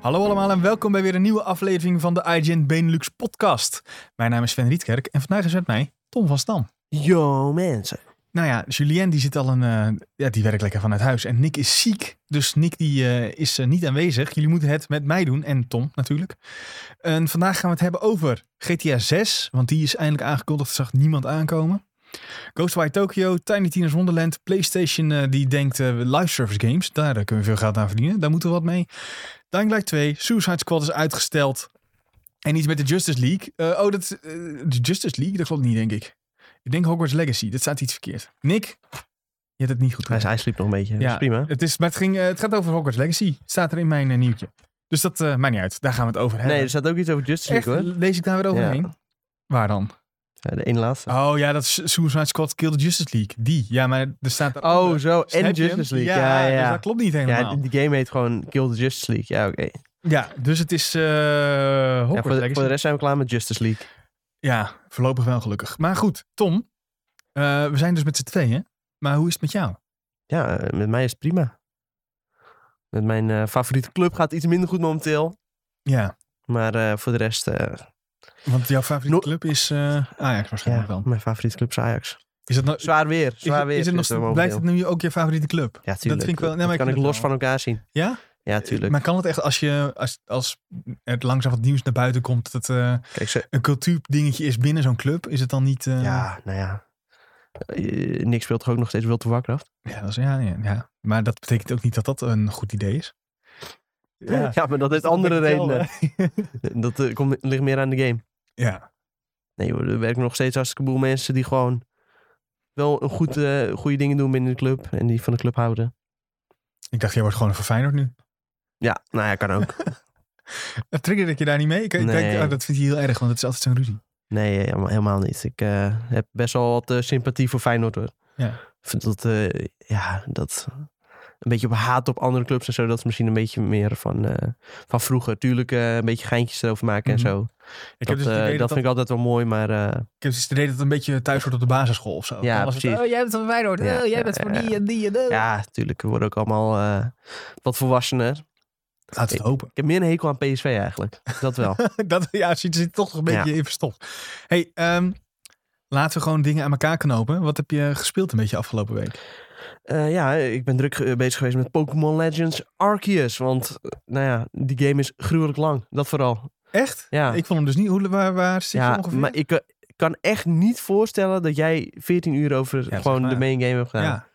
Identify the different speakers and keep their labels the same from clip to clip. Speaker 1: Hallo allemaal en welkom bij weer een nieuwe aflevering van de IGN Benelux podcast. Mijn naam is Sven Rietkerk en vandaag is met mij Tom van Stam.
Speaker 2: Yo mensen.
Speaker 1: Nou ja, Julien die zit al een, eh, ja, die werkt lekker vanuit huis en Nick is ziek. Dus Nick die eh, is eh, niet aanwezig. Jullie moeten het met mij doen en Tom natuurlijk. En vandaag gaan we het hebben over GTA 6, want die is eindelijk aangekondigd. Zag niemand aankomen. Ghostwire Tokyo, Tiny Tina's Wonderland, PlayStation eh, die denkt eh, live service games. Daar eh, kunnen we veel geld aan verdienen. Daar moeten we wat mee. Dying Light 2, Suicide Squad is uitgesteld. En iets met de Justice League. Eh, oh, dat, eh, de Justice League, dat klopt niet, denk ik. Ik denk Hogwarts Legacy, dat staat iets verkeerd. Nick, je hebt het niet goed
Speaker 2: Hij,
Speaker 1: gedaan.
Speaker 2: hij sliep nog een beetje.
Speaker 1: Ja.
Speaker 2: Dat is prima.
Speaker 1: Het, is, maar het, ging, eh, het gaat over Hogwarts Legacy, staat er in mijn eh, nieuwtje. Dus dat eh maakt niet uit, daar gaan we het over hebben.
Speaker 2: Nee, er staat ook iets over Justice
Speaker 1: Echt,
Speaker 2: League hoor.
Speaker 1: lees ik daar weer overheen? Waar dan?
Speaker 2: Ja, de ene laatste.
Speaker 1: Oh ja, dat is Suicide Squad Kill the Justice League. Die, ja, maar er staat... er
Speaker 2: Oh,
Speaker 1: andere.
Speaker 2: zo.
Speaker 1: Snap je hem?
Speaker 2: En Justice League. Ja, ja.
Speaker 1: dus
Speaker 2: ja.
Speaker 1: dat klopt niet
Speaker 2: Ja,
Speaker 1: helemaal. Ja,
Speaker 2: die game heet gewoon Kill the Justice League. Ja, oké.
Speaker 1: dus het is eh
Speaker 2: Ja,
Speaker 1: Hogwarts
Speaker 2: voor, de-
Speaker 1: Legacy.
Speaker 2: voor de rest zijn we klaar met Justice League.
Speaker 1: Ja, voorlopig wel gelukkig. Maar goed, Tom, eh, we zijn dus met z'n tweeën. Maar hoe is het met jou?
Speaker 2: Ja, eh, met mij is het prima. Met mijn eh, favoriete club gaat het iets minder goed momenteel.
Speaker 1: Ja,
Speaker 2: Maar eh, voor de rest, eh,
Speaker 1: want jouw favoriete
Speaker 2: No-
Speaker 1: club is eh, Ajax
Speaker 2: ja,
Speaker 1: waarschijnlijk wel.
Speaker 2: mijn favoriete club is Ajax.
Speaker 1: Is dat nou,
Speaker 2: Zwaar weer.
Speaker 1: is,
Speaker 2: Zwaar
Speaker 1: het-
Speaker 2: weer.
Speaker 1: is het nog,
Speaker 2: zitten we
Speaker 1: steeds- blijft
Speaker 2: momenteel.
Speaker 1: het nu ook je favoriete club?
Speaker 2: Ja, tuurlijk.
Speaker 1: vind ik wel- nee, maar
Speaker 2: dat
Speaker 1: ik
Speaker 2: kan ik
Speaker 1: vind het
Speaker 2: los van elkaar zien.
Speaker 1: Ja?
Speaker 2: Ja, tuurlijk.
Speaker 1: Maar kan het echt als, je, als, als het langzaam wat nieuws naar buiten komt... dat het eh,
Speaker 2: Kijk, ze,
Speaker 1: een cultuurdingetje is binnen zo'n club? Is het dan niet... eh,
Speaker 2: Ja, nou ja. Eh, Nick speelt toch ook nog steeds World of Warcraft?
Speaker 1: Ja, dat is, ja, ja, ja. Maar dat betekent ook niet dat dat een goed idee is.
Speaker 2: Ja, maar dat heeft andere redenen. Dat eh, komt, ligt meer aan de game.
Speaker 1: Ja,
Speaker 2: Nee joh, er werken nog steeds hartstikke boel mensen die gewoon wel een goed, eh, goede dingen doen binnen de club. En die van de club houden.
Speaker 1: ik dacht, jij wordt gewoon een verfijner nu.
Speaker 2: Ja, nou ja, kan ook.
Speaker 1: Dat triggerde ik je daar niet mee? Ik, ik denk,
Speaker 2: Nee.
Speaker 1: oh, dat vind je heel erg, want het is altijd zo'n ruzie.
Speaker 2: Nee, eh, helemaal, helemaal niet. Ik eh, heb best wel wat eh, sympathie voor Feyenoord hoor.
Speaker 1: Ja.
Speaker 2: Ik vind dat, eh, ja, dat een beetje op haat op andere clubs en zo. Dat is misschien een beetje meer van, eh, van vroeger. Tuurlijk eh, een beetje geintjes erover maken
Speaker 1: Mhm.
Speaker 2: en zo.
Speaker 1: Ik
Speaker 2: dat,
Speaker 1: heb dus het
Speaker 2: eh,
Speaker 1: idee dat,
Speaker 2: dat,
Speaker 1: dat,
Speaker 2: vind ik altijd wel mooi, maar eh,
Speaker 1: ik heb dus het idee dat het een beetje thuis hoort op de basisschool of zo.
Speaker 2: Ja,
Speaker 1: Dan was het,
Speaker 2: precies.
Speaker 1: oh, jij bent van Feyenoord.
Speaker 2: Ja,
Speaker 1: oh, jij
Speaker 2: ja,
Speaker 1: bent van
Speaker 2: ja,
Speaker 1: die en die en die.
Speaker 2: ja, natuurlijk. We worden ook allemaal eh, wat volwassener.
Speaker 1: Laten we het hopen.
Speaker 2: Ik heb meer een hekel aan PSV eigenlijk. Dat wel.
Speaker 1: dat, ja, zit zit toch nog een
Speaker 2: Ja.
Speaker 1: beetje in verstopt. hey, ehm, laten we gewoon dingen aan elkaar knopen. Wat heb je gespeeld een beetje afgelopen week?
Speaker 2: Eh, ja, ik ben druk eh, bezig geweest met Pokémon Legends Arceus. Want, eh, nou ja, die game is gruwelijk lang. Dat vooral.
Speaker 1: Echt?
Speaker 2: Ja.
Speaker 1: Ik vond hem dus niet. Hoe, waar, waar zit je
Speaker 2: ja,
Speaker 1: ongeveer?
Speaker 2: maar ik eh, kan echt niet voorstellen dat jij 14 uur over
Speaker 1: dat is
Speaker 2: gewoon de
Speaker 1: waar.
Speaker 2: main game hebt gedaan.
Speaker 1: ja.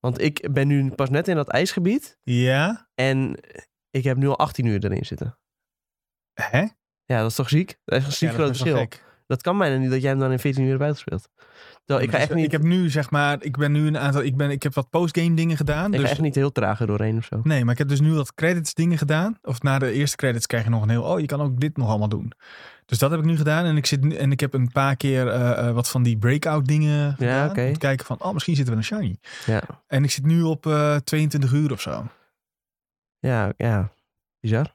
Speaker 2: Want ik ben nu pas net in dat ijsgebied.
Speaker 1: ja.
Speaker 2: En ik heb nu al 18 uur erin zitten.
Speaker 1: Hè?
Speaker 2: Ja, dat is toch ziek? Dat is een ziek
Speaker 1: Ja, dat
Speaker 2: groot
Speaker 1: is wel
Speaker 2: verschil.
Speaker 1: gek.
Speaker 2: Dat kan bijna niet dat jij hem dan in 14 uur hebt uitgespeeld. Terwijl, Oh, ik ga
Speaker 1: Dus,
Speaker 2: echt
Speaker 1: eh,
Speaker 2: niet...
Speaker 1: Ik heb nu zeg maar, ik ben nu een aantal, ik, ben, ik heb wat postgame dingen gedaan.
Speaker 2: Ik
Speaker 1: dus
Speaker 2: ga echt niet heel trager doorheen of zo.
Speaker 1: Nee, maar ik heb dus nu wat credits dingen gedaan. Of na de eerste credits krijg je nog een heel... Oh, je kan ook dit nog allemaal doen. Dus dat heb ik nu gedaan. En ik, zit, nu- en ik heb een paar keer eh, eh, wat van die breakout dingen gedaan.
Speaker 2: oké.
Speaker 1: Om te kijken van, oh, misschien zitten we in een shiny.
Speaker 2: Ja,
Speaker 1: En ik zit nu op eh, 22 uur of zo.
Speaker 2: ja, ja. Bizar.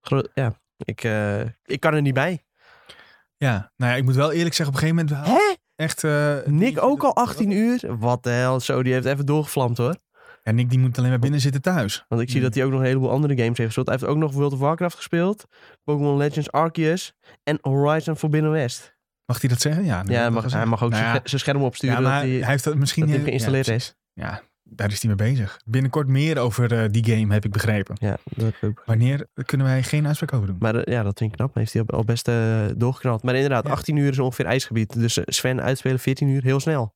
Speaker 2: Gro- ja, ik, eh, ik kan er niet bij.
Speaker 1: Ja, nou ja, ik moet wel eerlijk zeggen, op een gegeven moment...
Speaker 2: Hè?
Speaker 1: Echt... eh,
Speaker 2: Nick
Speaker 1: die-
Speaker 2: ook al 18 uur? Wat de hel, zo, die heeft even doorgevlamd hoor.
Speaker 1: Ja, Nick die moet alleen maar binnen zitten thuis.
Speaker 2: Want ik zie
Speaker 1: Hmm.
Speaker 2: dat hij ook nog een heleboel andere games heeft gespeeld. Hij heeft ook nog World of Warcraft gespeeld, Pokémon Legends Arceus en Horizon Forbidden West.
Speaker 1: Mag hij dat zeggen? Ja, nu heb
Speaker 2: Ja, hij
Speaker 1: ik
Speaker 2: mag,
Speaker 1: dat
Speaker 2: hij
Speaker 1: gezegd.
Speaker 2: mag ook
Speaker 1: Nou ja,
Speaker 2: zijn zijn scherm opsturen
Speaker 1: ja, maar
Speaker 2: dat hij,
Speaker 1: hij heeft dat misschien...
Speaker 2: dat hij hem
Speaker 1: niet-
Speaker 2: geïnstalleerd
Speaker 1: ja,
Speaker 2: heeft.
Speaker 1: Ja, daar is hij mee bezig. Binnenkort meer over eh, die game, heb ik begrepen.
Speaker 2: Ja, dat heb ik ook.
Speaker 1: Wanneer kunnen wij geen uitspraak over doen?
Speaker 2: Maar eh, ja, dat vind ik knap. Heeft hij al- al best eh, doorgeknald. Maar inderdaad,
Speaker 1: Ja.
Speaker 2: 18 uur is ongeveer ijsgebied. Dus eh, Sven uitspelen 14 uur, heel snel.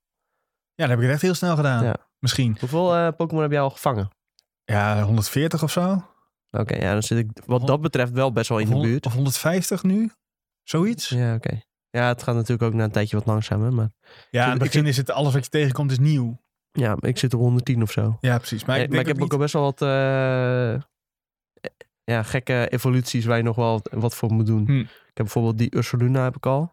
Speaker 1: Ja, dat heb ik het echt heel snel gedaan.
Speaker 2: Ja.
Speaker 1: Misschien.
Speaker 2: Hoeveel eh, Pokémon heb jij al gevangen?
Speaker 1: Ja, 140 of zo.
Speaker 2: Oké, ja, dan zit ik wat dat betreft wel best wel in
Speaker 1: Of
Speaker 2: de
Speaker 1: hon-
Speaker 2: buurt.
Speaker 1: Of 150 nu. Zoiets. Ja,
Speaker 2: Ja, oké. Ja, het gaat natuurlijk ook na een tijdje wat langzamer. Maar
Speaker 1: aan het
Speaker 2: ik
Speaker 1: begin is het alles wat je tegenkomt is nieuw.
Speaker 2: ja, ik zit op 110 of zo. Nee,
Speaker 1: Ja, precies. Maar ik,
Speaker 2: Maar ik,
Speaker 1: denk
Speaker 2: heb
Speaker 1: dat
Speaker 2: ook al best wel wat eh, eh, ja, gekke evoluties waar je nog wel wat- wat voor moet doen.
Speaker 1: Hmm.
Speaker 2: Ik heb bijvoorbeeld die Ursuluna heb ik al.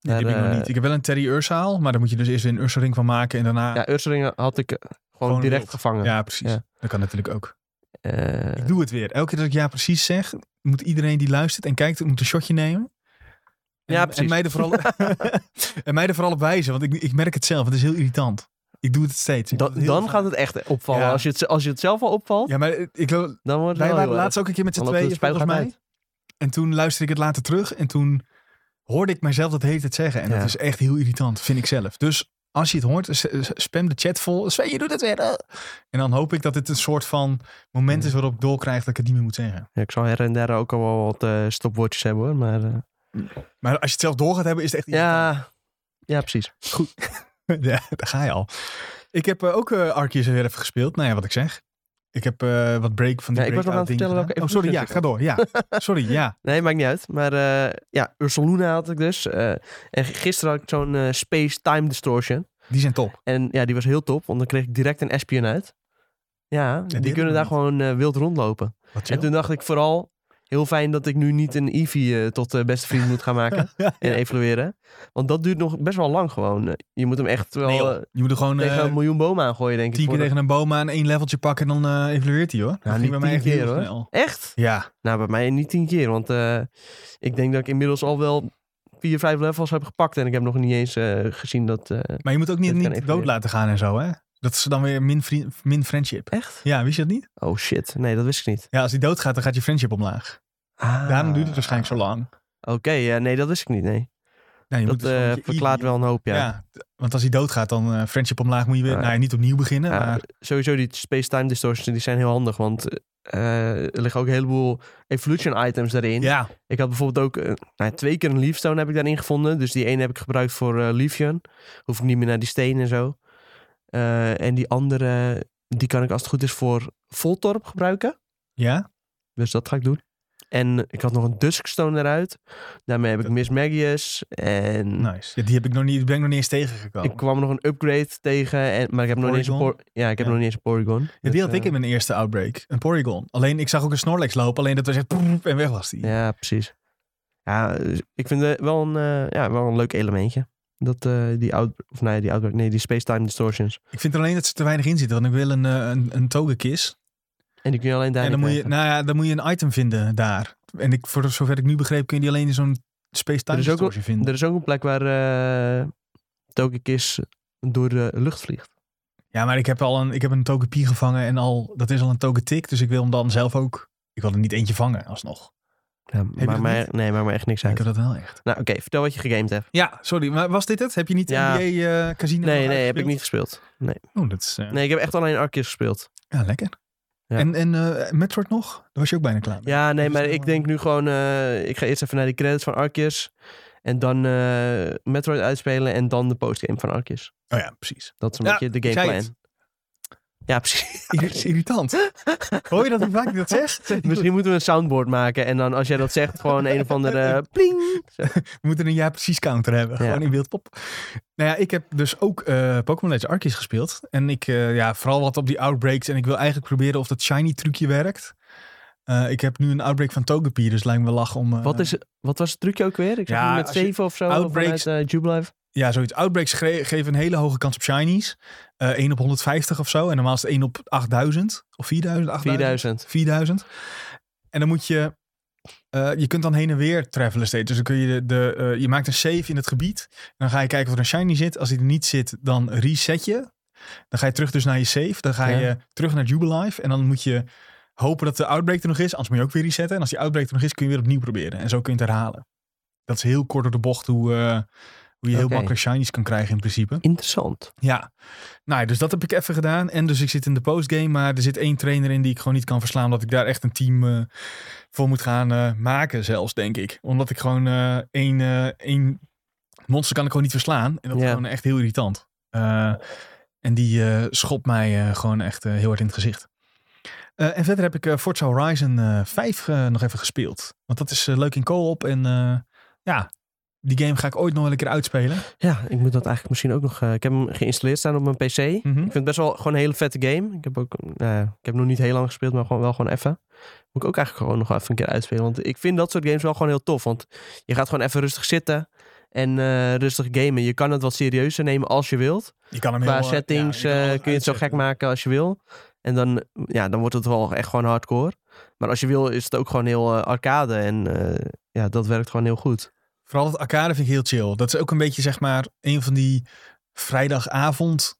Speaker 1: niet- die
Speaker 2: daar,
Speaker 1: heb ik nog
Speaker 2: eh,
Speaker 1: niet. Ik heb wel een Terry Ursaal, maar daar moet je dus eerst weer een Ursaring van maken en daarna... Ja,
Speaker 2: Ja, Ursulina had ik eh, gewoon,
Speaker 1: Gewoon
Speaker 2: direct
Speaker 1: wild.
Speaker 2: gevangen.
Speaker 1: precies.
Speaker 2: Ja.
Speaker 1: Dat kan natuurlijk ook.
Speaker 2: Eh,
Speaker 1: Ik doe het weer. Elke keer dat ik ja precies zeg, moet iedereen die luistert en kijkt, moet een shotje nemen. En,
Speaker 2: Ja, precies.
Speaker 1: En mij, er vooral, en mij er vooral op wijzen, want ik, ik merk het zelf. Het is heel irritant. Ik doe het steeds. Ik
Speaker 2: Dan,
Speaker 1: doe het heel
Speaker 2: dan
Speaker 1: vaak.
Speaker 2: gaat het echt opvallen.
Speaker 1: Ja.
Speaker 2: Als, je het, als je het zelf al opvalt,
Speaker 1: Ja, maar eh, ik, geloof-
Speaker 2: dan wordt het
Speaker 1: wij
Speaker 2: wel
Speaker 1: waren
Speaker 2: heel
Speaker 1: laatst ook een keer met z'n
Speaker 2: Dan loopt
Speaker 1: tweeën,
Speaker 2: de spuit
Speaker 1: volgens mij.
Speaker 2: uit.
Speaker 1: En toen luisterde ik het later terug en toen hoorde ik mijzelf dat heet het zeggen. En
Speaker 2: Ja.
Speaker 1: dat is echt heel irritant, vind ik zelf. Dus als je het hoort, s- s- spam de chat vol. Sven, je doet het weer. eh. En dan hoop ik dat dit een soort van moment
Speaker 2: Hmm.
Speaker 1: is waarop ik doorkrijg dat ik het niet meer moet zeggen.
Speaker 2: Ja, ik zal her en der ook al wel wat eh, stopwoordjes hebben hoor. Maar, eh,
Speaker 1: Maar als je het zelf door gaat hebben, is het echt irritant.
Speaker 2: ja, ja, precies.
Speaker 1: Ja, daar ga je al. Ik heb eh, ook eh Arceus weer even gespeeld. Nou ja, wat ik zeg. Ik heb eh, wat break van die
Speaker 2: Ja, ik was nog aan
Speaker 1: breakout
Speaker 2: het vertellen
Speaker 1: dingen
Speaker 2: welke
Speaker 1: gedaan. Oh, sorry, ja, ga door. Ja, sorry, ja.
Speaker 2: Nee, maakt niet uit. Maar eh, ja, Ursaluna had ik dus. eh, en g- gisteren had ik zo'n eh, Space Time Distortion.
Speaker 1: Die zijn top.
Speaker 2: En ja, die was heel top, want dan kreeg ik direct een espion uit. Ja, die,
Speaker 1: heb ik
Speaker 2: kunnen
Speaker 1: nog
Speaker 2: daar gewoon eh, wild rondlopen.
Speaker 1: Wat
Speaker 2: En toen dacht ik vooral, heel fijn dat ik nu niet een Eevee eh, tot eh, beste vriend moet gaan maken
Speaker 1: Ja,
Speaker 2: en evalueren. Want dat duurt nog best wel lang gewoon. Eh, Je moet hem echt wel
Speaker 1: Nee, joh.
Speaker 2: eh,
Speaker 1: je moet er gewoon
Speaker 2: tegen
Speaker 1: eh,
Speaker 2: een miljoen bomen aangooien, denk ik.
Speaker 1: tien keer
Speaker 2: voor
Speaker 1: tegen een boom aan één leveltje pakken en dan eh evalueert hij hoor. Dat ging
Speaker 2: Nou, niet
Speaker 1: bij mij
Speaker 2: tien
Speaker 1: echt heel
Speaker 2: keer, hoor.
Speaker 1: snel.
Speaker 2: dat- Echt?
Speaker 1: Ja,
Speaker 2: Nou, bij mij niet tien keer, want eh, ik denk dat ik inmiddels al wel vier, vijf levels heb gepakt en ik heb nog niet eens eh, gezien dat... eh,
Speaker 1: maar je moet ook niet,
Speaker 2: Dat kan
Speaker 1: niet dood
Speaker 2: evalueren.
Speaker 1: laten gaan en zo hè. Dat is dan weer min, vriend, min friendship.
Speaker 2: Echt?
Speaker 1: Ja, wist je dat niet?
Speaker 2: Oh shit, nee, dat wist ik niet.
Speaker 1: Ja, als hij doodgaat, dan gaat je friendship omlaag.
Speaker 2: Ah.
Speaker 1: Daarom duurt het waarschijnlijk zo lang.
Speaker 2: Oké, ja, nee, dat wist ik niet, nee.
Speaker 1: Nou, je
Speaker 2: dat
Speaker 1: moet dus gewoon
Speaker 2: eh,
Speaker 1: met je
Speaker 2: verklaart
Speaker 1: EV
Speaker 2: wel een hoop, ja.
Speaker 1: Ja. d- want als hij doodgaat, dan eh, friendship omlaag moet je weer.
Speaker 2: Ja.
Speaker 1: Nou, ja, niet opnieuw beginnen.
Speaker 2: Ja,
Speaker 1: maar
Speaker 2: Sowieso die space-time distortions, die zijn heel handig, want eh, er liggen ook een heleboel evolution items daarin.
Speaker 1: ja,
Speaker 2: Ik had bijvoorbeeld ook eh, nou, ja, twee keer een leafstone heb ik daarin gevonden. Dus die ene heb ik gebruikt voor eh Leafion. Hoef ik niet meer naar die steen en zo. Eh, en die andere, die kan ik als het goed is voor Voltorp gebruiken.
Speaker 1: ja,
Speaker 2: Dus dat ga ik doen. En ik had nog een Duskstone eruit. Daarmee heb ik Miss Magius. En
Speaker 1: nice. Ja, die heb ik nog niet, ben ik nog niet eens tegengekomen.
Speaker 2: Mm. ik kwam nog een upgrade tegen. En, maar ik heb nog niet eens een
Speaker 1: Porygon?
Speaker 2: por- ja, ik heb
Speaker 1: Ja.
Speaker 2: nog niet eens een Porygon.
Speaker 1: ja,
Speaker 2: Dus,
Speaker 1: die had ik
Speaker 2: eh,
Speaker 1: in mijn eerste outbreak. Een Porygon. Alleen, ik zag ook een Snorlax lopen. Alleen dat was echt... poep, En weg was die.
Speaker 2: Ja, precies. Ja, dus ik vind het wel een, eh, ja, wel een leuk elementje. Dat eh, die out, of nee, die outbreak, nee, die space-time distortions.
Speaker 1: Ik vind alleen dat ze te weinig in zitten. Want ik wil een, eh, een, een togekiss.
Speaker 2: En die kun je alleen daar.
Speaker 1: En dan moet, je, nou ja, dan moet je een item vinden daar. En ik, voor zover ik nu begreep, kun je die alleen in zo'n space-time
Speaker 2: Er is ook wel-
Speaker 1: distortion vinden.
Speaker 2: Er is ook een plek waar eh Togekiss door de lucht vliegt.
Speaker 1: Ja, maar ik heb al een, ik heb een Togepi gevangen en al, dat is al een Togetic. Dus ik wil hem dan zelf ook... Ik wil er niet eentje vangen, alsnog.
Speaker 2: Ja, maar,
Speaker 1: dat
Speaker 2: maar,
Speaker 1: niet?
Speaker 2: nee, maar, maar echt niks
Speaker 1: Ik
Speaker 2: uit.
Speaker 1: heb dat wel echt.
Speaker 2: Nou, oké, vertel wat je gegamed hebt.
Speaker 1: Ja, sorry, maar was dit het? Heb je niet
Speaker 2: Ja.
Speaker 1: NBA eh, Casino nog
Speaker 2: Nee, nee, heb
Speaker 1: uitgespeeld?
Speaker 2: ik niet gespeeld. Nee,
Speaker 1: Oh, dat is... eh,
Speaker 2: nee ik heb echt alleen Arceus gespeeld.
Speaker 1: Ja, lekker.
Speaker 2: Ja.
Speaker 1: En, en eh, Metroid nog? Daar was je ook bijna klaar mee.
Speaker 2: Ja, nee,
Speaker 1: is
Speaker 2: maar
Speaker 1: wel,
Speaker 2: ik
Speaker 1: eh,
Speaker 2: denk nu gewoon... eh, ik ga eerst even naar die credits van Arceus. En dan eh, Metroid uitspelen en dan de postgame van Arceus.
Speaker 1: Oh ja, precies.
Speaker 2: Dat is een
Speaker 1: Ja,
Speaker 2: beetje de
Speaker 1: ik zei
Speaker 2: gameplan. Ja, precies.
Speaker 1: Irri- Irritant. Hoor je dat hoe vaak ik dat zeg?
Speaker 2: Misschien moeten we een soundboard maken. En dan als jij dat zegt, gewoon een of andere pling. Zo.
Speaker 1: We moeten een ja precies counter hebben.
Speaker 2: Ja.
Speaker 1: Gewoon in wildpop. Nou ja, ik heb dus ook eh Pokémon Legends Arceus gespeeld. En ik, eh, ja, vooral wat op die outbreaks. En ik wil eigenlijk proberen of dat shiny trucje werkt. Eh, ik heb nu een outbreak van Togepi, dus lijkt me lach om... eh,
Speaker 2: Wat, is, wat was het trucje ook weer? Ik zag
Speaker 1: Ja,
Speaker 2: ja, met
Speaker 1: als je
Speaker 2: 7 of zo
Speaker 1: outbreaks- Oh,
Speaker 2: vanuit eh Jubilife.
Speaker 1: Ja, zoiets. Outbreaks gre- geven een hele hoge kans op shinies. Eh 1 op 150 of zo. En normaal is het 1 op 8000. Of 4000, 8000.
Speaker 2: 4000.
Speaker 1: 4000. En dan moet je. eh, je kunt dan heen en weer travelen steeds. Dus dan kun je de. de, eh, je maakt een save in het gebied. En dan ga je kijken of er een shiny zit. Als die er niet zit, dan reset je. Dan ga je terug dus naar je save. Dan ga
Speaker 2: Ja.
Speaker 1: je terug naar Jubilife. En dan moet je hopen dat de outbreak er nog is. Anders moet je ook weer resetten. En als die outbreak er nog is, kun je weer opnieuw proberen. En zo kun je het herhalen. Dat is heel kort door de bocht hoe, eh, hoe je heel
Speaker 2: Oké.
Speaker 1: makkelijk shinies kan krijgen in principe.
Speaker 2: Interessant.
Speaker 1: Ja, nou, ja, dus dat heb ik even gedaan. En dus ik zit in de postgame, maar er zit één trainer in die ik gewoon niet kan verslaan. Omdat ik daar echt een team eh, voor moet gaan eh, maken zelfs, denk ik. Omdat ik gewoon eh, één, eh, één monster kan ik gewoon niet verslaan. En dat is
Speaker 2: Ja.
Speaker 1: gewoon echt heel irritant. Eh, en die eh schopt mij eh, gewoon echt eh, heel hard in het gezicht. Eh, en verder heb ik eh, Forza Horizon eh 5 eh, nog even gespeeld. Want dat is eh, leuk in co-op. En eh, ja, die game ga ik ooit nog wel een keer uitspelen.
Speaker 2: Ja, ik moet dat eigenlijk misschien ook nog... eh, ik heb hem geïnstalleerd staan op mijn PC.
Speaker 1: Mhm.
Speaker 2: Ik vind het best wel gewoon een hele vette game. Ik heb, ook, eh, ik heb nog niet heel lang gespeeld, maar gewoon, wel gewoon even. Moet ik ook eigenlijk gewoon nog even een keer uitspelen. Want ik vind dat soort games wel gewoon heel tof. Want je gaat gewoon even rustig zitten en eh, rustig gamen. Je kan het wat serieuzer nemen als je wilt.
Speaker 1: Je kan hem
Speaker 2: Qua
Speaker 1: heel, eh,
Speaker 2: settings
Speaker 1: ja, je kan
Speaker 2: eh,
Speaker 1: alles
Speaker 2: kun je het zo gek
Speaker 1: uitzetten.
Speaker 2: maken als je wil. En dan, ja, dan wordt het wel echt gewoon hardcore. Maar als je wil is het ook gewoon heel eh, arcade. En eh, ja, dat werkt gewoon heel goed.
Speaker 1: Vooral dat arcade vind ik heel chill. Dat is ook een beetje zeg maar een van die vrijdagavond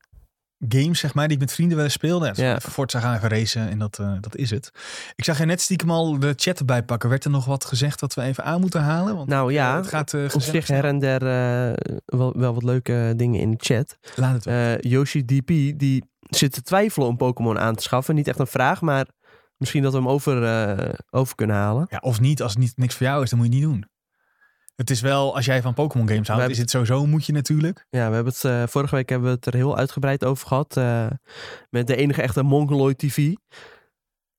Speaker 1: games, zeg maar, die ik met vrienden wel eens speelde. En
Speaker 2: Ja.
Speaker 1: Even Forza gaan even racen en dat, eh, dat is het. Ik zag je net stiekem al de chat erbij pakken. Werd er nog wat gezegd dat we even aan moeten halen? Want
Speaker 2: Nou ja,
Speaker 1: het gaat eh,
Speaker 2: Op
Speaker 1: gezellig
Speaker 2: zich her en der eh, wel, wel wat leuke dingen in de chat.
Speaker 1: Laat het wel.
Speaker 2: Eh, Yoshi DP die zit te twijfelen om Pokémon aan te schaffen. Niet echt een vraag, maar misschien dat we hem over, eh, over kunnen halen.
Speaker 1: Ja, of niet. Als het niet, niks voor jou is, dan moet je het niet doen. Het is wel, als jij van Pokémon games houdt,
Speaker 2: hebben-
Speaker 1: is het sowieso moet je natuurlijk.
Speaker 2: Ja, we hebben het, eh, vorige week hebben we het er heel uitgebreid over gehad. eh, met de enige echte Mongoloid TV.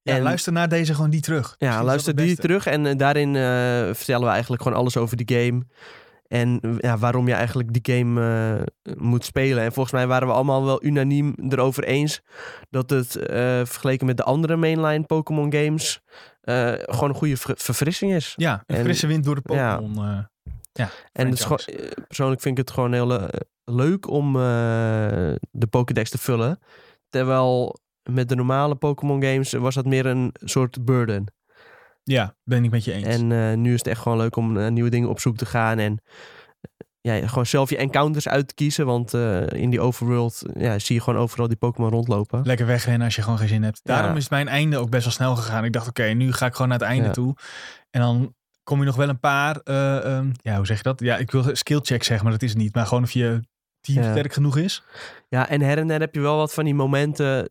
Speaker 1: Ja,
Speaker 2: En-
Speaker 1: luister naar deze gewoon die terug. Misschien is
Speaker 2: Ja,
Speaker 1: dat
Speaker 2: luister
Speaker 1: het
Speaker 2: die
Speaker 1: beste.
Speaker 2: terug. En eh, daarin eh, vertellen we eigenlijk gewoon alles over die game. En eh, ja, waarom je eigenlijk die game eh, moet spelen. En volgens mij waren we allemaal wel unaniem erover eens. Dat het eh, vergeleken met de andere mainline Pokémon games. eh, gewoon een goede ver- verfrissing is.
Speaker 1: Ja, een
Speaker 2: En-
Speaker 1: frisse wind door de
Speaker 2: ja.
Speaker 1: Pokémon. eh, ja,
Speaker 2: En het is gewoon,
Speaker 1: franchise.
Speaker 2: eh, persoonlijk vind ik het gewoon heel le- leuk om eh, de Pokédex te vullen. Terwijl met de normale Pokémon games was dat meer een soort burden.
Speaker 1: Ja, ben ik met je eens.
Speaker 2: En eh, nu is het echt gewoon leuk om eh, nieuwe dingen op zoek te gaan. En eh, ja, gewoon zelf je encounters uit te kiezen. Want eh, in die overworld eh, ja, zie je gewoon overal die Pokémon rondlopen.
Speaker 1: Lekker wegrennen als je gewoon geen zin hebt.
Speaker 2: Ja.
Speaker 1: Daarom is mijn einde ook best wel snel gegaan. Ik dacht, oké, nu ga ik gewoon naar het einde
Speaker 2: Ja.
Speaker 1: toe. En dan kom je nog wel een paar, eh, ehm, ja, hoe zeg je dat? Ja, ik wil skillcheck zeggen, maar dat is het niet. Maar gewoon of je team
Speaker 2: Ja.
Speaker 1: sterk genoeg is.
Speaker 2: Ja, en her en der heb je wel wat van die momenten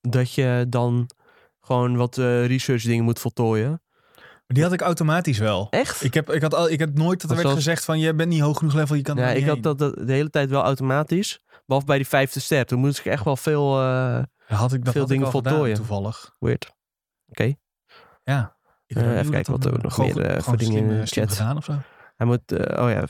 Speaker 2: dat je dan gewoon wat eh, research dingen moet voltooien.
Speaker 1: Die had ik automatisch wel.
Speaker 2: Echt?
Speaker 1: Ik heb, ik, had al, ik heb nooit dat er
Speaker 2: Maar
Speaker 1: werd
Speaker 2: zoals-
Speaker 1: gezegd van, je bent niet hoog genoeg level, je kan er
Speaker 2: ja,
Speaker 1: niet
Speaker 2: ik had
Speaker 1: heen.
Speaker 2: dat, dat de hele tijd wel automatisch. Behalve bij die vijfde ster. Toen moest ik echt wel veel... eh
Speaker 1: Dan had ik dat
Speaker 2: veel
Speaker 1: had ik al
Speaker 2: dingen
Speaker 1: gedaan,
Speaker 2: voltooien.
Speaker 1: toevallig.
Speaker 2: weird.
Speaker 1: Ja. Ik weet
Speaker 2: Eh,
Speaker 1: niet hoe
Speaker 2: even
Speaker 1: dat
Speaker 2: kijken wat
Speaker 1: dan-
Speaker 2: er nog
Speaker 1: gewoon
Speaker 2: meer,
Speaker 1: goed-
Speaker 2: eh, voor
Speaker 1: gewoon
Speaker 2: dingen in
Speaker 1: slim,
Speaker 2: de
Speaker 1: eh, slim
Speaker 2: chat.
Speaker 1: gedaan of zo.
Speaker 2: Hij moet... eh, oh ja.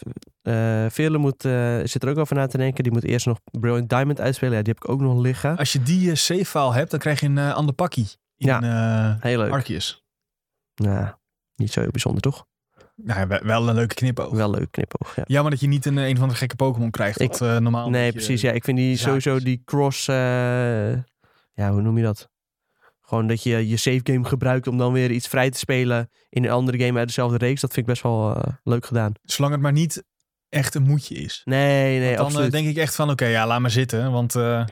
Speaker 2: eh Veerle moet, eh, zit er ook over na te denken. Die moet eerst nog Brilliant Diamond uitspelen. Ja, die heb ik ook nog liggen.
Speaker 1: Als je die eh, save-file hebt, dan krijg je een eh, ander pakkie in
Speaker 2: Ja.
Speaker 1: eh,
Speaker 2: Heel leuk.
Speaker 1: Arceus.
Speaker 2: Nou, niet zo heel bijzonder, toch?
Speaker 1: Nou, ja, wel een leuke knipoog.
Speaker 2: Wel leuk knipoog, ja.
Speaker 1: Jammer dat je niet een, een van de gekke Pokémon krijgt.
Speaker 2: Ik-
Speaker 1: dat, eh, normaal
Speaker 2: Nee,
Speaker 1: dat je-
Speaker 2: precies. Ja, ik vind die
Speaker 1: zaak
Speaker 2: sowieso
Speaker 1: is.
Speaker 2: die cross... eh, ja, hoe noem je dat? Gewoon dat je je save game gebruikt om dan weer iets vrij te spelen in een andere game uit dezelfde reeks. Dat vind ik best wel eh, leuk gedaan.
Speaker 1: Zolang het maar niet echt een moedje is.
Speaker 2: Nee, nee,
Speaker 1: dan eh,
Speaker 2: absoluut.
Speaker 1: denk ik echt van, oké, ja, laat maar zitten. Want eh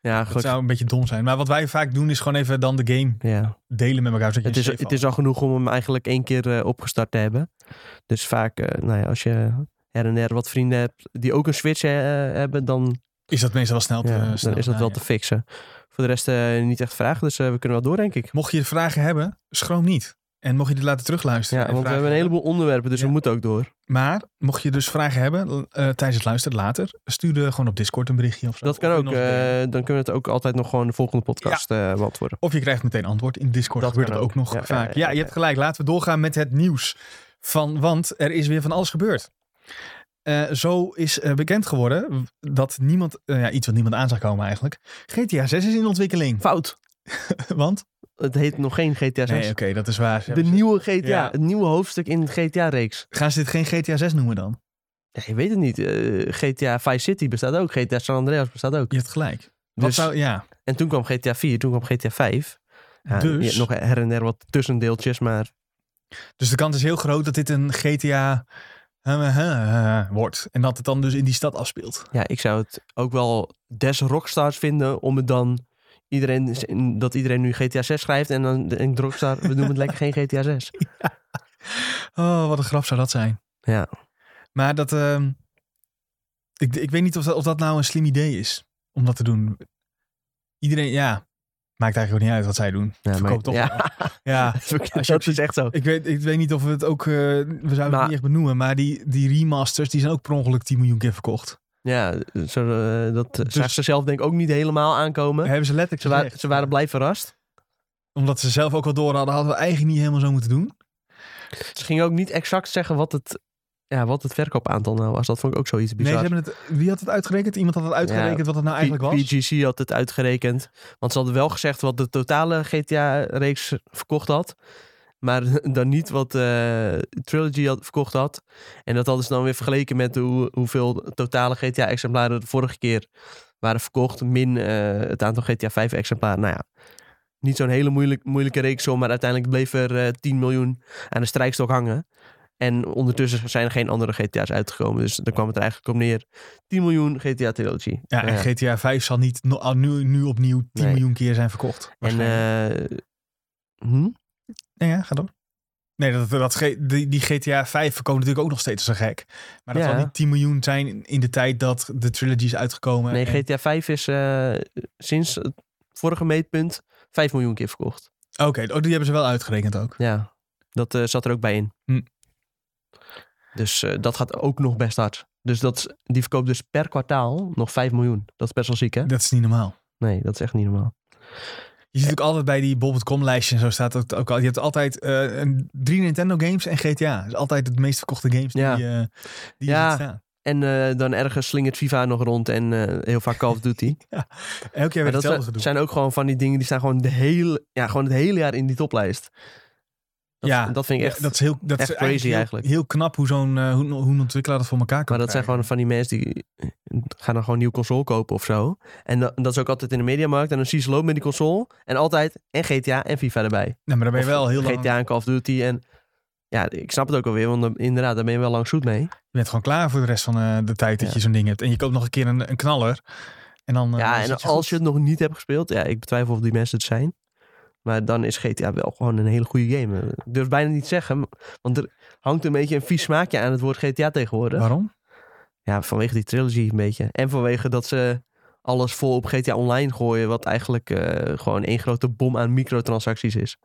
Speaker 2: ja,
Speaker 1: het
Speaker 2: goed.
Speaker 1: zou een beetje dom zijn. Maar wat wij vaak doen is gewoon even dan de game
Speaker 2: Ja.
Speaker 1: delen met elkaar. Zodat je
Speaker 2: Het,
Speaker 1: een
Speaker 2: is,
Speaker 1: save
Speaker 2: het
Speaker 1: had.
Speaker 2: is al genoeg om hem eigenlijk één keer eh, opgestart te hebben. Dus vaak, eh, nou ja, als je her en her wat vrienden hebt die ook een Switch eh, hebben, dan
Speaker 1: Is dat meestal wel snel te
Speaker 2: Ja,
Speaker 1: snel
Speaker 2: dan is dat
Speaker 1: gedaan,
Speaker 2: wel
Speaker 1: ja.
Speaker 2: te fixen. Voor de rest eh, niet echt vragen, dus eh, we kunnen wel door, denk ik.
Speaker 1: Mocht je vragen hebben, schroom niet. En mocht je dit laten terugluisteren.
Speaker 2: Ja,
Speaker 1: en
Speaker 2: want we
Speaker 1: vragen
Speaker 2: hebben een heleboel onderwerpen, dus
Speaker 1: Ja.
Speaker 2: we moeten ook door.
Speaker 1: Maar mocht je dus vragen hebben eh, tijdens het luisteren later, stuur eh, gewoon op Discord een berichtje of zo.
Speaker 2: Dat kan
Speaker 1: Of in
Speaker 2: ook.
Speaker 1: onze
Speaker 2: eh,
Speaker 1: DM.
Speaker 2: dan kunnen we het ook altijd nog gewoon de volgende podcast eh, beantwoorden.
Speaker 1: of je krijgt meteen antwoord in Discord.
Speaker 2: Dat
Speaker 1: Dat gebeurt
Speaker 2: kan
Speaker 1: dat ook
Speaker 2: ook.
Speaker 1: nog
Speaker 2: Ja,
Speaker 1: vaak.
Speaker 2: ja,
Speaker 1: Ja,
Speaker 2: ja,
Speaker 1: je
Speaker 2: ja.
Speaker 1: hebt gelijk. Laten we doorgaan met het nieuws. Van, want er is weer van alles gebeurd. Eh, zo is eh, bekend geworden dat niemand, eh, ja, iets wat niemand aan zou komen eigenlijk. GTA 6 is in ontwikkeling.
Speaker 2: Fout.
Speaker 1: Want?
Speaker 2: Het heet nog geen GTA 6.
Speaker 1: Nee, oké, dat is waar.
Speaker 2: de nieuwe GTA,
Speaker 1: Ja.
Speaker 2: het nieuwe hoofdstuk in de GTA-reeks.
Speaker 1: Gaan ze dit geen GTA 6 noemen dan?
Speaker 2: Ja, je weet het niet. eh, GTA Vice City bestaat ook. GTA San Andreas bestaat ook.
Speaker 1: Je hebt gelijk. Wat
Speaker 2: Dus,
Speaker 1: zou, ja,
Speaker 2: En toen kwam GTA 4, toen kwam GTA 5. Ja,
Speaker 1: Dus?
Speaker 2: je hebt nog her en der wat tussendeeltjes, maar
Speaker 1: Dus de kans is heel groot dat dit een GTA eh, eh, eh, wordt. En dat het dan dus in die stad afspeelt.
Speaker 2: ja, ik zou het ook wel des rockstars vinden om het dan iedereen, dat iedereen nu GTA 6 schrijft en dan denkt rockstar, we noemen het lekker geen GTA 6.
Speaker 1: Oh, wat een grap zou dat zijn.
Speaker 2: Ja.
Speaker 1: Maar dat... ehm, ik, ik weet niet of dat, of dat nou een slim idee is. Om dat te doen. Iedereen, ja... Maakt eigenlijk ook niet uit wat zij doen.
Speaker 2: Ja,
Speaker 1: Verkoopt toch wel.
Speaker 2: ja,
Speaker 1: Ja, Als je
Speaker 2: dat is echt zo.
Speaker 1: ik weet, ik weet niet of we het ook... eh, we zouden het
Speaker 2: Maar-
Speaker 1: niet echt benoemen. Maar die, die remasters, die zijn ook per ongeluk 10 miljoen keer verkocht.
Speaker 2: Ja, zo, eh, dat eh,
Speaker 1: Dus-
Speaker 2: zagen ze zelf denk ik ook niet helemaal aankomen.
Speaker 1: Hebben ze letterlijk
Speaker 2: ze, wa-
Speaker 1: gezegd.
Speaker 2: ze waren blij verrast.
Speaker 1: Omdat ze zelf ook wel door hadden, hadden we eigenlijk niet helemaal zo moeten doen.
Speaker 2: Ze gingen ook niet exact zeggen wat het, ja, wat het verkoopaantal nou was. Dat vond ik ook zoiets bizar.
Speaker 1: Nee, ze hebben het, wie had het uitgerekend? Iemand had het uitgerekend wat het nou
Speaker 2: P-
Speaker 1: eigenlijk was.
Speaker 2: PGC had het uitgerekend. Want ze hadden wel gezegd wat de totale GTA-reeks verkocht had. Maar dan niet wat eh Trilogy had, verkocht had. En dat hadden ze dan weer vergeleken met hoe, hoeveel totale GTA-exemplaren de vorige keer waren verkocht. Min eh, het aantal GTA 5-exemplaren. Nou ja, niet zo'n hele moeilijk, moeilijke reeks. hoor, Maar uiteindelijk bleef er eh, 10 miljoen aan de strijkstok hangen. En ondertussen zijn er geen andere GTA's uitgekomen. Dus dan kwam het er eigenlijk om neer. 10 miljoen GTA Trilogy.
Speaker 1: Ja, en
Speaker 2: Ja.
Speaker 1: GTA 5 zal niet no- al nu, nu opnieuw 10
Speaker 2: Nee.
Speaker 1: miljoen keer zijn verkocht.
Speaker 2: En
Speaker 1: waarschijnlijk.
Speaker 2: eh, hm?
Speaker 1: Nee, ja, ga door. Nee, dat, dat, ge- die, die GTA 5 verkopen natuurlijk ook nog steeds als een gek. Maar dat
Speaker 2: Ja.
Speaker 1: zal niet 10 miljoen zijn in- in de tijd dat de trilogy is uitgekomen.
Speaker 2: nee,
Speaker 1: En-
Speaker 2: GTA 5 is eh, sinds het vorige meetpunt 5 miljoen keer verkocht.
Speaker 1: Oké, oh, die hebben ze wel uitgerekend ook.
Speaker 2: Ja, dat eh, zat er ook bij in.
Speaker 1: Hm.
Speaker 2: Dus eh, dat gaat ook nog best hard. Dus dat, is- die verkoopt dus per kwartaal nog 5 miljoen. Dat is best wel ziek, hè?
Speaker 1: Dat is niet normaal.
Speaker 2: Nee, dat is echt niet normaal.
Speaker 1: Je ziet ook altijd bij die bol.com lijstje en zo staat het ook al. Je hebt altijd eh, een- drie Nintendo games en GTA. Dus altijd het meest verkochte games
Speaker 2: Ja.
Speaker 1: die, eh die
Speaker 2: Ja.
Speaker 1: er staan.
Speaker 2: En eh, dan ergens slingert FIFA nog rond en eh, heel vaak Call of Duty.
Speaker 1: Elk jaar
Speaker 2: Maar
Speaker 1: weer
Speaker 2: dat
Speaker 1: hetzelfde
Speaker 2: zijn-
Speaker 1: gedoe.
Speaker 2: zijn ook gewoon van die dingen die staan gewoon, de hele, ja, gewoon het hele jaar in die toplijst. Dat,
Speaker 1: Ja,
Speaker 2: dat vind ik
Speaker 1: Ja,
Speaker 2: echt.
Speaker 1: dat is heel dat
Speaker 2: echt
Speaker 1: is
Speaker 2: crazy
Speaker 1: heel,
Speaker 2: eigenlijk.
Speaker 1: Heel knap hoe zo'n eh, hoe, hoe een ontwikkelaar dat voor elkaar kan
Speaker 2: maar dat zijn
Speaker 1: krijgen.
Speaker 2: gewoon van die mensen die eh, gaan dan gewoon een nieuwe console kopen of zo. En dat, dat is ook altijd in de mediamarkt. En dan zie je ze lopen met die console. En altijd en GTA en FIFA erbij.
Speaker 1: Nee, maar daar ben je
Speaker 2: Of
Speaker 1: wel heel lang.
Speaker 2: GTA en Call of Duty. En ja, ik snap het ook alweer. Want dan- inderdaad, daar ben je wel lang zoet mee.
Speaker 1: Je bent gewoon klaar voor de rest van eh, de tijd dat
Speaker 2: Ja.
Speaker 1: je zo'n ding hebt. En je koopt nog een keer een, een knaller. En dan, eh, dan
Speaker 2: ja, en
Speaker 1: zit
Speaker 2: als
Speaker 1: goed.
Speaker 2: je het nog niet hebt gespeeld. Ja, ik betwijfel of die mensen het zijn. Maar dan is GTA wel gewoon een hele goede game. Ik durf bijna niet te zeggen. Want er hangt een beetje een vies smaakje aan het woord GTA tegenwoordig.
Speaker 1: Waarom?
Speaker 2: Ja, vanwege die trilogy een beetje. En vanwege dat ze alles vol op GTA Online gooien, wat eigenlijk eh, gewoon één grote bom aan microtransacties is.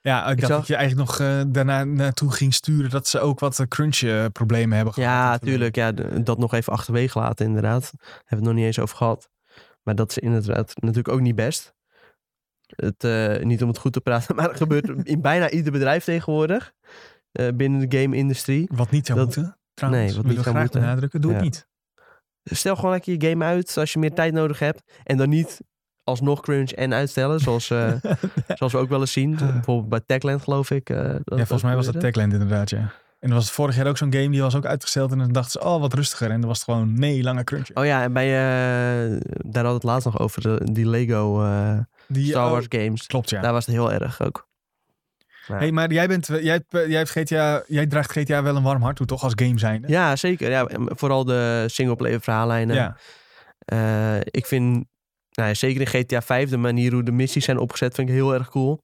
Speaker 1: Ja, ik, dacht
Speaker 2: zag-
Speaker 1: dat je eigenlijk nog eh, daarna naartoe ging sturen dat ze ook wat eh, crunch-problemen hebben gehad.
Speaker 2: Ja,
Speaker 1: Dat we-
Speaker 2: tuurlijk. Ja, de- dat nog even achterwege laten, inderdaad. Hebben we het nog niet eens over gehad. Maar dat is inderdaad natuurlijk ook niet best. Het, eh, niet om het goed te praten, maar het gebeurt in bijna ieder bedrijf tegenwoordig. eh, binnen de game-industrie.
Speaker 1: Wat niet zou
Speaker 2: Dat-
Speaker 1: moeten. Trouwens,
Speaker 2: Nee, wat
Speaker 1: willen
Speaker 2: niet
Speaker 1: we
Speaker 2: zou
Speaker 1: graag
Speaker 2: moeten.
Speaker 1: benadrukken. Doe het
Speaker 2: Ja.
Speaker 1: niet.
Speaker 2: Stel gewoon lekker je game uit als je meer tijd nodig hebt. En dan niet alsnog crunch en uitstellen, zoals, eh, zoals we ook wel eens zien. Bijvoorbeeld bij Techland, geloof ik. eh, dat
Speaker 1: Ah. Ja, volgens mij was dat
Speaker 2: gebeurde.
Speaker 1: Techland inderdaad, ja. En er was vorig jaar ook zo'n game, die was ook uitgesteld. En dan dachten ze, oh, wat rustiger. En dan was het gewoon, nee, lange crunch.
Speaker 2: Oh ja, en bij, eh, daar hadden we het laatst nog over, de- die Lego eh,
Speaker 1: Die,
Speaker 2: Star
Speaker 1: oh,
Speaker 2: Wars games.
Speaker 1: Klopt, ja.
Speaker 2: Daar was het heel erg ook.
Speaker 1: Hey, maar jij, bent, jij, hebt- jij, hebt GTA, jij draagt GTA wel een warm hart toe, toch? Als game zijnde.
Speaker 2: Ja, zeker. Ja, en vooral de singleplayer verhaallijnen.
Speaker 1: Ja.
Speaker 2: Eh, ik vind, nou ja, zeker in GTA 5, de manier hoe de missies zijn opgezet, vind ik heel erg cool.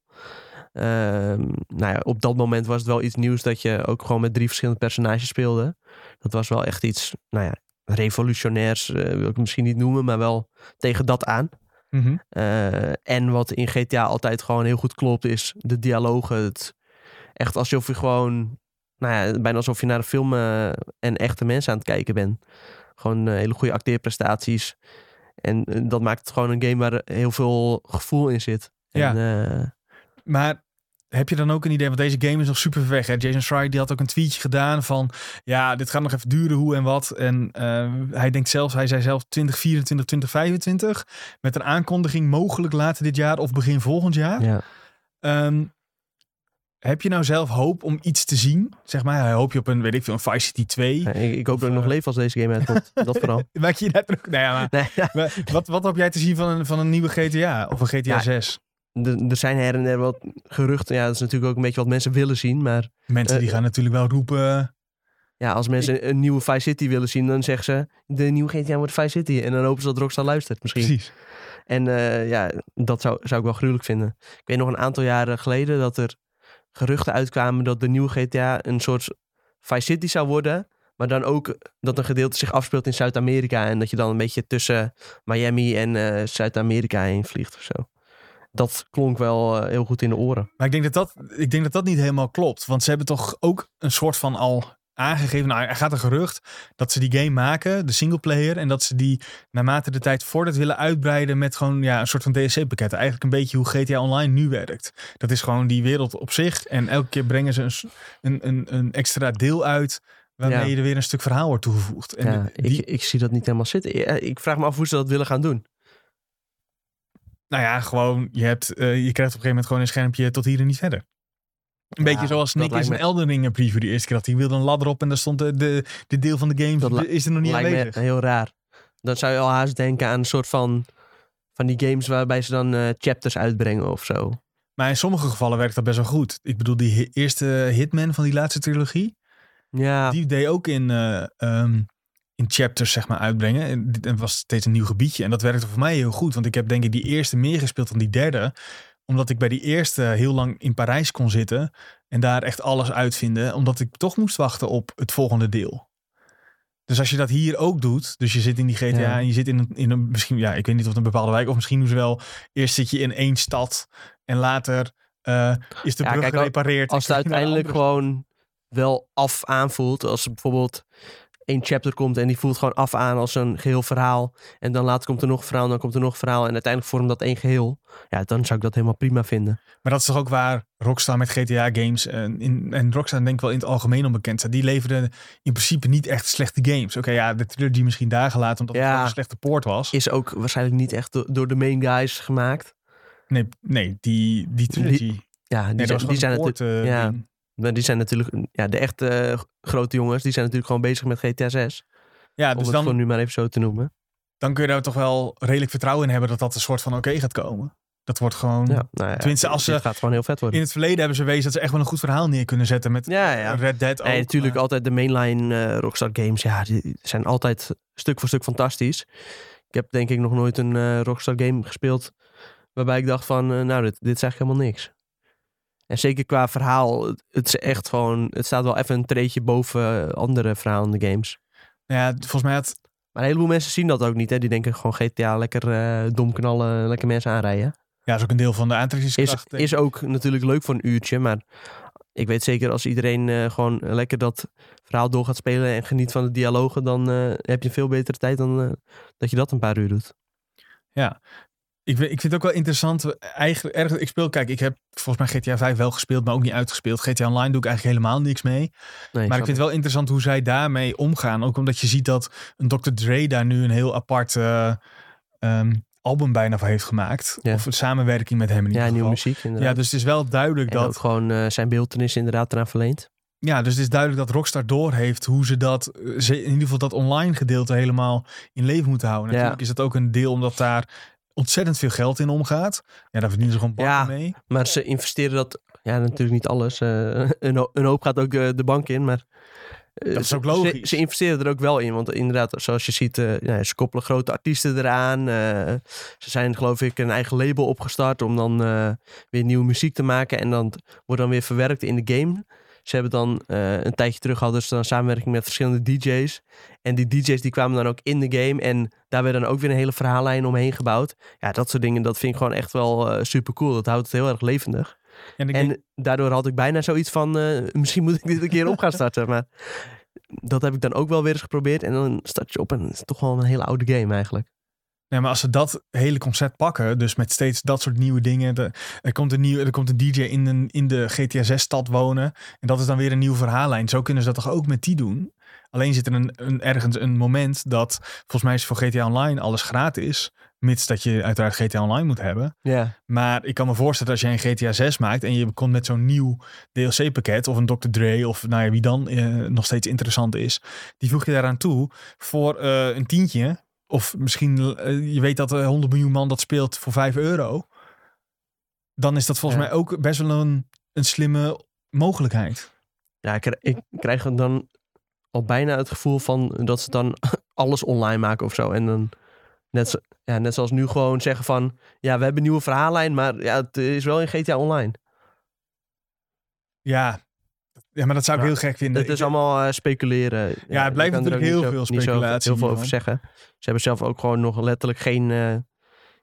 Speaker 2: Ehm, nou ja, op dat moment was het wel iets nieuws dat je ook gewoon met drie verschillende personages speelde. Dat was wel echt iets, nou ja, revolutionairs eh, wil ik het misschien niet noemen, maar wel tegen dat aan.
Speaker 1: Mhm.
Speaker 2: Eh, en wat in GTA altijd gewoon heel goed klopt, is de dialogen. Het, echt alsof je gewoon, nou ja, bijna alsof je naar een film eh, en echte mensen aan het kijken bent. Gewoon eh, hele goede acteerprestaties. En eh, dat maakt het gewoon een game waar heel veel gevoel in zit.
Speaker 1: Ja.
Speaker 2: En, eh,
Speaker 1: Maar heb je dan ook een idee, want deze game is nog super ver weg. Hè? Jason Schreier die had ook een tweetje gedaan van... Ja, dit gaat nog even duren, hoe en wat. En eh, hij denkt zelfs, hij zei zelf 2024, 2025. Met een aankondiging mogelijk later dit jaar of begin volgend jaar.
Speaker 2: ja.
Speaker 1: Ehm, heb je nou zelf hoop om iets te zien? Zeg maar, hoop je op een, weet ik veel, een Vice City 2?
Speaker 2: Ja, ik, ik hoop
Speaker 1: Of,
Speaker 2: dat ik nog
Speaker 1: eh,
Speaker 2: leef als deze game uitkomt. dat vooral.
Speaker 1: Maak je je daar druk? Nou ja, maar...
Speaker 2: Nee, ja.
Speaker 1: Maar wat, wat heb jij te zien van een, van een nieuwe GTA of een GTA
Speaker 2: Ja,
Speaker 1: 6?
Speaker 2: Er- Er zijn her en der wat geruchten. Ja, dat is natuurlijk ook een beetje wat mensen willen zien. Maar
Speaker 1: Mensen
Speaker 2: eh,
Speaker 1: die gaan natuurlijk wel roepen. eh,
Speaker 2: Ja, als mensen een- een nieuwe Vice City willen zien, dan zeggen ze... de nieuwe GTA wordt Vice City. En dan hopen ze dat Rockstar luistert misschien.
Speaker 1: Precies.
Speaker 2: En eh, ja, dat zou, zou ik wel gruwelijk vinden. Ik weet nog een aantal jaren geleden dat er geruchten uitkwamen... dat de nieuwe GTA een soort Vice City zou worden... maar dan ook dat een gedeelte zich afspeelt in Zuid-Amerika... en dat je dan een beetje tussen Miami en eh, Zuid-Amerika heen vliegt of zo. Dat klonk wel eh, heel goed in de oren.
Speaker 1: Maar ik denk dat, dat, ik denk dat dat niet helemaal klopt. Want ze hebben toch ook een soort van al aangegeven. Nou, er gaat een gerucht dat ze die game maken, de singleplayer. En dat ze die naarmate de tijd voordat willen uitbreiden met gewoon ja, een soort van DLC-pakket. Eigenlijk een beetje hoe GTA Online nu werkt. Dat is gewoon die wereld op zich. En elke keer brengen ze een, s- een, een, een extra deel uit. Waarmee
Speaker 2: Ja.
Speaker 1: er weer een stuk verhaal wordt toegevoegd. En
Speaker 2: Ja,
Speaker 1: die,
Speaker 2: ik, ik zie dat niet helemaal zitten. Ja, Ik vraag me af hoe ze dat willen gaan doen.
Speaker 1: Nou ja, gewoon, je, hebt, eh, je krijgt op een gegeven moment gewoon een schermpje tot hier en niet verder. Een
Speaker 2: Ja,
Speaker 1: beetje zoals
Speaker 2: dat
Speaker 1: Nick in
Speaker 2: lijkt
Speaker 1: zijn
Speaker 2: me-
Speaker 1: Elden Ring preview de eerste keer had. Die wilde een ladder op en daar stond de, de, de deel van de game,
Speaker 2: Dat li-
Speaker 1: de- is er nog niet
Speaker 2: Lijkt
Speaker 1: aanwezig.
Speaker 2: me heel raar. Dan zou je al haast denken aan een soort van... van die games waarbij ze dan eh, chapters uitbrengen of zo.
Speaker 1: Maar in sommige gevallen werkt dat best wel goed. Ik bedoel, die hi- eerste Hitman van die laatste trilogie,
Speaker 2: Ja,
Speaker 1: Die deed ook in, eh, ehm, in chapters zeg maar uitbrengen. En dit- en was steeds een nieuw gebiedje. En dat werkte voor mij heel goed. Want ik heb denk ik die eerste meer gespeeld dan die derde. Omdat ik bij die eerste heel lang in Parijs kon zitten. En daar echt alles uitvinden. Omdat ik toch moest wachten op het volgende deel. Dus als je dat hier ook doet, dus je zit in die GTA
Speaker 2: Ja.
Speaker 1: en je zit in een, in een, misschien, ja, ik weet niet of het een bepaalde wijk, of misschien doen ze wel, eerst zit je in één stad en later eh, is de
Speaker 2: Ja,
Speaker 1: brug
Speaker 2: kijk, al-
Speaker 1: gerepareerd.
Speaker 2: als het
Speaker 1: en krijg je naar een
Speaker 2: uiteindelijk
Speaker 1: andere
Speaker 2: gewoon wel af aanvoelt. Als er bijvoorbeeld één chapter komt en die voelt gewoon af aan als een geheel verhaal. En dan later komt er nog een verhaal en dan komt er nog een verhaal. En uiteindelijk vormt dat één geheel. Ja, dan zou ik dat helemaal prima vinden.
Speaker 1: Maar dat is toch ook waar Rockstar met GTA games en, in, en Rockstar denk ik wel in het algemeen onbekend zijn. Die leveren in principe niet echt slechte games. Oké, ja, de trilogy misschien daar gelaten omdat het
Speaker 2: Ja.
Speaker 1: gewoon een slechte poort was.
Speaker 2: Is ook waarschijnlijk niet echt do- door de main guys gemaakt.
Speaker 1: Nee, nee die, die trilogy.
Speaker 2: Ja, die,
Speaker 1: nee, dat
Speaker 2: zijn,
Speaker 1: was
Speaker 2: die, zijn
Speaker 1: gewoon een poort.
Speaker 2: natuurlijk,
Speaker 1: eh,
Speaker 2: ja.
Speaker 1: ding.
Speaker 2: maar die zijn natuurlijk, ja, de echte eh, grote jongens, die zijn natuurlijk gewoon bezig met GTA 6.
Speaker 1: ja,
Speaker 2: om
Speaker 1: dus
Speaker 2: het
Speaker 1: dan,
Speaker 2: gewoon nu maar even zo te noemen.
Speaker 1: dan kun je daar toch wel redelijk vertrouwen in hebben dat dat een soort van oké gaat komen. Dat wordt gewoon...
Speaker 2: Ja, nou ja,
Speaker 1: Mhm. Tenminste, als eh,
Speaker 2: dit
Speaker 1: ze-
Speaker 2: gaat gewoon heel vet worden.
Speaker 1: In het verleden hebben ze wezen dat ze echt wel een goed verhaal neer kunnen zetten met
Speaker 2: Ja, ja.
Speaker 1: Red Dead ook.
Speaker 2: Nee, natuurlijk
Speaker 1: maar-
Speaker 2: altijd de mainline eh, Rockstar games. Ja, die zijn altijd stuk voor stuk fantastisch. Ik heb denk ik nog nooit een eh, Rockstar game gespeeld waarbij ik dacht van, eh, nou, dit, dit is eigenlijk helemaal niks. En zeker qua verhaal, het, het is echt gewoon, het staat wel even een treetje boven eh, andere verhalende games.
Speaker 1: Nou Ja, volgens mij had...
Speaker 2: Maar een heleboel mensen zien dat ook niet, hè. Die denken gewoon GTA lekker eh, dom knallen, lekker mensen aanrijden.
Speaker 1: Ja, is ook een deel van de
Speaker 2: Is,
Speaker 1: aantrekkingskracht. denk ik.
Speaker 2: is ook natuurlijk leuk voor een uurtje, maar ik weet zeker als iedereen eh, gewoon lekker dat verhaal door gaat spelen en geniet van de dialogen, dan eh, heb je een veel betere tijd dan eh, dat je dat een paar uur doet.
Speaker 1: Ik, we- ik vind het ook wel interessant. we- Eigenlijk, erg, ik speel, kijk, ik heb volgens mij GTA 5 wel gespeeld, maar ook niet uitgespeeld. GTA Online doe ik eigenlijk helemaal niks mee.
Speaker 2: Nee,
Speaker 1: maar ik vind het wel interessant hoe zij daarmee omgaan. Ook omdat je ziet dat een Dr. Dre daar nu een heel apart eh, ehm, album bijna voor heeft gemaakt.
Speaker 2: Ja.
Speaker 1: Of een samenwerking met hem in ieder
Speaker 2: ja, nieuwe
Speaker 1: geval.
Speaker 2: muziek
Speaker 1: Ja,
Speaker 2: inderdaad.
Speaker 1: dus het is wel duidelijk
Speaker 2: en
Speaker 1: dat
Speaker 2: ook gewoon eh, zijn beeldenis inderdaad eraan verleend.
Speaker 1: Ja, dus het is duidelijk dat Rockstar doorheeft hoe ze dat, eh, ze in ieder geval dat online gedeelte helemaal in leven moeten houden.
Speaker 2: Ja.
Speaker 1: Natuurlijk is dat ook een deel omdat daar ontzettend veel geld in omgaat. Ja, daar verdienen ze gewoon bakken
Speaker 2: Ja.
Speaker 1: mee.
Speaker 2: Maar ze investeren dat, ja natuurlijk niet alles. eh, een, ho- een hoop gaat ook eh, de bank in, maar... eh,
Speaker 1: Dat is
Speaker 2: ze-
Speaker 1: ook logisch.
Speaker 2: Ze, ze investeren er ook wel in, want inderdaad, zoals je ziet, eh, nou ja, ze koppelen grote artiesten eraan. eh, ze zijn, geloof ik, een eigen label opgestart om dan eh, weer nieuwe muziek te maken. En dan wordt dan weer verwerkt in de game. Ze hebben dan eh, een tijdje terug hadden ze dan samenwerking met verschillende DJ's. En die DJ's die kwamen dan ook in de game. En daar werd dan ook weer een hele verhaallijn omheen gebouwd. Ja, dat soort dingen, dat vind ik gewoon echt wel super cool. Dat houdt het heel erg levendig.
Speaker 1: En ik denk,
Speaker 2: En daardoor had ik bijna zoiets van, eh, misschien moet ik dit een keer op gaan starten. Maar dat heb ik dan ook wel weer eens geprobeerd. En dan start je op en het is toch wel een hele oude game eigenlijk.
Speaker 1: nee, maar als ze dat hele concept pakken, dus met steeds dat soort nieuwe dingen. de- er, komt een nieuw, er komt een DJ in, een, in de GTA 6 stad wonen. En dat is dan weer een nieuw verhaallijn. Zo kunnen ze dat toch ook met die doen? Alleen zit er een, een, ergens een moment dat, volgens mij is voor GTA Online alles gratis. Mits dat je uiteraard GTA Online moet hebben.
Speaker 2: Ja,
Speaker 1: Maar ik kan me voorstellen dat als jij een GTA 6 maakt en je komt met zo'n nieuw DLC-pakket of een Dr. Dre of nou ja, wie dan eh, nog steeds interessant is, die voeg je daaraan toe voor eh, een tientje. Of misschien, eh, je weet dat eh, 100 miljoen man dat speelt voor 5 euro. Dan is dat volgens
Speaker 2: Ja.
Speaker 1: mij ook best wel een, een slimme mogelijkheid.
Speaker 2: ja ik, ik krijg dan al bijna het gevoel van dat ze dan alles online maken of zo. En dan net, zo- ja, net zoals nu gewoon zeggen van, ja, we hebben een nieuwe verhaallijn, maar ja, het is wel in GTA Online.
Speaker 1: Ja, ja maar dat zou ik
Speaker 2: Ja,
Speaker 1: heel gek vinden.
Speaker 2: Het is
Speaker 1: Ik-
Speaker 2: allemaal eh, speculeren. Ja, je
Speaker 1: blijft
Speaker 2: kan er ook
Speaker 1: natuurlijk
Speaker 2: niet
Speaker 1: heel veel
Speaker 2: niet zo
Speaker 1: speculatie
Speaker 2: heel veel over
Speaker 1: hiervan.
Speaker 2: zeggen. Ze hebben zelf ook gewoon nog letterlijk geen eh,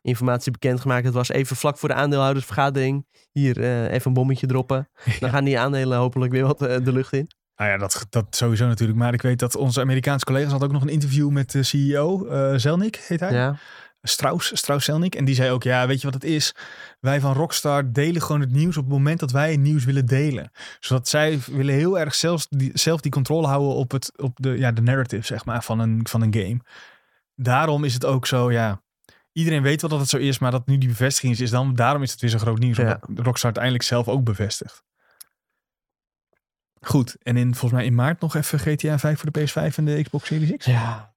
Speaker 2: informatie bekendgemaakt. Het was even vlak voor de aandeelhoudersvergadering. Hier, eh, even een bommetje droppen. Dan gaan die aandelen hopelijk weer wat eh, de lucht in.
Speaker 1: Nou ja, dat, dat sowieso natuurlijk. Maar ik weet dat onze Amerikaanse collega's had ook nog een interview met de CEO, eh Zelnik heet hij.
Speaker 2: Ja,
Speaker 1: Strauss, Strauss Zelnick. En die zei ook, ja, weet je wat het is? Wij van Rockstar delen gewoon het nieuws op het moment dat wij het nieuws willen delen. Zodat zij willen heel erg zelfs die, zelf die controle houden op, het, op de, ja, de narrative, zeg maar, van een, van een game. Daarom is het ook zo, ja... Iedereen weet wel dat het zo is, maar dat nu die bevestiging is, is dan, daarom is het weer zo groot nieuws.
Speaker 2: Ja.
Speaker 1: Omdat Rockstar uiteindelijk zelf ook bevestigt. Goed, en in, volgens mij in maart nog even GTA 5 voor de PS5 en de Xbox Series X.
Speaker 2: ja.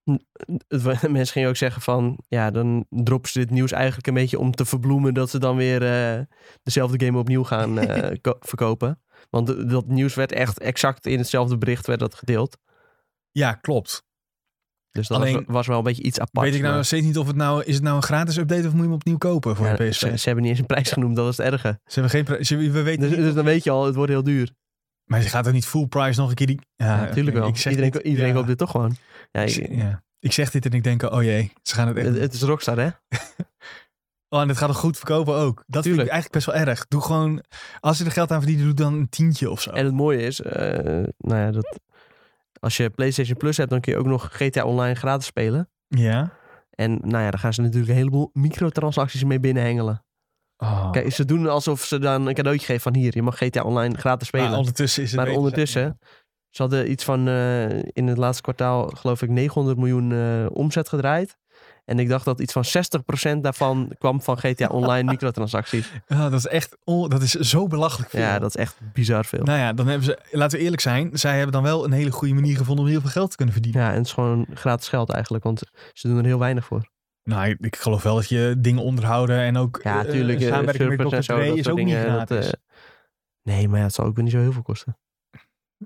Speaker 2: Het, wa- mensen gingen ook zeggen van... Ja, dan droppen ze dit nieuws eigenlijk een beetje om te verbloemen... dat ze dan weer eh, dezelfde game opnieuw gaan eh, ko- verkopen. Want d- dat nieuws werd echt exact in hetzelfde bericht werd dat gedeeld.
Speaker 1: Ja, klopt.
Speaker 2: Dus dat
Speaker 1: Alleen-
Speaker 2: was, was wel een beetje iets apart.
Speaker 1: Weet ik nou nog steeds niet of het nou... Is het nou een gratis update of moet je hem opnieuw kopen voor de
Speaker 2: Ja,
Speaker 1: PSV?
Speaker 2: ze, ze hebben niet eens een prijs genoemd, dat is het erge.
Speaker 1: Ze hebben geen... pri- ze- we weten
Speaker 2: Dus,
Speaker 1: niet-
Speaker 2: dus dan weet je al, het wordt heel duur.
Speaker 1: Maar ze gaat er niet full price nog een keer die...
Speaker 2: Ja, natuurlijk wel.
Speaker 1: ik zeg
Speaker 2: Iedereen,
Speaker 1: dit-
Speaker 2: iedereen
Speaker 1: ja.
Speaker 2: koopt dit toch gewoon. Ja,
Speaker 1: Ik,
Speaker 2: ik-
Speaker 1: zeg- ja. ik zeg dit en ik denk, oh jee, ze gaan het echt...
Speaker 2: het, het is Rockstar, hè?
Speaker 1: Oh, en het gaat er goed verkopen ook. Dat vind
Speaker 2: Tuurlijk.
Speaker 1: ik eigenlijk best wel erg. Doe gewoon... Als je er geld aan verdient, doe dan een tientje of zo.
Speaker 2: En het mooie is, eh, nou ja, dat als je PlayStation Plus hebt, dan kun je ook nog GTA Online gratis spelen.
Speaker 1: Ja.
Speaker 2: En nou ja, daar gaan ze natuurlijk een heleboel microtransacties mee binnenhengelen.
Speaker 1: Oh.
Speaker 2: Kijk, ze doen alsof ze dan een cadeautje geven van hier, je mag GTA Online gratis
Speaker 1: Maar
Speaker 2: spelen. Maar,
Speaker 1: Ah, ondertussen is het... beter.
Speaker 2: ondertussen, ze hadden iets van eh, in het laatste kwartaal, geloof ik, 900 miljoen eh, omzet gedraaid. En ik dacht dat iets van 60% daarvan kwam van GTA Online microtransacties.
Speaker 1: Ja, Ah, dat is echt... on- dat is zo belachelijk veel.
Speaker 2: Ja, dat is echt bizar veel.
Speaker 1: Nou ja, dan hebben ze... Laten we eerlijk zijn. Zij hebben dan wel een hele goede manier gevonden om heel veel geld te kunnen verdienen.
Speaker 2: Ja, en het is gewoon gratis geld eigenlijk, want ze doen er heel weinig voor.
Speaker 1: Nou, ik, ik geloof wel dat je dingen onderhouden en ook...
Speaker 2: Ja,
Speaker 1: eh,
Speaker 2: natuurlijk. eh,
Speaker 1: samenwerking met
Speaker 2: servers en
Speaker 1: Dr.
Speaker 2: zo,
Speaker 1: Dre
Speaker 2: dat
Speaker 1: is
Speaker 2: soort
Speaker 1: ook niet
Speaker 2: dingen, dat,
Speaker 1: gratis.
Speaker 2: eh, nee, maar ja, het zal ook weer niet zo heel veel kosten.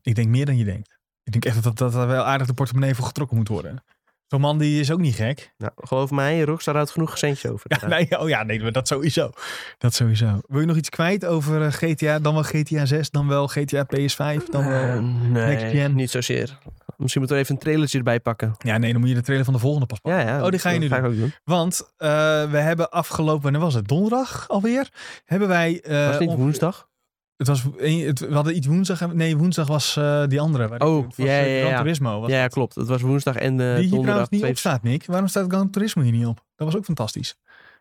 Speaker 1: Ik denk meer dan je denkt. Ik denk echt dat- dat dat daar wel aardig de portemonnee voor getrokken moet worden. Zo'n man die is ook niet gek.
Speaker 2: Nou, geloof mij, Rockstar houdt genoeg centjes over.
Speaker 1: Ja, nee, oh ja, nee, maar dat sowieso. Dat sowieso. Wil je nog iets kwijt over eh, GTA? Dan wel GTA 6, dan wel GTA PS5, dan wel...
Speaker 2: Eh, nee,
Speaker 1: next gen.
Speaker 2: niet zozeer. Misschien moeten we even een trailertje erbij pakken.
Speaker 1: Ja, nee, dan moet je de trailer van de volgende pas
Speaker 2: Ja, ja.
Speaker 1: Oh, die ga je
Speaker 2: dat
Speaker 1: nu
Speaker 2: ik ook doen.
Speaker 1: Want eh, we hebben afgelopen, wanneer was het? Donderdag alweer? Hebben wij... eh,
Speaker 2: Was het niet
Speaker 1: on-
Speaker 2: woensdag?
Speaker 1: Het was, het, we hadden iets woensdag. en- Nee, woensdag was eh, die andere. waar-
Speaker 2: Oh,
Speaker 1: het was,
Speaker 2: ja,
Speaker 1: eh,
Speaker 2: ja, ja.
Speaker 1: Gran Turismo. was
Speaker 2: Ja, ja,
Speaker 1: het.
Speaker 2: klopt. Het was woensdag en eh,
Speaker 1: die hier
Speaker 2: donderdag.
Speaker 1: trouwens niet
Speaker 2: twee-
Speaker 1: op staat, Nick. Waarom staat Gran Turismo hier niet op? Dat was ook fantastisch.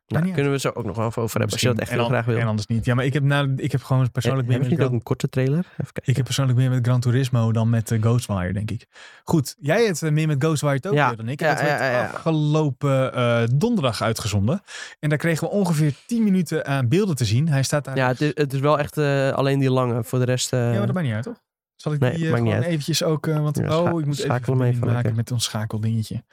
Speaker 2: Nou,
Speaker 1: Ah, niet uit.
Speaker 2: kunnen we zo ook nog wel even over hebben als je dat echt
Speaker 1: Misschien.
Speaker 2: heel
Speaker 1: en,
Speaker 2: graag wil.
Speaker 1: an- en anders niet. Ja, maar ik heb, nou, ik heb gewoon persoonlijk
Speaker 2: Eh,
Speaker 1: meer
Speaker 2: hebben
Speaker 1: met
Speaker 2: ze niet ook
Speaker 1: Gran-
Speaker 2: een korte trailer? Even kijken.
Speaker 1: ik heb persoonlijk meer met Gran Turismo dan met eh, Ghostwire, denk ik. Goed, jij hebt eh, meer met Ghostwire Tokyo
Speaker 2: Ja,
Speaker 1: dan ik.
Speaker 2: ja,
Speaker 1: dat werd
Speaker 2: ja, ja, ja.
Speaker 1: afgelopen eh, donderdag uitgezonden. En daar kregen we ongeveer 10 minuten aan beelden te zien. Hij staat daar...
Speaker 2: Ja, het is, het is wel echt eh, alleen die lange. Voor de rest... eh,
Speaker 1: Ja, maar dat maakt niet uit, toch? Zal ik
Speaker 2: Nee,
Speaker 1: die eh,
Speaker 2: maakt niet
Speaker 1: gewoon
Speaker 2: uit.
Speaker 1: eventjes ook... eh, want,
Speaker 2: Ja, scha-
Speaker 1: oh, ik moet even
Speaker 2: schakel hem
Speaker 1: verbinding
Speaker 2: even,
Speaker 1: maken
Speaker 2: oké.
Speaker 1: met ons schakeldingetje.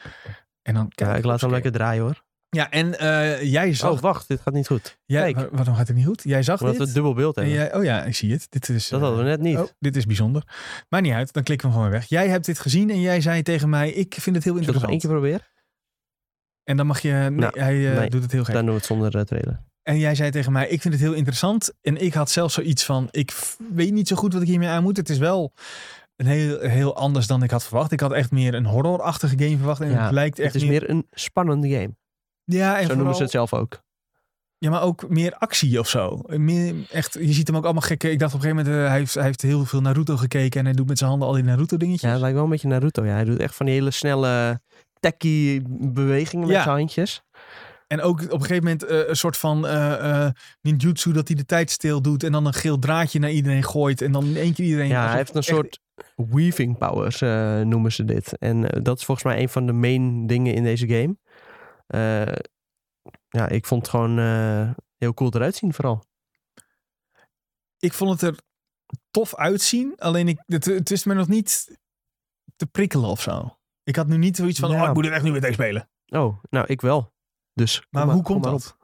Speaker 1: En dan
Speaker 2: ja,
Speaker 1: kijk
Speaker 2: ik laat hem
Speaker 1: opscalen.
Speaker 2: lekker draaien hoor.
Speaker 1: Ja, en eh, jij zag...
Speaker 2: Oh, wacht. Dit gaat niet goed.
Speaker 1: jij,
Speaker 2: kijk.
Speaker 1: wa- waarom gaat het niet goed? Jij zag
Speaker 2: Omdat we
Speaker 1: dit?
Speaker 2: het dubbel beeld
Speaker 1: En
Speaker 2: hebben.
Speaker 1: jij- oh ja, ik zie het. Dit is,
Speaker 2: Dat
Speaker 1: eh,
Speaker 2: hadden we net niet.
Speaker 1: Oh, dit is bijzonder. Maar niet uit, dan klikken we hem gewoon weer weg. Jij hebt dit gezien en jij zei tegen mij, ik vind het heel
Speaker 2: Zullen we het nog één
Speaker 1: interessant.
Speaker 2: keer proberen?
Speaker 1: En dan mag je, nee,
Speaker 2: Nou,
Speaker 1: hij eh,
Speaker 2: nee.
Speaker 1: doet het heel gek.
Speaker 2: Dan doen we het zonder eh, trailer.
Speaker 1: En jij zei tegen mij, ik vind het heel interessant. En ik had zelfs zoiets van, ik f- weet niet zo goed wat ik hiermee aan moet. Het is wel een heel, heel anders dan ik had verwacht. Ik had echt meer een horrorachtige game verwacht. En
Speaker 2: Ja,
Speaker 1: het lijkt echt
Speaker 2: Het is meer een spannende game.
Speaker 1: ja, en
Speaker 2: Zo noemen
Speaker 1: vooral-
Speaker 2: ze het zelf ook.
Speaker 1: Ja, maar ook meer actie of zo. Meer, echt, je ziet hem ook allemaal gekke. Ik dacht op een gegeven moment, eh, hij, heeft, hij heeft heel veel Naruto gekeken. En hij doet met zijn handen al die Naruto
Speaker 2: Ja,
Speaker 1: dingetjes.
Speaker 2: het lijkt wel een beetje Naruto. Ja. Hij doet echt van die hele snelle techie bewegingen met
Speaker 1: Ja.
Speaker 2: zijn handjes.
Speaker 1: En ook op een gegeven moment eh, een soort van eh, eh, ninjutsu dat hij de tijd stil doet en dan een geel draadje naar iedereen gooit en dan in één keer iedereen...
Speaker 2: Ja,
Speaker 1: alsof
Speaker 2: hij heeft een
Speaker 1: echt-
Speaker 2: soort weaving powers, eh, noemen ze dit. En eh, dat is volgens mij een van de main dingen in deze game. Eh, ja, ik vond het gewoon eh, heel cool eruit zien vooral.
Speaker 1: Ik vond het er tof uitzien, alleen ik, het, het is me nog niet te prikkelen of zo. Ik had nu niet zoiets van,
Speaker 2: Ja.
Speaker 1: oh, ik moet er echt nu meteen spelen.
Speaker 2: Oh, nou, ik wel. Dus, kom
Speaker 1: Maar hoe
Speaker 2: kom
Speaker 1: komt
Speaker 2: op.
Speaker 1: dat?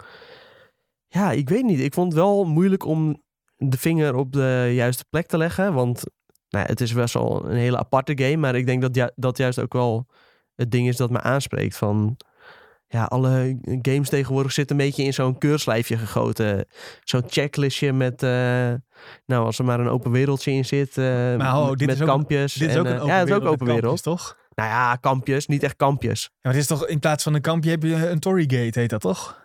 Speaker 2: Ja, ik weet niet. Ik vond het wel moeilijk om de vinger op de juiste plek te leggen. Want nou, ja, het is best wel een hele aparte game. Maar ik denk dat ju- dat juist ook wel het ding is dat me aanspreekt. Van ja, alle games tegenwoordig zitten een beetje in zo'n keurslijfje gegoten. Zo'n checklistje met. eh, nou, als er maar een open wereldje in zit. eh,
Speaker 1: ho,
Speaker 2: met
Speaker 1: dit
Speaker 2: met
Speaker 1: is ook-
Speaker 2: kampjes.
Speaker 1: Dit is
Speaker 2: en,
Speaker 1: ook een
Speaker 2: eh,
Speaker 1: open
Speaker 2: ja, het is ook
Speaker 1: wereld
Speaker 2: open
Speaker 1: met
Speaker 2: wereld.
Speaker 1: kampjes, toch?
Speaker 2: Nou ja, kampjes, niet echt kampjes.
Speaker 1: Ja, maar het is toch, in plaats van een kampje heb je een Tory Gate, heet dat toch?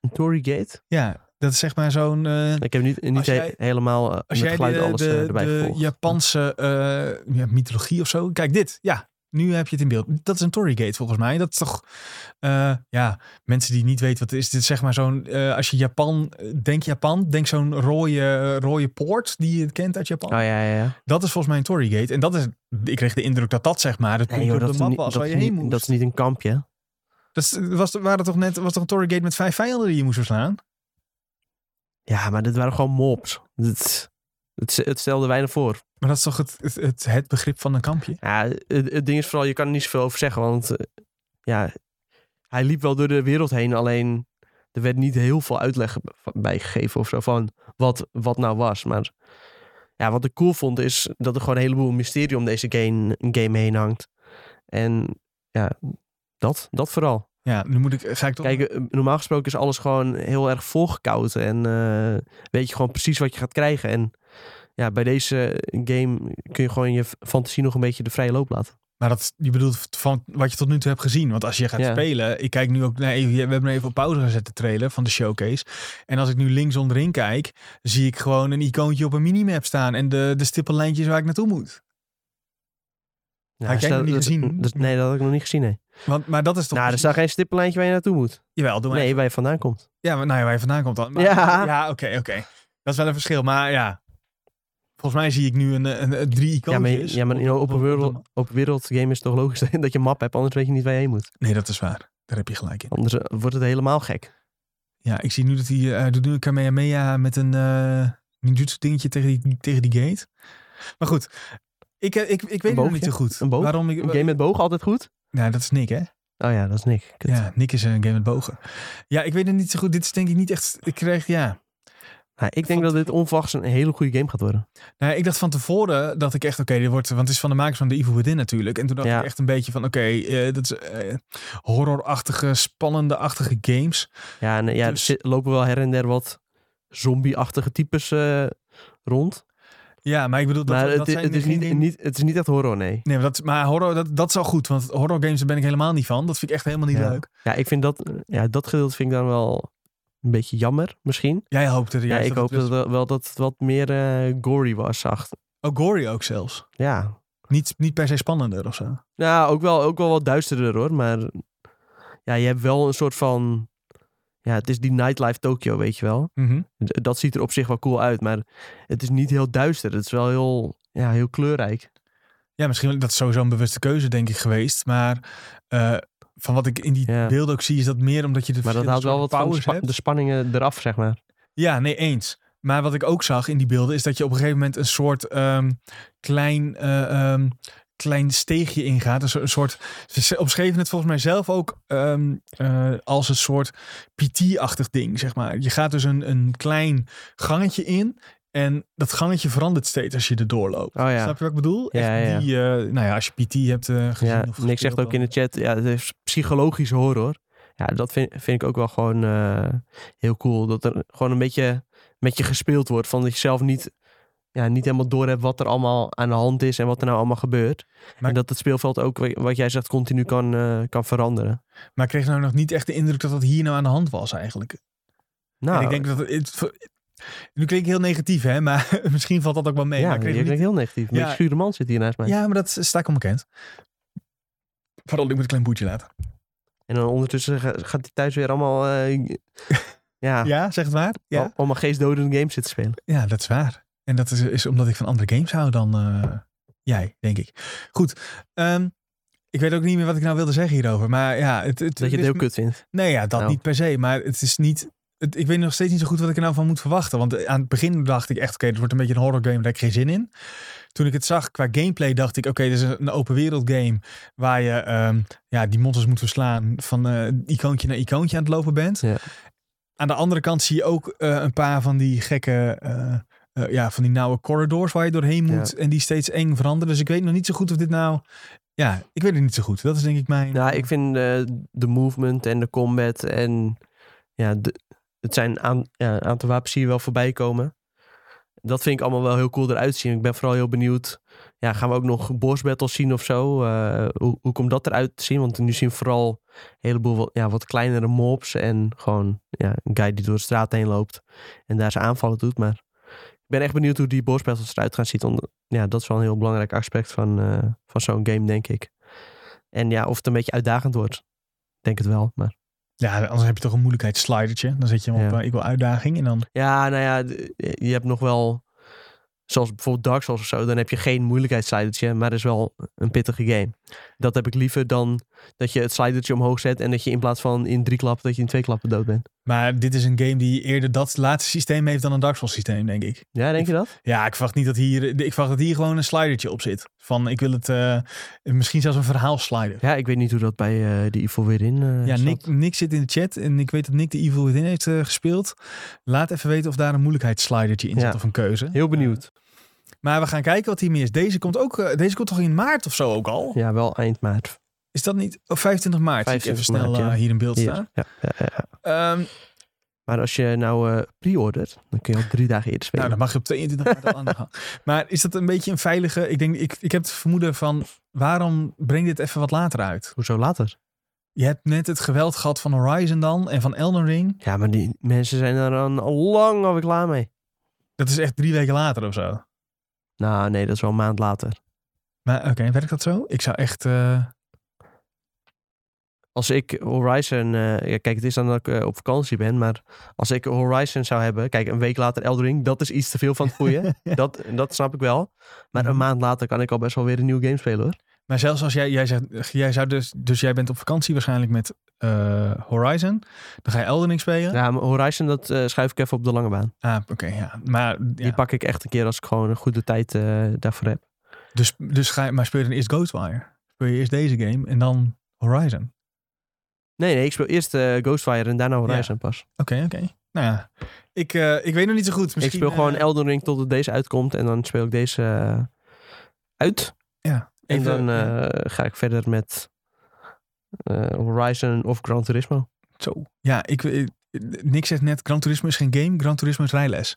Speaker 2: Een Tory Gate.
Speaker 1: Ja, dat is zeg maar zo'n... eh,
Speaker 2: Ik heb niet, niet
Speaker 1: Als jij-
Speaker 2: he- helemaal eh,
Speaker 1: Als
Speaker 2: met
Speaker 1: jij
Speaker 2: geluid
Speaker 1: de,
Speaker 2: alles
Speaker 1: de-
Speaker 2: eh, erbij
Speaker 1: de
Speaker 2: gevolgd.
Speaker 1: Japanse eh, ja, mythologie of zo. Kijk, dit. Ja, nu heb je het in beeld. Dat is een Torrigate volgens mij. Dat is toch. eh, ja, mensen die niet weten wat het is. Dit is zeg maar zo'n. eh, als je Japan. eh, Denk Japan. Denk zo'n rode, eh, rode poort die je kent uit Japan.
Speaker 2: Oh ja, ja, ja.
Speaker 1: Dat is volgens mij een Torrigate. En dat is. Ik kreeg de indruk dat dat zeg maar. Het
Speaker 2: Nee,
Speaker 1: puntje
Speaker 2: joh,
Speaker 1: op
Speaker 2: dat,
Speaker 1: de
Speaker 2: is
Speaker 1: map
Speaker 2: niet,
Speaker 1: was
Speaker 2: dat,
Speaker 1: waar
Speaker 2: is
Speaker 1: je heen
Speaker 2: niet,
Speaker 1: moest.
Speaker 2: dat is niet een kampje.
Speaker 1: Dat is- was, waren toch net, was toch een Torrigate met vijf vijanden die je moest verslaan?
Speaker 2: Ja, maar dit waren gewoon mobs. Het, het, het stelde weinig voor.
Speaker 1: Maar dat is toch het, het, het, het begrip van een kampje?
Speaker 2: Ja, het, het ding is vooral, je kan er niet zoveel over zeggen. Want eh, ja, hij liep wel door de wereld heen. Alleen er werd niet heel veel uitleg bij gegeven of zo van wat, wat nou was. Maar Ja, wat ik cool vond is dat er gewoon een heleboel mysterie om deze game, game heen hangt. En ja, dat, dat vooral.
Speaker 1: Ja, nu moet ik, ga ik toch...
Speaker 2: Kijk, eh, normaal gesproken is alles gewoon heel erg volgekoud. En eh, weet je gewoon precies wat je gaat krijgen. En ja, bij deze game kun je gewoon je fantasie nog een beetje de vrije loop laten.
Speaker 1: Maar dat, je bedoelt van wat je tot nu toe hebt gezien. Want als je gaat
Speaker 2: Ja.
Speaker 1: spelen, ik kijk nu ook, nee, we hebben even op pauze gezet de trailer van de showcase. En als ik nu links onderin kijk, zie ik gewoon een icoontje op een minimap staan en de, de stippellijntjes waar ik naartoe moet.
Speaker 2: Ja,
Speaker 1: Had jij
Speaker 2: stel-
Speaker 1: nog niet
Speaker 2: dat-
Speaker 1: gezien?
Speaker 2: dat- nee, dat had ik nog niet gezien. Nee.
Speaker 1: Want, maar dat is toch...
Speaker 2: Nou, er staat geen stippenlijntje waar je naartoe moet.
Speaker 1: Jawel, doe maar.
Speaker 2: Nee, waar je vandaan komt.
Speaker 1: Ja, maar, nou ja, waar je vandaan komt dan. Maar-
Speaker 2: Ja.
Speaker 1: oké, oké. Dat is wel een verschil, maar ja. Volgens mij zie ik nu een, een, een drie
Speaker 2: Ja, maar,
Speaker 1: icoontjes.
Speaker 2: ja, maar in een
Speaker 1: op- op-
Speaker 2: open
Speaker 1: op-
Speaker 2: wereld, open wereld game is het toch logisch dat je een map hebt, anders weet je niet waar je heen moet.
Speaker 1: Nee, dat is waar. Daar heb je gelijk in.
Speaker 2: Anders eh, wordt het helemaal gek.
Speaker 1: Ja, ik zie nu dat hij eh, hij doet nu een Kamehameha met een eh ninjutsu dingetje tegen die, tegen die gate. Maar goed, ik, eh, ik, ik weet nog
Speaker 2: boogje?
Speaker 1: niet zo goed.
Speaker 2: Een boog?
Speaker 1: Waarom ik,
Speaker 2: Een game met boog altijd goed?
Speaker 1: Nou, dat is Nick, hè?
Speaker 2: Oh ja, dat is Nick. Kut.
Speaker 1: Ja, Nick is een game met bogen. Ja, ik weet het niet zo goed. Dit is denk ik niet echt... Ik kreeg, ja...
Speaker 2: Nou, ik denk dat dit onverwachts een hele goede game gaat worden.
Speaker 1: Nou, ja, ik dacht van tevoren dat ik echt, oké, dit wordt... Want het is van de makers van The Evil Within natuurlijk. En toen dacht
Speaker 2: Ja.
Speaker 1: ik echt een beetje van, oké, eh, dat is eh, horrorachtige, spannende-achtige games.
Speaker 2: Ja, en eh, ja,
Speaker 1: Dus-
Speaker 2: er zit- lopen wel her en der wat zombie-achtige types eh, rond.
Speaker 1: Ja, maar ik bedoel... Dat,
Speaker 2: maar
Speaker 1: dat
Speaker 2: het, is-
Speaker 1: zijn dus
Speaker 2: het, is
Speaker 1: geen
Speaker 2: niet,
Speaker 1: dingen-
Speaker 2: niet, het is niet echt horror, nee.
Speaker 1: Nee, maar, dat, maar horror, dat, dat is al goed. Want horrorgames, daar ben ik helemaal niet van. Dat vind ik echt helemaal niet
Speaker 2: Ja.
Speaker 1: leuk.
Speaker 2: Ja, ik vind dat, ja, dat gedeelte vind ik dan wel een beetje jammer, misschien.
Speaker 1: Jij hoopte er
Speaker 2: Ja,
Speaker 1: juist
Speaker 2: ik hoop
Speaker 1: het dus-
Speaker 2: dat wel, wel dat het wat meer eh, gory was, zacht.
Speaker 1: Oh, gory ook zelfs.
Speaker 2: Ja,
Speaker 1: Niet, niet per se spannender of zo.
Speaker 2: Ja, ook wel, ook wel wat duisterder hoor. Maar ja, je hebt wel een soort van. Ja, het is die nightlife Tokyo, weet je wel. D- Dat ziet er op zich wel cool uit. Maar het is niet heel duister. Het is wel heel, ja, heel kleurrijk.
Speaker 1: Ja, misschien dat is sowieso een bewuste keuze, denk ik, geweest. Maar eh, van wat ik in die
Speaker 2: Ja.
Speaker 1: beelden ook zie, is dat meer omdat je de
Speaker 2: Maar dat haalt
Speaker 1: verschillende
Speaker 2: wel wat
Speaker 1: soorten
Speaker 2: van de,
Speaker 1: powers
Speaker 2: spa-
Speaker 1: hebt.
Speaker 2: de spanningen eraf, zeg maar.
Speaker 1: Ja, nee, eens. Maar wat ik ook zag in die beelden is dat je op een gegeven moment een soort ehm, klein, eh, ehm, klein steegje ingaat. Een, so- een soort. Ze omschreven het volgens mij zelf ook ehm, eh, als een soort PT-achtig ding, zeg maar. Je gaat dus een, een klein gangetje in. En dat gangetje verandert steeds als je er doorloopt.
Speaker 2: Oh ja.
Speaker 1: Snap je wat ik bedoel? Echt
Speaker 2: Ja, ja.
Speaker 1: Die, eh, nou ja, als je PT hebt eh gezien.
Speaker 2: Ja,
Speaker 1: of
Speaker 2: Nick zegt
Speaker 1: gespeeld,
Speaker 2: ook in de chat. Ja, het is psychologisch horror. Ja, dat vind, vind ik ook wel gewoon eh, heel cool. Dat er gewoon een beetje met je gespeeld wordt. Van dat je zelf niet, ja, niet helemaal door hebt wat er allemaal aan de hand is en wat er nou allemaal gebeurt.
Speaker 1: Maar-
Speaker 2: en dat het speelveld ook, wa- wat jij zegt, continu kan, eh, kan veranderen.
Speaker 1: Maar ik kreeg nou nog niet echt de indruk dat dat hier nou aan de hand was eigenlijk.
Speaker 2: Nou,
Speaker 1: en ik denk dat het- het. voor- Nu klink ik heel negatief, hè? Maar misschien valt dat ook wel mee.
Speaker 2: ja,
Speaker 1: maar
Speaker 2: je
Speaker 1: ik kreeg
Speaker 2: klinkt
Speaker 1: niet-
Speaker 2: heel negatief.
Speaker 1: Ja.
Speaker 2: Een beetje man zit hier naast mij.
Speaker 1: ja, maar dat sta ik onbekend. Vooral ik moet een klein boetje laten.
Speaker 2: En dan ondertussen ga- gaat hij thuis weer allemaal, eh, ja, Ah.
Speaker 1: Ja, zeg het waar? Ja.
Speaker 2: al- allemaal geestdodende games zitten spelen.
Speaker 1: ja, dat is waar. En dat is, is omdat ik van andere games hou dan eh, jij, denk ik. Goed. ehm, ik weet ook niet meer wat ik nou wilde zeggen hierover. Maar ja, het, het,
Speaker 2: Dat je
Speaker 1: het
Speaker 2: het
Speaker 1: is-
Speaker 2: heel kut vindt.
Speaker 1: Nee, ja, dat
Speaker 2: Nou.
Speaker 1: niet per se. Maar het is niet. Het, ik weet nog steeds niet zo goed wat ik er nou van moet verwachten. Want eh, aan het begin dacht ik echt, oké, dit wordt een beetje een horror game, daar heb ik geen zin in. Toen ik het zag qua gameplay, dacht ik, oké, dit is een open wereld game waar je ehm, ja, die monsters moet verslaan van eh, icoontje naar icoontje aan het lopen bent.
Speaker 2: Ja.
Speaker 1: Aan de andere kant zie je ook eh, een paar van die gekke, eh, eh, ja, van die nauwe corridors waar je doorheen
Speaker 2: Ja.
Speaker 1: moet en die steeds eng veranderen. Dus ik weet nog niet zo goed of dit nou, ja, ik weet het niet zo goed. Dat is denk ik mijn...
Speaker 2: Nou, ik vind eh, de movement en de combat en ja, de, het zijn aan, ja, een aantal wapens hier wel voorbij komen. Dat vind ik allemaal wel heel cool eruit zien. Ik ben vooral heel benieuwd. Ja, gaan we ook nog boss battles zien of zo? Eh, hoe, hoe komt dat eruit te zien? Want nu zien we vooral een heleboel wat, ja, wat kleinere mobs en gewoon ja, een guy die door de straat heen loopt en daar zijn aanvallen doet. Maar ik ben echt benieuwd hoe die boss battles eruit gaan zien. Omdat- Ja, dat is wel een heel belangrijk aspect van, eh, van zo'n game, denk ik. En ja, of het een beetje uitdagend wordt. Ik Denk het wel. Maar...
Speaker 1: Ja, anders heb je toch een moeilijkheidsslidetje. Dan zet je hem op
Speaker 2: Ja.
Speaker 1: eh, ik wil uitdaging en dan...
Speaker 2: Ja, nou ja, d- je hebt nog wel. Zoals bijvoorbeeld Dark Souls of zo, dan heb je geen moeilijkheidsslidetje, maar het is wel een pittige game. Dat heb ik liever dan dat je het slidertje omhoog zet en dat je in plaats van in drie klappen, dat je in twee klappen dood bent.
Speaker 1: Maar dit is een game die eerder dat laatste systeem heeft dan een Dark Souls systeem, denk ik.
Speaker 2: Ja, denk je dat?
Speaker 1: Ja, ik verwacht niet dat hier... Ik verwacht dat hier gewoon een slidertje op zit. Van, ik wil het... eh, misschien zelfs een verhaalslider.
Speaker 2: Ja, ik weet niet hoe dat bij eh, de Evil weer in.
Speaker 1: Ja, Nick, Nick zit in de chat en ik weet dat Nick de Evil Within heeft eh, gespeeld. Laat even weten of daar een moeilijkheidsslidetje in zit
Speaker 2: Ja.
Speaker 1: of een keuze.
Speaker 2: Heel benieuwd.
Speaker 1: Maar we gaan kijken wat hiermee is. Deze komt, ook, eh, deze komt toch in maart of zo ook al?
Speaker 2: Ja, wel eind maart.
Speaker 1: Is dat niet? Oh, 25 maart. zie ik
Speaker 2: 25
Speaker 1: even snel
Speaker 2: maart, ja.
Speaker 1: eh, hier in beeld
Speaker 2: Hier.
Speaker 1: staan.
Speaker 2: Ja, ja, ja, ja.
Speaker 1: Ehm,
Speaker 2: Maar als je nou eh pre-ordert, dan kun je al drie dagen eerder spelen.
Speaker 1: nou, dan mag je op 22 maart al aan de gang. Maar is dat een beetje een veilige... Ik, denk, ik, ik heb het vermoeden van... Waarom breng dit even wat later uit?
Speaker 2: Hoezo later?
Speaker 1: Je hebt net het geweld gehad van Horizon dan en van Elden Ring.
Speaker 2: Ja, maar die mensen zijn er dan al lang alweer klaar mee.
Speaker 1: Dat is echt drie weken later of zo.
Speaker 2: Nou, nee, dat is wel een maand later.
Speaker 1: Maar oké, werkt dat zo? Ik zou echt... eh,
Speaker 2: Als ik Horizon... eh, ja, kijk, het is dan dat ik eh, op vakantie ben, maar als ik Horizon zou hebben... Kijk, een week later Eldering, dat is iets te veel van het goede. dat, dat snap ik wel. Maar een
Speaker 1: Mhm.
Speaker 2: maand later kan ik al best wel weer een nieuw game spelen, hoor.
Speaker 1: Maar zelfs als jij, jij zegt, jij zou dus, dus jij bent op vakantie waarschijnlijk met eh, Horizon. Dan ga je Elden Ring spelen.
Speaker 2: Ja, maar Horizon, dat eh, schuif ik even op de lange baan.
Speaker 1: Ah, oké, ja. Maar, ja.
Speaker 2: Die pak ik echt een keer als ik gewoon een goede tijd eh, daarvoor heb.
Speaker 1: Dus, dus ga je, maar speel je dan eerst Ghostwire. Speel je eerst deze game en dan Horizon.
Speaker 2: Nee, nee, ik speel eerst eh, Ghostfire en daarna Horizon pas.
Speaker 1: Oké, oké. Nou ja, ik, eh, ik weet nog niet zo goed. Misschien,
Speaker 2: ik speel gewoon
Speaker 1: eh,
Speaker 2: Elden Ring totdat deze uitkomt en dan speel ik deze eh, uit. En
Speaker 1: even-
Speaker 2: dan eh,
Speaker 1: ja.
Speaker 2: ga ik verder met eh, Horizon of Gran Turismo.
Speaker 1: Zo. Ja, ik, ik, Nick zegt net, Gran Turismo is geen game, Gran Turismo is rijles.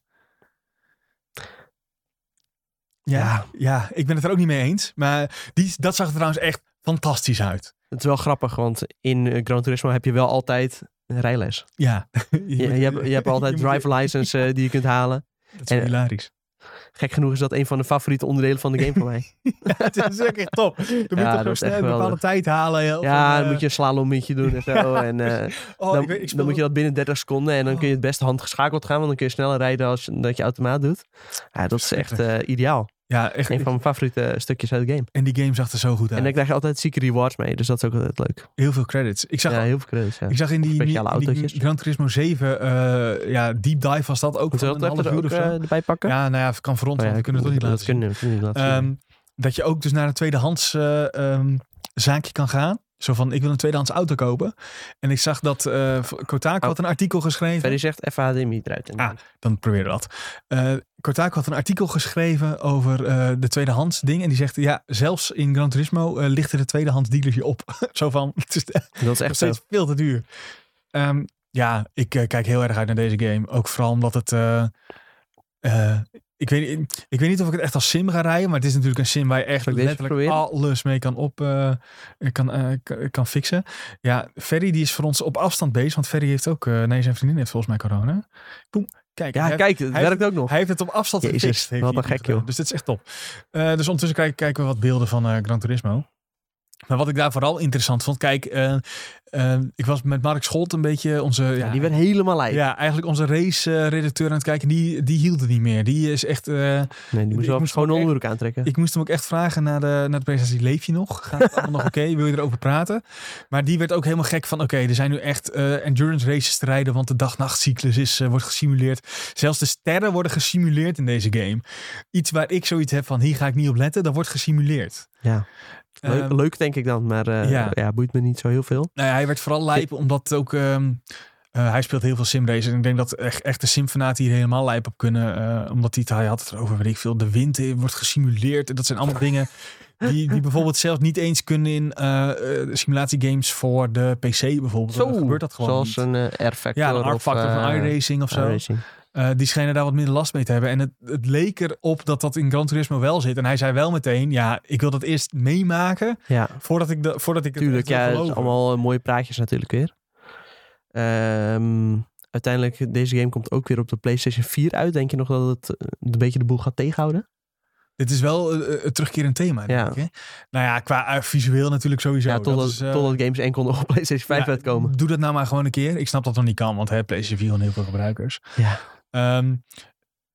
Speaker 1: Ja, ja.
Speaker 2: Ja.
Speaker 1: ik ben het er ook niet mee eens. Maar die, dat zag er trouwens echt fantastisch uit.
Speaker 2: Het is wel grappig, want in eh, Gran Turismo heb je wel altijd een rijles.
Speaker 1: Ja.
Speaker 2: Je, je, hebt, je hebt altijd driver license eh, die je kunt halen.
Speaker 1: Dat is wel
Speaker 2: en-
Speaker 1: hilarisch.
Speaker 2: Gek genoeg is dat een van de favoriete onderdelen van de game voor mij.
Speaker 1: Het is ook echt top. Dan moet je
Speaker 2: Ja,
Speaker 1: toch
Speaker 2: dat
Speaker 1: zo
Speaker 2: is
Speaker 1: snel
Speaker 2: echt
Speaker 1: een bepaalde
Speaker 2: geweldig.
Speaker 1: tijd halen. eh, of
Speaker 2: ja,
Speaker 1: een,
Speaker 2: dan
Speaker 1: eh,
Speaker 2: moet je een slalommetje doen en zo. En, eh,
Speaker 1: oh,
Speaker 2: dan,
Speaker 1: ik weet- ik speel
Speaker 2: dan moet je dat binnen 30 seconden en dan
Speaker 1: Oh.
Speaker 2: kun je het beste handgeschakeld gaan, want dan kun je sneller rijden als dat je automaat doet. Ja, dat is echt eh, ideaal.
Speaker 1: Ja, echt.
Speaker 2: Een van mijn favoriete eh, stukjes uit de game.
Speaker 1: En die game zag er zo goed uit.
Speaker 2: En dan krijg je altijd zieke rewards mee, dus dat is ook altijd leuk.
Speaker 1: Heel veel credits. Ik zag,
Speaker 2: Ja, heel veel credits. Ja.
Speaker 1: ik zag in die,
Speaker 2: speciale
Speaker 1: in die
Speaker 2: autootjes.
Speaker 1: Gran Turismo 7, eh, ja, deep dive was dat ook.
Speaker 2: Moeten we
Speaker 1: van
Speaker 2: dat
Speaker 1: een
Speaker 2: even
Speaker 1: half
Speaker 2: er
Speaker 1: uur
Speaker 2: ook
Speaker 1: of zo.
Speaker 2: eh, erbij pakken?
Speaker 1: ja, nou ja, het kan voor ons,
Speaker 2: Oh
Speaker 1: want we kunnen het toch niet
Speaker 2: dat
Speaker 1: laten zien.
Speaker 2: kunnen we kunnen we niet laten zien.
Speaker 1: Ehm, dat je ook dus naar een tweedehands eh, ehm, zaakje kan gaan. Zo van, ik wil een tweedehands auto kopen. En ik zag dat eh
Speaker 2: Oh.
Speaker 1: Kotaku had een artikel geschreven.
Speaker 2: Ferry zegt even HDMI eruit. En
Speaker 1: Ah. dan proberen we dat. Eh Kotaku had een artikel geschreven over eh, de tweedehands ding. En die zegt, ja, zelfs in Gran Turismo eh, lichten de tweedehands dealers je op. Zo van, het is echt
Speaker 2: Dat is echt zo.
Speaker 1: steeds veel te duur. Ehm, ja, ik eh, kijk heel erg uit naar deze game. Ook vooral omdat het... eh, eh, ik, weet, ik, ik weet niet of ik het echt als sim ga rijden. Maar het is natuurlijk een sim waar je echt
Speaker 2: Zal ik deze
Speaker 1: letterlijk
Speaker 2: proberen?
Speaker 1: alles mee kan op... eh, kan, eh, kan, kan fixen. Ja, Ferry die is voor ons op afstand bezig. Want Ferry heeft ook... eh, nee, zijn vriendin heeft volgens mij corona. Boem. Kijk, hij-
Speaker 2: Ja, kijk, het
Speaker 1: hij heeft-
Speaker 2: werkt ook nog.
Speaker 1: hij heeft het op afstand
Speaker 2: Jezus,
Speaker 1: gefixt. heeft
Speaker 2: wat
Speaker 1: hij
Speaker 2: een gek,
Speaker 1: gedaan.
Speaker 2: joh.
Speaker 1: Dus dit is echt top. Eh, dus ondertussen kijken, kijken we wat beelden van eh, Gran Turismo. Maar wat ik daar vooral interessant vond, kijk, eh, eh, ik was met Mark Scholt een beetje onze... Ja,
Speaker 2: Ja, die werd helemaal lijp.
Speaker 1: ja, eigenlijk onze race-redacteur aan het kijken. Die, die hield het niet meer. Die is echt... eh,
Speaker 2: Nee, die
Speaker 1: Ik
Speaker 2: moest wel
Speaker 1: moest
Speaker 2: gewoon
Speaker 1: ook echt-
Speaker 2: onderbroek aantrekken.
Speaker 1: ik moest hem ook echt vragen naar de, naar de presentatie. Leef je nog? Gaat het allemaal nog oké? Wil je erover praten? Maar die werd ook helemaal gek van... Oké, er zijn nu echt eh, endurance races te rijden. Want de dag-nachtcyclus is, eh, wordt gesimuleerd. Zelfs de sterren worden gesimuleerd in deze game. Iets waar ik zoiets heb van... Hier ga ik niet op letten. Dat wordt gesimuleerd.
Speaker 2: Ja. Leuk,
Speaker 1: Ehm,
Speaker 2: leuk denk ik dan, maar eh,
Speaker 1: ja.
Speaker 2: ja. boeit me niet zo heel veel.
Speaker 1: Nou ja, hij werd vooral lijpen omdat het ook... ehm, eh, hij speelt heel veel simraces. En ik denk dat echt, echte simfanaten hier helemaal lijp op kunnen. eh, omdat hij, het- hij had het erover, weet ik veel. De wind eh, wordt gesimuleerd. En dat zijn allemaal dingen die, die bijvoorbeeld zelfs niet eens kunnen in eh, eh, simulatiegames voor de PC bijvoorbeeld. Dan gebeurt dat gewoon
Speaker 2: Zoals
Speaker 1: niet.
Speaker 2: een eh, R-Factor
Speaker 1: ja, een Arc Factor
Speaker 2: of,
Speaker 1: van
Speaker 2: eh,
Speaker 1: iRacing of zo.
Speaker 2: iRacing.
Speaker 1: Eh, die schijnen daar wat minder last mee te hebben. En het, het leek erop dat dat in Gran Turismo wel zit. En hij zei wel meteen, ja, ik wil dat eerst meemaken
Speaker 2: Ja,
Speaker 1: voordat ik, de, voordat ik het
Speaker 2: Tuurlijk,
Speaker 1: echt wil
Speaker 2: ja, het is
Speaker 1: geloven."
Speaker 2: allemaal eh, mooie praatjes natuurlijk weer. Ehm, uiteindelijk, deze game komt ook weer op de PlayStation 4 uit. Denk je nog dat het eh, een beetje de boel gaat tegenhouden?
Speaker 1: Dit is wel eh, eh, het terugkerend thema, denk
Speaker 2: Ja.
Speaker 1: ik. Hè? Nou ja, qua eh, visueel natuurlijk sowieso.
Speaker 2: ja, totdat,
Speaker 1: Dat is, eh,
Speaker 2: totdat games enkel nog op PlayStation 5
Speaker 1: ja,
Speaker 2: uitkomen.
Speaker 1: Doe dat nou maar gewoon een keer. Ik snap dat nog niet kan, want hè, PlayStation 4 en heel veel gebruikers.
Speaker 2: Ja.
Speaker 1: Ehm,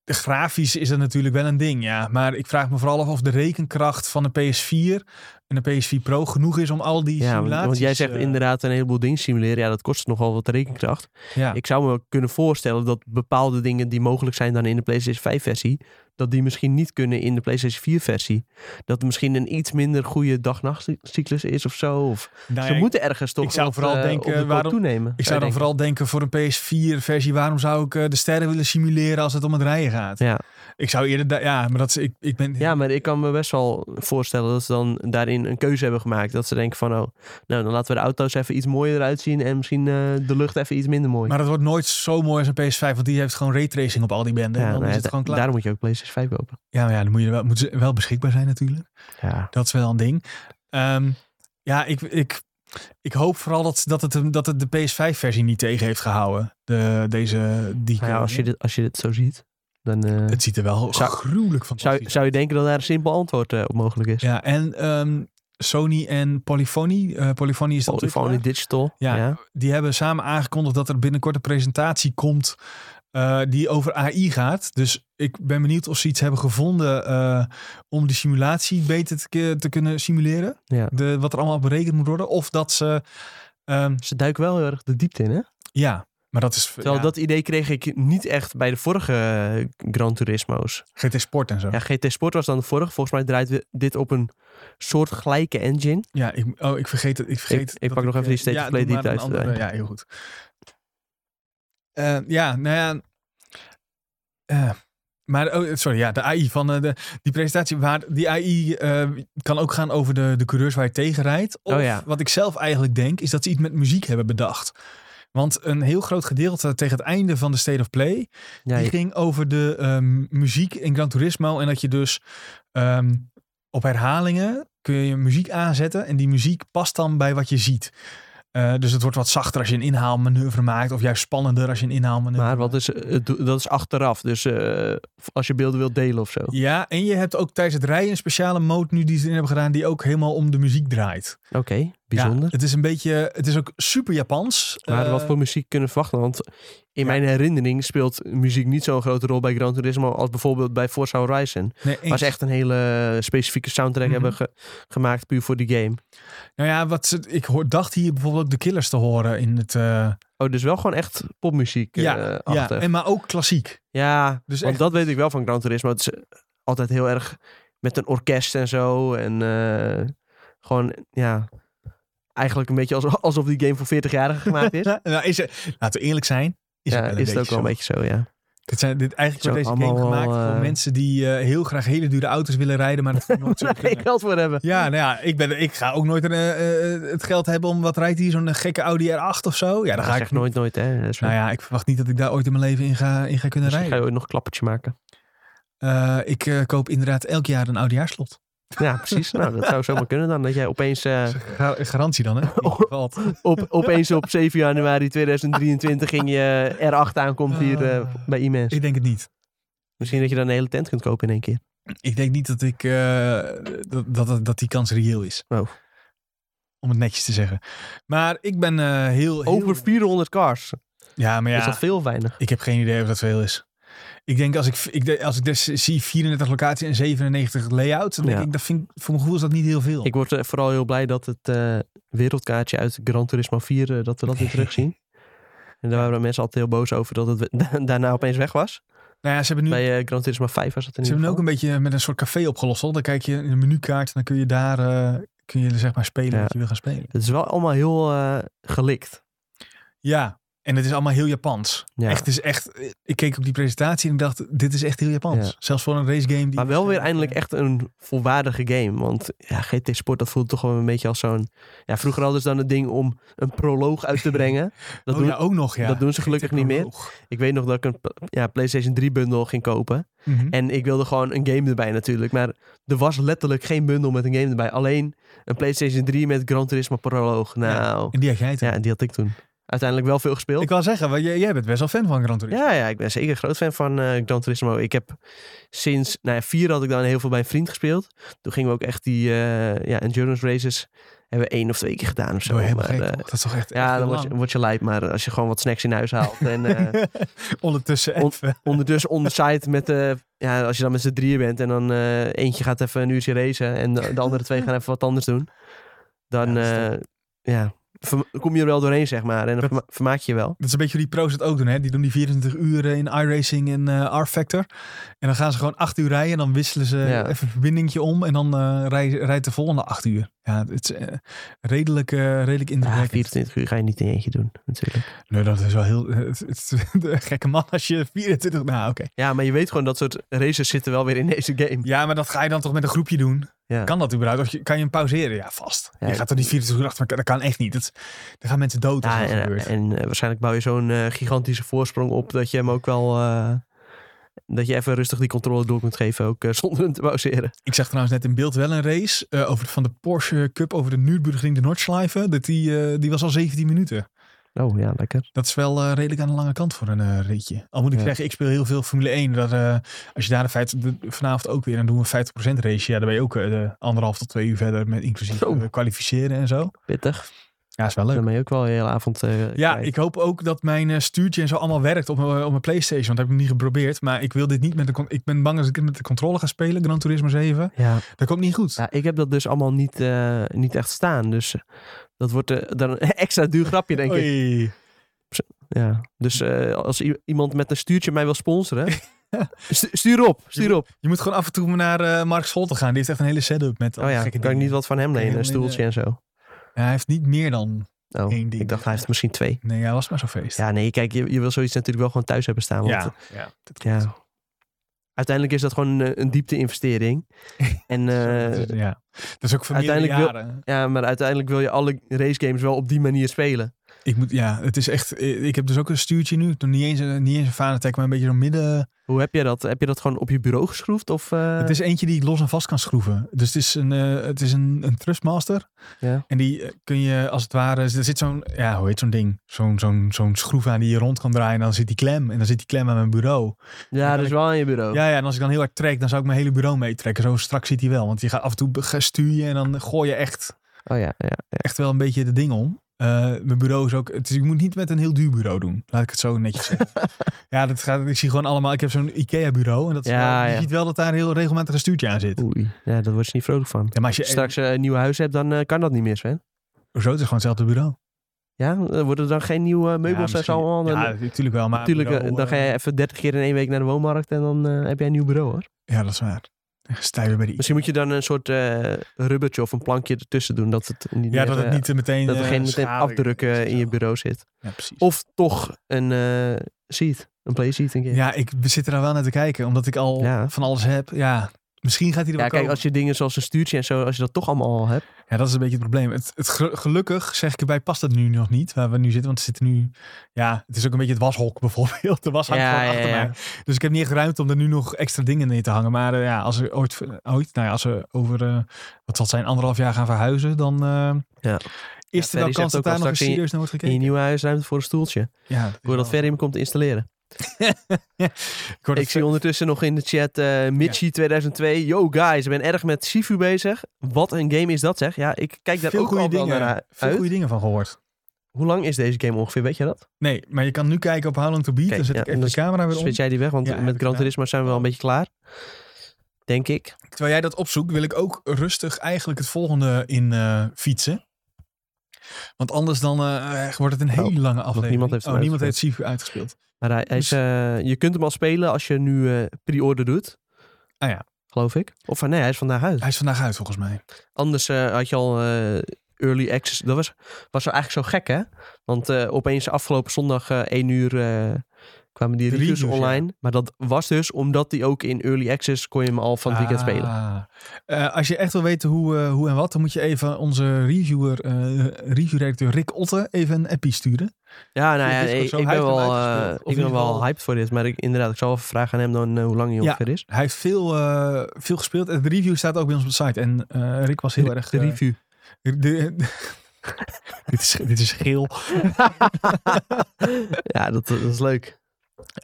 Speaker 1: grafisch is dat natuurlijk wel een ding, ja. Maar ik vraag me vooral af of de rekenkracht van de PS4 en de PS4 Pro genoeg is om al die
Speaker 2: Ja, want,
Speaker 1: simulaties...
Speaker 2: want jij zegt
Speaker 1: eh,
Speaker 2: inderdaad een heleboel dingen simuleren. Ja, dat kost nogal wat rekenkracht.
Speaker 1: eh, Ja.
Speaker 2: Ik zou me kunnen voorstellen dat bepaalde dingen die mogelijk zijn dan in de PlayStation 5 versie dat die misschien niet kunnen in de PlayStation 4 versie. Dat er misschien een iets minder goede dag-nachtcyclus is of zo. Of
Speaker 1: Nou
Speaker 2: ze
Speaker 1: ja, ik-
Speaker 2: moeten ergens toch
Speaker 1: ik zou
Speaker 2: op,
Speaker 1: vooral
Speaker 2: eh,
Speaker 1: denken,
Speaker 2: op de koop
Speaker 1: waarom-
Speaker 2: toenemen.
Speaker 1: Ik zou dan
Speaker 2: denken.
Speaker 1: vooral denken voor een PS4-versie, waarom zou ik eh, de sterren willen simuleren als het om het rijden gaat?
Speaker 2: Ja.
Speaker 1: Ik zou eerder, da- ja, maar dat is, ik, ik ben,
Speaker 2: ja, maar ik kan me best wel voorstellen dat ze dan daarin een keuze hebben gemaakt. Dat ze denken van, oh, nou dan laten we de auto's even iets mooier uitzien en misschien eh, de lucht even iets minder mooi.
Speaker 1: maar dat wordt nooit zo mooi als een PS5, want die heeft gewoon raytracing op al die banden.
Speaker 2: ja,
Speaker 1: en dan
Speaker 2: nou ja,
Speaker 1: is het
Speaker 2: da-
Speaker 1: gewoon klaar.
Speaker 2: Daarom moet je ook PlayStation 5 kopen.
Speaker 1: Ja, maar ja, dan moet je wel, moet ze wel beschikbaar zijn natuurlijk.
Speaker 2: Ja.
Speaker 1: Dat is wel een ding. Ehm, ja, ik, ik, ik hoop vooral dat, dat, het, dat het de PS5-versie niet tegen heeft gehouden. De, deze, die
Speaker 2: Nou ja, als je dit, als je dit zo ziet, dan eh,
Speaker 1: Het ziet er wel
Speaker 2: Zou-
Speaker 1: gruwelijk van
Speaker 2: zou, je- zou je denken dat daar een simpel antwoord eh, op mogelijk is.
Speaker 1: Ja, en ehm, Sony en Polyphony. eh, Polyphony is dat
Speaker 2: Polyphony
Speaker 1: ontwikkelaar.
Speaker 2: Digital.
Speaker 1: Ja.
Speaker 2: Ja.
Speaker 1: Die hebben samen aangekondigd dat er binnenkort een presentatie komt eh, die over AI gaat. Dus ik ben benieuwd of ze iets hebben gevonden eh, om de simulatie beter te, ke- te kunnen simuleren.
Speaker 2: Ja.
Speaker 1: De, wat er allemaal berekend moet worden. Of dat ze... ehm,
Speaker 2: Ze duiken wel heel erg de diepte in, hè?
Speaker 1: Ja, maar dat is
Speaker 2: Terwijl
Speaker 1: ja,
Speaker 2: dat idee kreeg ik niet echt bij de vorige eh, Gran Turismo's.
Speaker 1: GT Sport en zo.
Speaker 2: Ja,
Speaker 1: Ja,
Speaker 2: GT Sport was dan de vorige. Volgens mij draait we- dit op een soort gelijke engine.
Speaker 1: ik, oh, ik vergeet het. Ik, vergeet
Speaker 2: Ik- ik
Speaker 1: dat
Speaker 2: pak nog even
Speaker 1: eh,
Speaker 2: die State
Speaker 1: ja,
Speaker 2: of Play
Speaker 1: doe maar
Speaker 2: deep
Speaker 1: een
Speaker 2: dive
Speaker 1: andere-
Speaker 2: erbij.
Speaker 1: Ja, heel goed. Eh, ja, nou ja. eh, maar, oh, sorry, ja, de AI van eh, de, die presentatie. Waar die AI eh, kan ook gaan over de, de coureurs waar je tegen rijdt. Of
Speaker 2: Oh ja.
Speaker 1: wat ik zelf eigenlijk denk, is dat ze iets met muziek hebben bedacht. Want een heel groot gedeelte tegen het einde van de State of Play
Speaker 2: Ja,
Speaker 1: die
Speaker 2: je-
Speaker 1: ging over de ehm, muziek in Gran Turismo. En dat je dus ehm, op herhalingen kun je muziek aanzetten. En die muziek past dan bij wat je ziet. Eh, dus het wordt wat zachter als je een inhaalmanoeuvre maakt. Of juist spannender als je een inhaalmanoeuvre
Speaker 2: maar wat is, eh, do- dat is achteraf. Dus eh, als je beelden wilt delen of zo. Oké.
Speaker 1: Ja, en je hebt ook tijdens het rijden een speciale mode nu die ze erin hebben gedaan. Die ook helemaal om de muziek draait.
Speaker 2: bijzonder.
Speaker 1: Ja, het is een beetje, het is ook super Japans.
Speaker 2: Maar
Speaker 1: Eh,
Speaker 2: wat voor muziek kunnen we verwachten? Want in mijn herinnering speelt muziek niet zo'n grote rol bij Gran Turismo als bijvoorbeeld bij Forza Horizon.
Speaker 1: nee,
Speaker 2: Waar
Speaker 1: eens.
Speaker 2: ze echt een hele specifieke soundtrack
Speaker 1: Mhm.
Speaker 2: hebben ge- gemaakt puur voor die game.
Speaker 1: Nou ja, wat ze- ik hoor, dacht hier bijvoorbeeld ook de killers te horen in het. eh,
Speaker 2: Oh, dus wel gewoon echt popmuziek
Speaker 1: ja,
Speaker 2: eh,
Speaker 1: ja,
Speaker 2: achter.
Speaker 1: en maar ook klassiek.
Speaker 2: Ja,
Speaker 1: Dus
Speaker 2: want
Speaker 1: echt-
Speaker 2: dat weet ik wel van Gran Turismo. Het is eh, altijd heel erg met een orkest en zo. En eh, gewoon, ja... Eigenlijk een beetje alsof, alsof die game voor 40-jarigen gemaakt is.
Speaker 1: Ja, nou, is er, laten we eerlijk zijn. Is,
Speaker 2: ja,
Speaker 1: het, wel een
Speaker 2: is het ook
Speaker 1: beetje
Speaker 2: wel een
Speaker 1: zo.
Speaker 2: beetje zo, ja.
Speaker 1: Dit zijn, dit, eigenlijk
Speaker 2: Is
Speaker 1: wordt
Speaker 2: ook
Speaker 1: deze game
Speaker 2: allemaal wel,
Speaker 1: gemaakt voor
Speaker 2: eh,
Speaker 1: mensen die eh, heel graag hele dure auto's willen rijden, maar dat nooit zo
Speaker 2: Daar ga ik
Speaker 1: kunnen.
Speaker 2: geld voor hebben.
Speaker 1: Ja, nou ja, ik, ben, ik ga ook nooit eh, eh, het geld hebben om wat rijdt hier, zo'n gekke Audi R8 of zo. Ja, dan ga
Speaker 2: Dat
Speaker 1: ik
Speaker 2: zeg nooit, nooit, hè. Dat is wel-
Speaker 1: Nou ja, ik verwacht niet dat ik daar ooit in mijn leven in ga, in ga kunnen
Speaker 2: Misschien Dus ga
Speaker 1: rijden.
Speaker 2: je ooit nog een klappertje maken.
Speaker 1: Eh, ik eh, koop inderdaad elk jaar een oudejaarslot.
Speaker 2: Ja, precies. nou, dat zou zomaar kunnen dan. Dat jij opeens, eh,
Speaker 1: Ga- Garantie dan, hè? Die valt.
Speaker 2: op, opeens op 7 januari 2023 ging je R8 aankomt hier eh, bij iMens.
Speaker 1: Ah. Ik denk het niet.
Speaker 2: Misschien dat je dan een hele tent kunt kopen in één keer.
Speaker 1: Ik denk niet dat ik eh, dat, dat, dat die kans reëel is.
Speaker 2: Oh.
Speaker 1: Om het netjes te zeggen. Maar ik ben eh, heel, heel...
Speaker 2: Over 400 cars.
Speaker 1: Ja, maar ja,
Speaker 2: Is dat veel of weinig?
Speaker 1: ik heb geen idee of dat veel is. Ik denk als ik, ik, denk- als ik dus zie 34 locaties en 97 layout, dan denk
Speaker 2: Ja.
Speaker 1: ik, dat vind, ik- voor mijn gevoel is dat niet heel veel.
Speaker 2: Ik word eh, vooral heel blij dat het eh, wereldkaartje uit Gran Turismo 4, eh, dat we dat weer terugzien. En daar waren mensen altijd heel boos over dat het we- daarna opeens weg was.
Speaker 1: nou ja, ze hebben nu,
Speaker 2: Bij eh, Gran Turismo 5 was dat in
Speaker 1: ze
Speaker 2: ieder
Speaker 1: hebben
Speaker 2: geval.
Speaker 1: ook een beetje met een soort café opgelost. hoor. Dan kijk je in de menukaart en dan kun je daar eh, kun je zeg maar spelen
Speaker 2: Ja.
Speaker 1: wat je wil gaan spelen.
Speaker 2: Het is wel allemaal heel eh, gelikt.
Speaker 1: Ja, en het is allemaal heel Japans.
Speaker 2: Ja.
Speaker 1: Echt, het is echt, ik keek op die presentatie en ik dacht, dit is echt heel Japans.
Speaker 2: Ja.
Speaker 1: Zelfs voor een race game. Die
Speaker 2: Maar wel weer
Speaker 1: waarschijnlijk,
Speaker 2: eindelijk
Speaker 1: eh,
Speaker 2: echt een volwaardige game. Want ja, GT Sport, dat voelt toch wel een beetje als zo'n... Ja, vroeger hadden ze dan het ding om een proloog uit te brengen. Dat
Speaker 1: oh
Speaker 2: doen,
Speaker 1: ja, ook nog, ja.
Speaker 2: dat doen ze gelukkig niet meer. Ik weet nog dat ik een ja, PlayStation 3 bundel ging kopen.
Speaker 1: Mhm.
Speaker 2: En ik wilde gewoon een game erbij natuurlijk. Maar er was letterlijk geen bundel met een game erbij. Alleen een PlayStation 3 met Gran Turismo proloog. Nou,
Speaker 1: En die had jij het.
Speaker 2: ja, die had ik toen. Uiteindelijk wel veel gespeeld.
Speaker 1: Ik wil zeggen, want jij, jij bent best wel fan van Gran Turismo.
Speaker 2: Ja, ja, ik ben zeker een groot fan van eh Gran Turismo. Ik heb sinds, nou ja, vier had ik dan heel veel bij een vriend gespeeld. Toen gingen we ook echt die eh, ja, endurance races, hebben we één of twee keer gedaan of zo.
Speaker 1: Zo, Oh, helemaal
Speaker 2: maar,
Speaker 1: gek,
Speaker 2: eh,
Speaker 1: toch? dat is toch echt, echt
Speaker 2: ja,
Speaker 1: heel
Speaker 2: dan word je,
Speaker 1: lang.
Speaker 2: word je lijp, maar als je gewoon wat snacks in huis haalt en eh,
Speaker 1: Ondertussen
Speaker 2: on-
Speaker 1: even.
Speaker 2: ondertussen on the side met de, ja, als je dan met z'n drieën bent en dan eh, eentje gaat even een uurtje racen en de, de andere twee gaan even wat anders doen. Dan, eh,
Speaker 1: Ja, dat
Speaker 2: ja,
Speaker 1: is
Speaker 2: ja verm- dan kom je er wel doorheen, zeg maar. En dan verma- vermaak je je wel.
Speaker 1: Dat is een beetje hoe die pro's het ook doen. Hè? Die doen die 24 uur eh, in iRacing en eh R-Factor. En dan gaan ze gewoon 8 uur rijden. En dan wisselen ze
Speaker 2: Ja.
Speaker 1: even een verbindingje om. En dan eh, rij- rijdt de volgende 8 uur. Ja, het is eh, redelijk, eh, redelijk
Speaker 2: Ja,
Speaker 1: indrukwekkend.
Speaker 2: 24 uur ga je niet in je eentje doen, natuurlijk.
Speaker 1: nee, dat is wel heel... eh, Het, het is een gekke man als je 24... Nou, oké.
Speaker 2: Ja, maar je weet gewoon dat soort races zitten wel weer in deze game.
Speaker 1: Ja, maar dat ga je dan toch met een groepje doen?
Speaker 2: Ja.
Speaker 1: Kan dat überhaupt? Of je, kan je hem pauzeren? Ja, vast.
Speaker 2: Ja,
Speaker 1: je
Speaker 2: ik-
Speaker 1: gaat toch niet 24 uur achter elkaar... Dat kan echt niet. Dat, dan gaan mensen dood als
Speaker 2: Ja,
Speaker 1: dat
Speaker 2: en,
Speaker 1: gebeurt.
Speaker 2: en, eh, waarschijnlijk bouw je zo'n eh, gigantische voorsprong op dat je hem ook wel. eh, dat je even rustig die controle door kunt geven, ook eh, zonder hem te pauzeren.
Speaker 1: Ik zag trouwens net in beeld wel een race eh, over, van de Porsche Cup over de Nürburgring de Nordschleife. Dat die, eh, die was al 17 minuten.
Speaker 2: Oh ja, lekker.
Speaker 1: Dat is wel eh, redelijk aan de lange kant voor een eh ritje. Al moet ik
Speaker 2: Ja.
Speaker 1: zeggen, ik speel heel veel Formule 1. Dat, eh, als je daar de vijf- de- vanavond ook weer, dan doen we een 50% race. Ja, dan ben je ook eh, de anderhalf tot twee uur verder met inclusief
Speaker 2: Zo.
Speaker 1: eh, kwalificeren en zo.
Speaker 2: Pittig.
Speaker 1: Ja, is wel leuk.
Speaker 2: Dan ben je ook wel een hele avond. eh,
Speaker 1: Ja,
Speaker 2: kwijt.
Speaker 1: ik hoop ook dat mijn eh, stuurtje en zo allemaal werkt op mijn, op mijn PlayStation. Want dat heb ik nog niet geprobeerd. Maar ik wil dit niet met de. con- Ik ben bang als ik het met de controle ga spelen, Gran Turismo 7.
Speaker 2: Ja.
Speaker 1: Dat komt niet goed.
Speaker 2: Ja, ik heb dat dus allemaal niet, eh, niet echt staan. Dus eh, dat wordt eh, dan een extra duur grapje, denk ik.
Speaker 1: Oei.
Speaker 2: Ja. Dus eh, als i- iemand met een stuurtje mij wil sponsoren, stu- stuur op, stuur op.
Speaker 1: Je moet gewoon af en toe naar eh, Mark Scholte gaan. Die heeft echt een hele setup met
Speaker 2: Oh ja,
Speaker 1: gekke
Speaker 2: kan ik
Speaker 1: dingen.
Speaker 2: niet wat van hem
Speaker 1: Kan je
Speaker 2: lenen, een
Speaker 1: hem lenen?
Speaker 2: stoeltje en zo.
Speaker 1: Ja, hij heeft niet meer dan...
Speaker 2: Oh,
Speaker 1: Eén ding.
Speaker 2: ik dacht, hij heeft misschien twee.
Speaker 1: Nee, hij was maar zo'n feest.
Speaker 2: Ja, nee, kijk, je, je wil zoiets natuurlijk wel gewoon thuis hebben staan. Want, eh, ja.
Speaker 1: ja, dat klopt.
Speaker 2: ja. Uiteindelijk is dat gewoon eh, een diepte-investering. en, eh,
Speaker 1: dat, is, ja. dat is ook voor meerdere
Speaker 2: uiteindelijk
Speaker 1: jaren.
Speaker 2: ja, maar uiteindelijk wil je alle racegames wel op die manier spelen.
Speaker 1: Ik moet, ja, het is echt... eh, Ik heb dus ook een stuurtje nu. Nog niet eens, een- niet eens een Fanatec, maar een beetje zo'n midden...
Speaker 2: Hoe heb je dat? Heb je dat gewoon op je bureau geschroefd? Of, eh,
Speaker 1: Het is eentje die ik los en vast kan schroeven. Dus het is een, eh, het is een, een Thrustmaster.
Speaker 2: Ja.
Speaker 1: En die eh, kun je als het ware... Er zit zo'n... Ja, hoe heet zo'n ding? Zo'n zo'n zo'n schroef aan die je rond kan draaien. En dan zit die klem. En dan zit die klem aan mijn bureau.
Speaker 2: ja, dat is wel aan je bureau.
Speaker 1: Ja, ja, en als ik dan heel hard trek, dan zou ik mijn hele bureau meetrekken. Zo strak zit hij wel. Want je gaat af en toe be- stuur je en dan gooi je echt,
Speaker 2: Oh ja, ja.
Speaker 1: echt wel een beetje de ding om. Eh, mijn bureau is ook... Het is, ik moet niet met een heel duur bureau doen. Laat ik het zo netjes zeggen. ja, dat gaat, ik zie gewoon allemaal... Ik heb zo'n IKEA-bureau. En dat is
Speaker 2: Ja,
Speaker 1: wel- je
Speaker 2: ja.
Speaker 1: ziet wel dat daar een heel regelmatig een stuurtje aan zit.
Speaker 2: Oei, ja, daar word je niet vrolijk van.
Speaker 1: Ja, maar als je...
Speaker 2: Als je straks eh, een nieuw huis hebt, dan eh, kan dat niet meer, Sven.
Speaker 1: Hoezo? Het is gewoon hetzelfde bureau.
Speaker 2: Ja, Eh, worden er dan geen nieuwe meubels en
Speaker 1: ja,
Speaker 2: zo?
Speaker 1: allemaal.
Speaker 2: Dan,
Speaker 1: Ja, natuurlijk wel. Maar
Speaker 2: natuurlijk, eh,
Speaker 1: bureau,
Speaker 2: dan ga
Speaker 1: eh,
Speaker 2: je even 30 keer in één week naar de woonmarkt en dan eh, heb jij een nieuw bureau, hoor.
Speaker 1: Ja, dat is waar. Stijgen bij die...
Speaker 2: Misschien moet je dan een soort eh rubbertje of een plankje ertussen doen. Dat het niet,
Speaker 1: Ja,
Speaker 2: meer,
Speaker 1: dat het
Speaker 2: eh,
Speaker 1: niet eh, meteen...
Speaker 2: dat er
Speaker 1: eh,
Speaker 2: geen meteen
Speaker 1: schade-
Speaker 2: afdrukken in je bureau zit.
Speaker 1: Ja, precies.
Speaker 2: Of toch een eh, seat. Een playseat, denk ik.
Speaker 1: Ja, ik zit er dan wel naar te kijken, omdat ik al
Speaker 2: Ja.
Speaker 1: van alles heb. Ja, misschien gaat hij er
Speaker 2: Ja,
Speaker 1: wel
Speaker 2: kijk,
Speaker 1: komen.
Speaker 2: als je dingen zoals een stuurtje en zo, als je dat toch allemaal al hebt.
Speaker 1: Ja, dat is een beetje het probleem. Het, het gel- gelukkig, zeg ik erbij, past het nu nog niet, waar we nu zitten. Want we zitten nu... Ja, het is ook een beetje het washok bijvoorbeeld. De was hangt
Speaker 2: Ja,
Speaker 1: gewoon
Speaker 2: ja,
Speaker 1: achter
Speaker 2: ja.
Speaker 1: mij. Dus ik heb niet echt ruimte om er nu nog extra dingen in te hangen. Maar eh, ja, als we ooit, ooit... Nou ja, als we over, eh, wat zal het zijn, anderhalf jaar gaan verhuizen, dan... eh,
Speaker 2: Ja. Ja,
Speaker 1: Is er wel kans
Speaker 2: Ferry zegt ook
Speaker 1: dat daar
Speaker 2: al
Speaker 1: nog eens
Speaker 2: straks in je-
Speaker 1: serieus naar wordt
Speaker 2: In je
Speaker 1: gekeken?
Speaker 2: nieuwe huis ruimte voor een stoeltje.
Speaker 1: Ja, dat is
Speaker 2: Voordat
Speaker 1: wel-
Speaker 2: Ferry hem komt installeren.
Speaker 1: ik hoor dat
Speaker 2: Ik zie ondertussen nog in de chat eh Mitchie2002. Yo guys, ik ben erg met Sifu bezig. Wat een game is dat zeg. Ja, ik kijk daar
Speaker 1: veel
Speaker 2: ook al
Speaker 1: goede
Speaker 2: wel naar
Speaker 1: dingen,
Speaker 2: uit.
Speaker 1: veel goede dingen van gehoord.
Speaker 2: Hoe lang is deze game ongeveer, weet je dat?
Speaker 1: Nee, maar je kan nu kijken op How Long To Beat.
Speaker 2: Kijk,
Speaker 1: dan zet
Speaker 2: ja,
Speaker 1: ik even
Speaker 2: dan
Speaker 1: de camera weer om.
Speaker 2: Switch jij die weg, want
Speaker 1: Ja, heb
Speaker 2: met
Speaker 1: ik
Speaker 2: Gran
Speaker 1: gedaan.
Speaker 2: Turismo zijn we wel een beetje klaar. Denk ik.
Speaker 1: Terwijl jij dat opzoekt, wil ik ook rustig eigenlijk het volgende in eh, fietsen. Want anders dan eh, wordt het een hele lange aflevering.
Speaker 2: Oh, niemand heeft hem
Speaker 1: oh, niemand heeft Sifu uitgespeeld.
Speaker 2: Maar hij, hij is,
Speaker 1: Dus-
Speaker 2: eh, je kunt hem al spelen als je nu eh, pre-order doet.
Speaker 1: Ah ja.
Speaker 2: Geloof ik. Of eh, nee, hij is vandaag uit.
Speaker 1: Hij is vandaag uit volgens mij.
Speaker 2: Anders eh, had je al eh, early access. Dat was, was wel eigenlijk zo gek, hè? Want eh, opeens afgelopen zondag eh 1 uur eh, kwamen die
Speaker 1: De
Speaker 2: reviews
Speaker 1: reviews, ja.
Speaker 2: online. Maar dat was dus omdat die ook in early access kon je hem al van het weekend
Speaker 1: Ah.
Speaker 2: spelen.
Speaker 1: Eh, als je echt wil weten hoe, eh, hoe en wat, dan moet je even onze reviewer, eh review-redacteur Rick Otte even een appie sturen.
Speaker 2: Ja, nou ja,
Speaker 1: Discord
Speaker 2: ik,
Speaker 1: zo,
Speaker 2: ik
Speaker 1: hij
Speaker 2: ben
Speaker 1: heeft hem
Speaker 2: wel,
Speaker 1: uitgespeeld.
Speaker 2: eh,
Speaker 1: Of in
Speaker 2: ik ben
Speaker 1: ieder
Speaker 2: wel
Speaker 1: geval-
Speaker 2: hyped voor dit. Maar ik, inderdaad, ik zal even vragen aan hem dan eh, hoe lang hij
Speaker 1: Ja.
Speaker 2: ongeveer is.
Speaker 1: Hij heeft veel, eh, veel gespeeld. De review staat ook bij ons op de site. En eh, Rick was heel erg...
Speaker 2: De
Speaker 1: eh,
Speaker 2: review.
Speaker 1: de- de- dit, is, dit is geel.
Speaker 2: ja, dat, dat is leuk.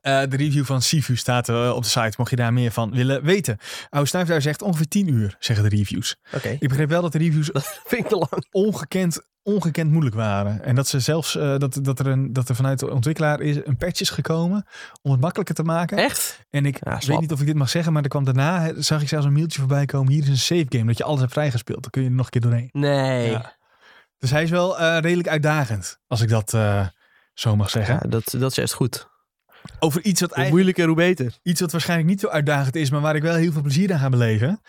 Speaker 1: Eh, de review van Sifu staat eh, op de site, mocht je daar meer van willen weten. Oude Snuifduif zegt ongeveer 10 uur, zeggen de reviews.
Speaker 2: Oké.
Speaker 1: Ik begreep wel dat de reviews
Speaker 2: Vind ik te lang.
Speaker 1: ongekend, ongekend moeilijk waren. En dat, ze zelfs, eh, dat, dat, er een, dat er vanuit de ontwikkelaar is een patch is gekomen om het makkelijker te maken.
Speaker 2: Echt?
Speaker 1: En ik
Speaker 2: Ja,
Speaker 1: weet
Speaker 2: slap.
Speaker 1: niet of ik dit mag zeggen, maar er kwam daarna, eh, zag ik zelfs een mailtje voorbij komen. Hier is een save game, dat je alles hebt vrijgespeeld. Dan kun je er nog een keer doorheen.
Speaker 2: Nee.
Speaker 1: Ja. Dus hij is wel eh, redelijk uitdagend, als ik dat eh, zo mag zeggen.
Speaker 2: Ja, dat, dat is echt goed.
Speaker 1: Over iets wat
Speaker 2: Hoe
Speaker 1: eigenlijk...
Speaker 2: moeilijker, hoe beter.
Speaker 1: Iets wat waarschijnlijk niet zo uitdagend is, maar waar ik wel heel veel plezier aan ga beleven,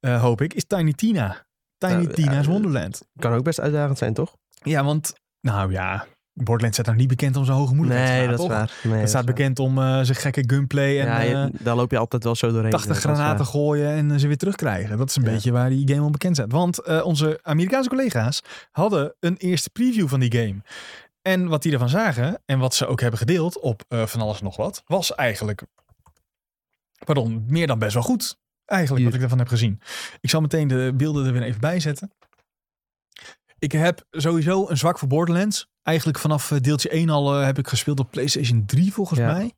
Speaker 1: eh, hoop ik, is Tiny Tina. Tiny
Speaker 2: Nou,
Speaker 1: Tina's
Speaker 2: ja,
Speaker 1: Wonderland.
Speaker 2: Kan ook best uitdagend zijn, toch?
Speaker 1: Ja, want, nou ja, Borderlands staat nou niet bekend om zijn hoge moeilijkheid.
Speaker 2: Nee, dat is waar. Nee,
Speaker 1: Het
Speaker 2: dat
Speaker 1: staat
Speaker 2: is waar.
Speaker 1: bekend om eh, zijn gekke gunplay en
Speaker 2: Ja,
Speaker 1: eh,
Speaker 2: je- daar loop je altijd wel zo doorheen. eh,
Speaker 1: 80
Speaker 2: Dat is waar.
Speaker 1: granaten gooien en eh, ze weer terugkrijgen. Dat is een
Speaker 2: Ja.
Speaker 1: beetje waar die game om bekend staat. Want eh, onze Amerikaanse collega's hadden een eerste preview van die game. En wat die ervan zagen en wat ze ook hebben gedeeld op eh, van alles en nog wat, was eigenlijk, pardon, meer dan best wel goed. Eigenlijk
Speaker 2: Hier.
Speaker 1: wat ik daarvan heb gezien. Ik zal meteen de beelden er weer even bij zetten. Ik heb sowieso een zwak voor Borderlands. Eigenlijk vanaf eh, deeltje 1 al eh, heb ik gespeeld op PlayStation 3 volgens
Speaker 2: Ja.
Speaker 1: mij.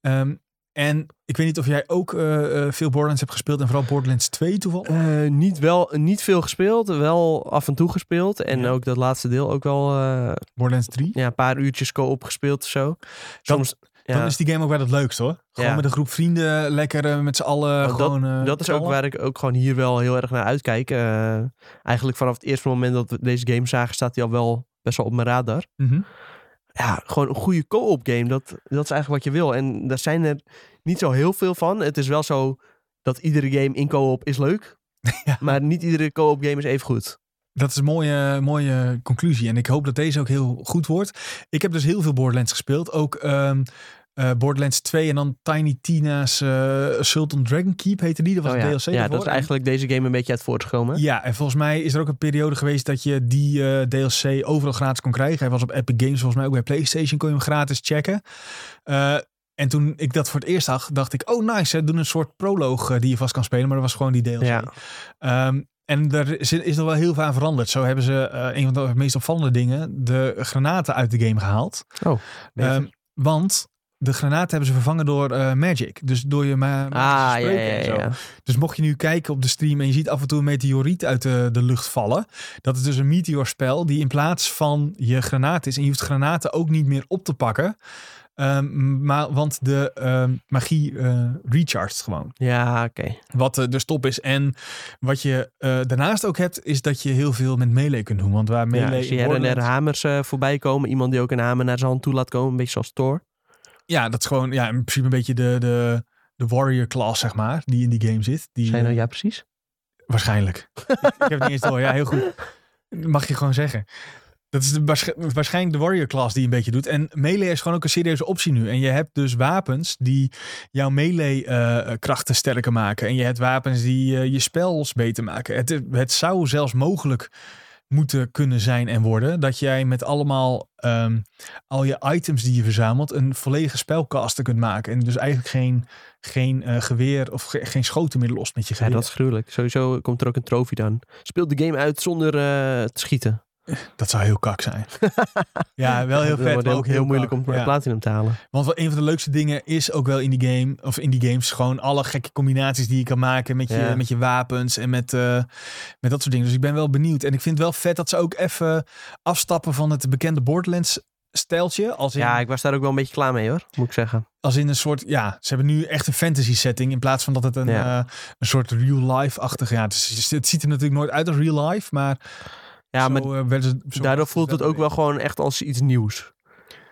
Speaker 1: Ehm, en ik weet niet of jij ook eh, eh, veel Borderlands hebt gespeeld en vooral Borderlands 2 toevallig.
Speaker 2: Eh, niet, wel, niet veel gespeeld, wel af en toe gespeeld. En
Speaker 1: Ja.
Speaker 2: ook dat laatste deel ook wel eh,
Speaker 1: Borderlands 3.
Speaker 2: ja, een paar uurtjes co-op gespeeld of zo. Soms, ja,
Speaker 1: Dan is die game ook wel het leukste hoor. Gewoon
Speaker 2: Ja. Oh,
Speaker 1: met een groep vrienden, lekker eh, met z'n allen.
Speaker 2: dat-
Speaker 1: gewoon, eh,
Speaker 2: dat is ook
Speaker 1: knallen.
Speaker 2: waar ik ook gewoon hier wel heel erg naar uitkijk. Eh, eigenlijk vanaf het eerste moment dat we deze game zagen, staat hij al wel best wel op mijn radar.
Speaker 1: Mhm.
Speaker 2: ja, gewoon een goede co-op game. Dat, dat is eigenlijk wat je wil. En daar zijn er niet zo heel veel van. Het is wel zo dat iedere game in co-op is leuk.
Speaker 1: Ja.
Speaker 2: Maar niet iedere co-op game is even goed.
Speaker 1: Dat is een mooie, mooie conclusie. En ik hoop dat deze ook heel goed wordt. Ik heb dus heel veel Borderlands gespeeld. Ook ehm, eh, Borderlands 2 en dan Tiny Tina's eh Sultan Dragon Keep heette die. Dat was
Speaker 2: Oh
Speaker 1: een
Speaker 2: ja,
Speaker 1: DLC
Speaker 2: ja
Speaker 1: daarvoor.
Speaker 2: dat is
Speaker 1: En-
Speaker 2: eigenlijk deze game een beetje uit voortgekomen.
Speaker 1: Ja, en volgens mij is er ook een periode geweest dat je die eh, DLC overal gratis kon krijgen. Hij was op Epic Games, volgens mij ook bij PlayStation kon je hem gratis checken. Eh, en toen ik dat voor het eerst zag, dacht ik, oh nice, ze doen een soort proloog eh, die je vast kan spelen. Maar dat was gewoon die DLC.
Speaker 2: Ja.
Speaker 1: Ehm, en er is, is nog wel heel veel aan veranderd. Zo hebben ze eh, een van de meest opvallende dingen, de granaten uit de game gehaald.
Speaker 2: Beter.
Speaker 1: Ehm, want de granaten hebben ze vervangen door eh, magic. Dus door je ma magic te
Speaker 2: ah, ja,
Speaker 1: spreken
Speaker 2: ja,
Speaker 1: en
Speaker 2: ja,
Speaker 1: zo.
Speaker 2: ja.
Speaker 1: Dus mocht je nu kijken op de stream en je ziet af en toe een meteoriet uit de, de lucht vallen. Dat is dus een meteorspel die in plaats van je granaat is. En je hoeft granaten ook niet meer op te pakken. Ehm, maar, want de ehm, magie eh recharged gewoon.
Speaker 2: Ja, oké.
Speaker 1: Wat eh, dus top is. En wat je eh, daarnaast ook hebt, is dat je heel veel met melee kunt doen. Want waar
Speaker 2: Ja,
Speaker 1: melee
Speaker 2: zie
Speaker 1: in
Speaker 2: je her en der
Speaker 1: Borderlands-
Speaker 2: hamers eh, voorbij komen. Iemand die ook een hamer naar zijn hand toe laat komen. Een beetje zoals Thor.
Speaker 1: ja, dat is gewoon ja, in principe een beetje de, de, de warrior class, zeg maar. Die in die game zit. Die,
Speaker 2: Zijn er,
Speaker 1: eh,
Speaker 2: ja, precies.
Speaker 1: Waarschijnlijk. ik, ik heb het niet eens door. Ja, heel goed. Mag je gewoon zeggen. Dat is de, waarsch- waarschijnlijk de warrior class die een beetje doet. En melee is gewoon ook een serieuze optie nu. En je hebt dus wapens die jouw melee eh, krachten sterker maken. En je hebt wapens die eh, je spels beter maken. Het, het zou zelfs mogelijk moeten kunnen zijn en worden. Dat jij met allemaal ehm, al je items die je verzamelt een volledige spelcaster kunt maken. En dus eigenlijk geen, geen eh, geweer of ge- geen schoten meer lost met je
Speaker 2: Ja,
Speaker 1: geweer.
Speaker 2: dat is gruwelijk. Sowieso komt er ook een trofee dan. Speelt de game uit zonder eh, te schieten.
Speaker 1: Dat zou heel kak zijn. ja, wel heel
Speaker 2: Dat
Speaker 1: vet,
Speaker 2: wordt
Speaker 1: maar
Speaker 2: heel,
Speaker 1: ook
Speaker 2: heel, moeilijk om eh,
Speaker 1: kak. Ja.
Speaker 2: platinum te halen.
Speaker 1: Want wel een van de leukste dingen is ook wel in die game, of in die games, gewoon alle gekke combinaties die je kan maken met je,
Speaker 2: Ja.
Speaker 1: met je wapens en met, eh, met dat soort dingen. Dus ik ben wel benieuwd. En ik vind het wel vet dat ze ook even afstappen van het bekende Borderlands stijltje. Als in,
Speaker 2: Ja, ik was daar ook wel een beetje klaar mee hoor, moet ik zeggen.
Speaker 1: als in een soort, ja, ze hebben nu echt een fantasy setting in plaats van dat het een,
Speaker 2: Ja.
Speaker 1: eh, een soort real life-achtig, ja, het, is- het ziet er natuurlijk nooit uit als real life, maar,
Speaker 2: Ja,
Speaker 1: zo,
Speaker 2: maar
Speaker 1: eh, werden ze- zo
Speaker 2: daardoor voelt het ook wel gewoon echt als iets nieuws.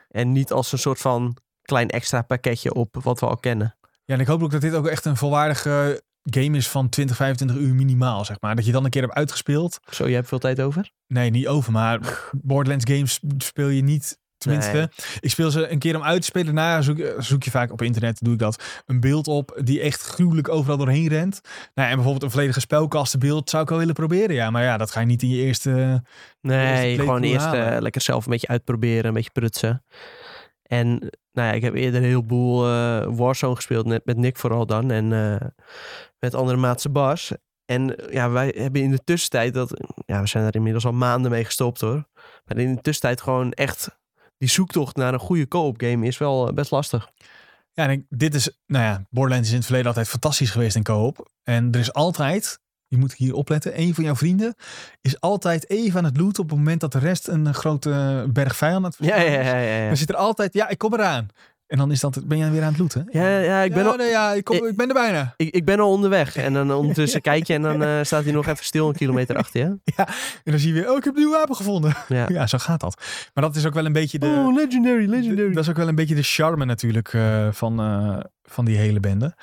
Speaker 2: En niet als een soort van klein extra pakketje op wat we al kennen.
Speaker 1: Ja, en ik hoop ook dat dit ook echt een volwaardige game is van 20, 25 uur minimaal, zeg maar. Dat je dan een keer hebt uitgespeeld.
Speaker 2: Zo, je hebt veel tijd over?
Speaker 1: Nee, niet over, maar Borderlands games speel je niet... Tenminste,
Speaker 2: Nee.
Speaker 1: ik speel ze een keer om uit te spelen. Daarna zoek, eh, zoek je vaak op internet, doe ik dat, een beeld op die echt gruwelijk overal doorheen rent. Nou, en bijvoorbeeld een volledige spelkastenbeeld zou ik wel willen proberen, ja. Maar ja, dat ga je niet in je eerste... Eerst de
Speaker 2: Nee,
Speaker 1: play
Speaker 2: gewoon
Speaker 1: cool
Speaker 2: eerst eh,
Speaker 1: halen.
Speaker 2: lekker zelf een beetje uitproberen, een beetje prutsen. En nou ja, ik heb eerder een heleboel eh, Warzone gespeeld, net met Nick vooral dan. En eh, met andere maatse Bas. En eh, ja, wij hebben in de tussentijd, dat, ja, we zijn daar inmiddels al maanden mee gestopt hoor. Maar in de tussentijd gewoon echt, die zoektocht naar een goede co-op game is wel eh, best lastig.
Speaker 1: Ja, en ik- dit is, nou ja, Borderlands is in het verleden altijd fantastisch geweest in co-op. En er is altijd, je moet hier opletten, een van jouw vrienden is altijd even aan het looten op het moment dat de rest een grote berg vijand aan het
Speaker 2: Ja,
Speaker 1: verzamelen is.
Speaker 2: ja, ja. ja, ja.
Speaker 1: Dan zit er altijd, ja, ik kom eraan. En dan is dat, ben jij weer aan het looten?
Speaker 2: Ja, ja, ik ben,
Speaker 1: ja,
Speaker 2: al,
Speaker 1: nee, ja ik, kom,
Speaker 2: Ik-
Speaker 1: ik ben er bijna.
Speaker 2: ik, ik ben al onderweg. En dan ondertussen kijk je en dan eh, staat hij nog even stil een kilometer achter je.
Speaker 1: En dan zie je weer, oh, ik heb een nieuw wapen gevonden.
Speaker 2: Ja.
Speaker 1: Ja, zo gaat dat. Maar dat is ook wel een beetje de...
Speaker 2: Oh, legendary,
Speaker 1: D-
Speaker 2: legendary.
Speaker 1: Dat is ook wel een beetje de charme natuurlijk eh, van, eh, van die hele bende.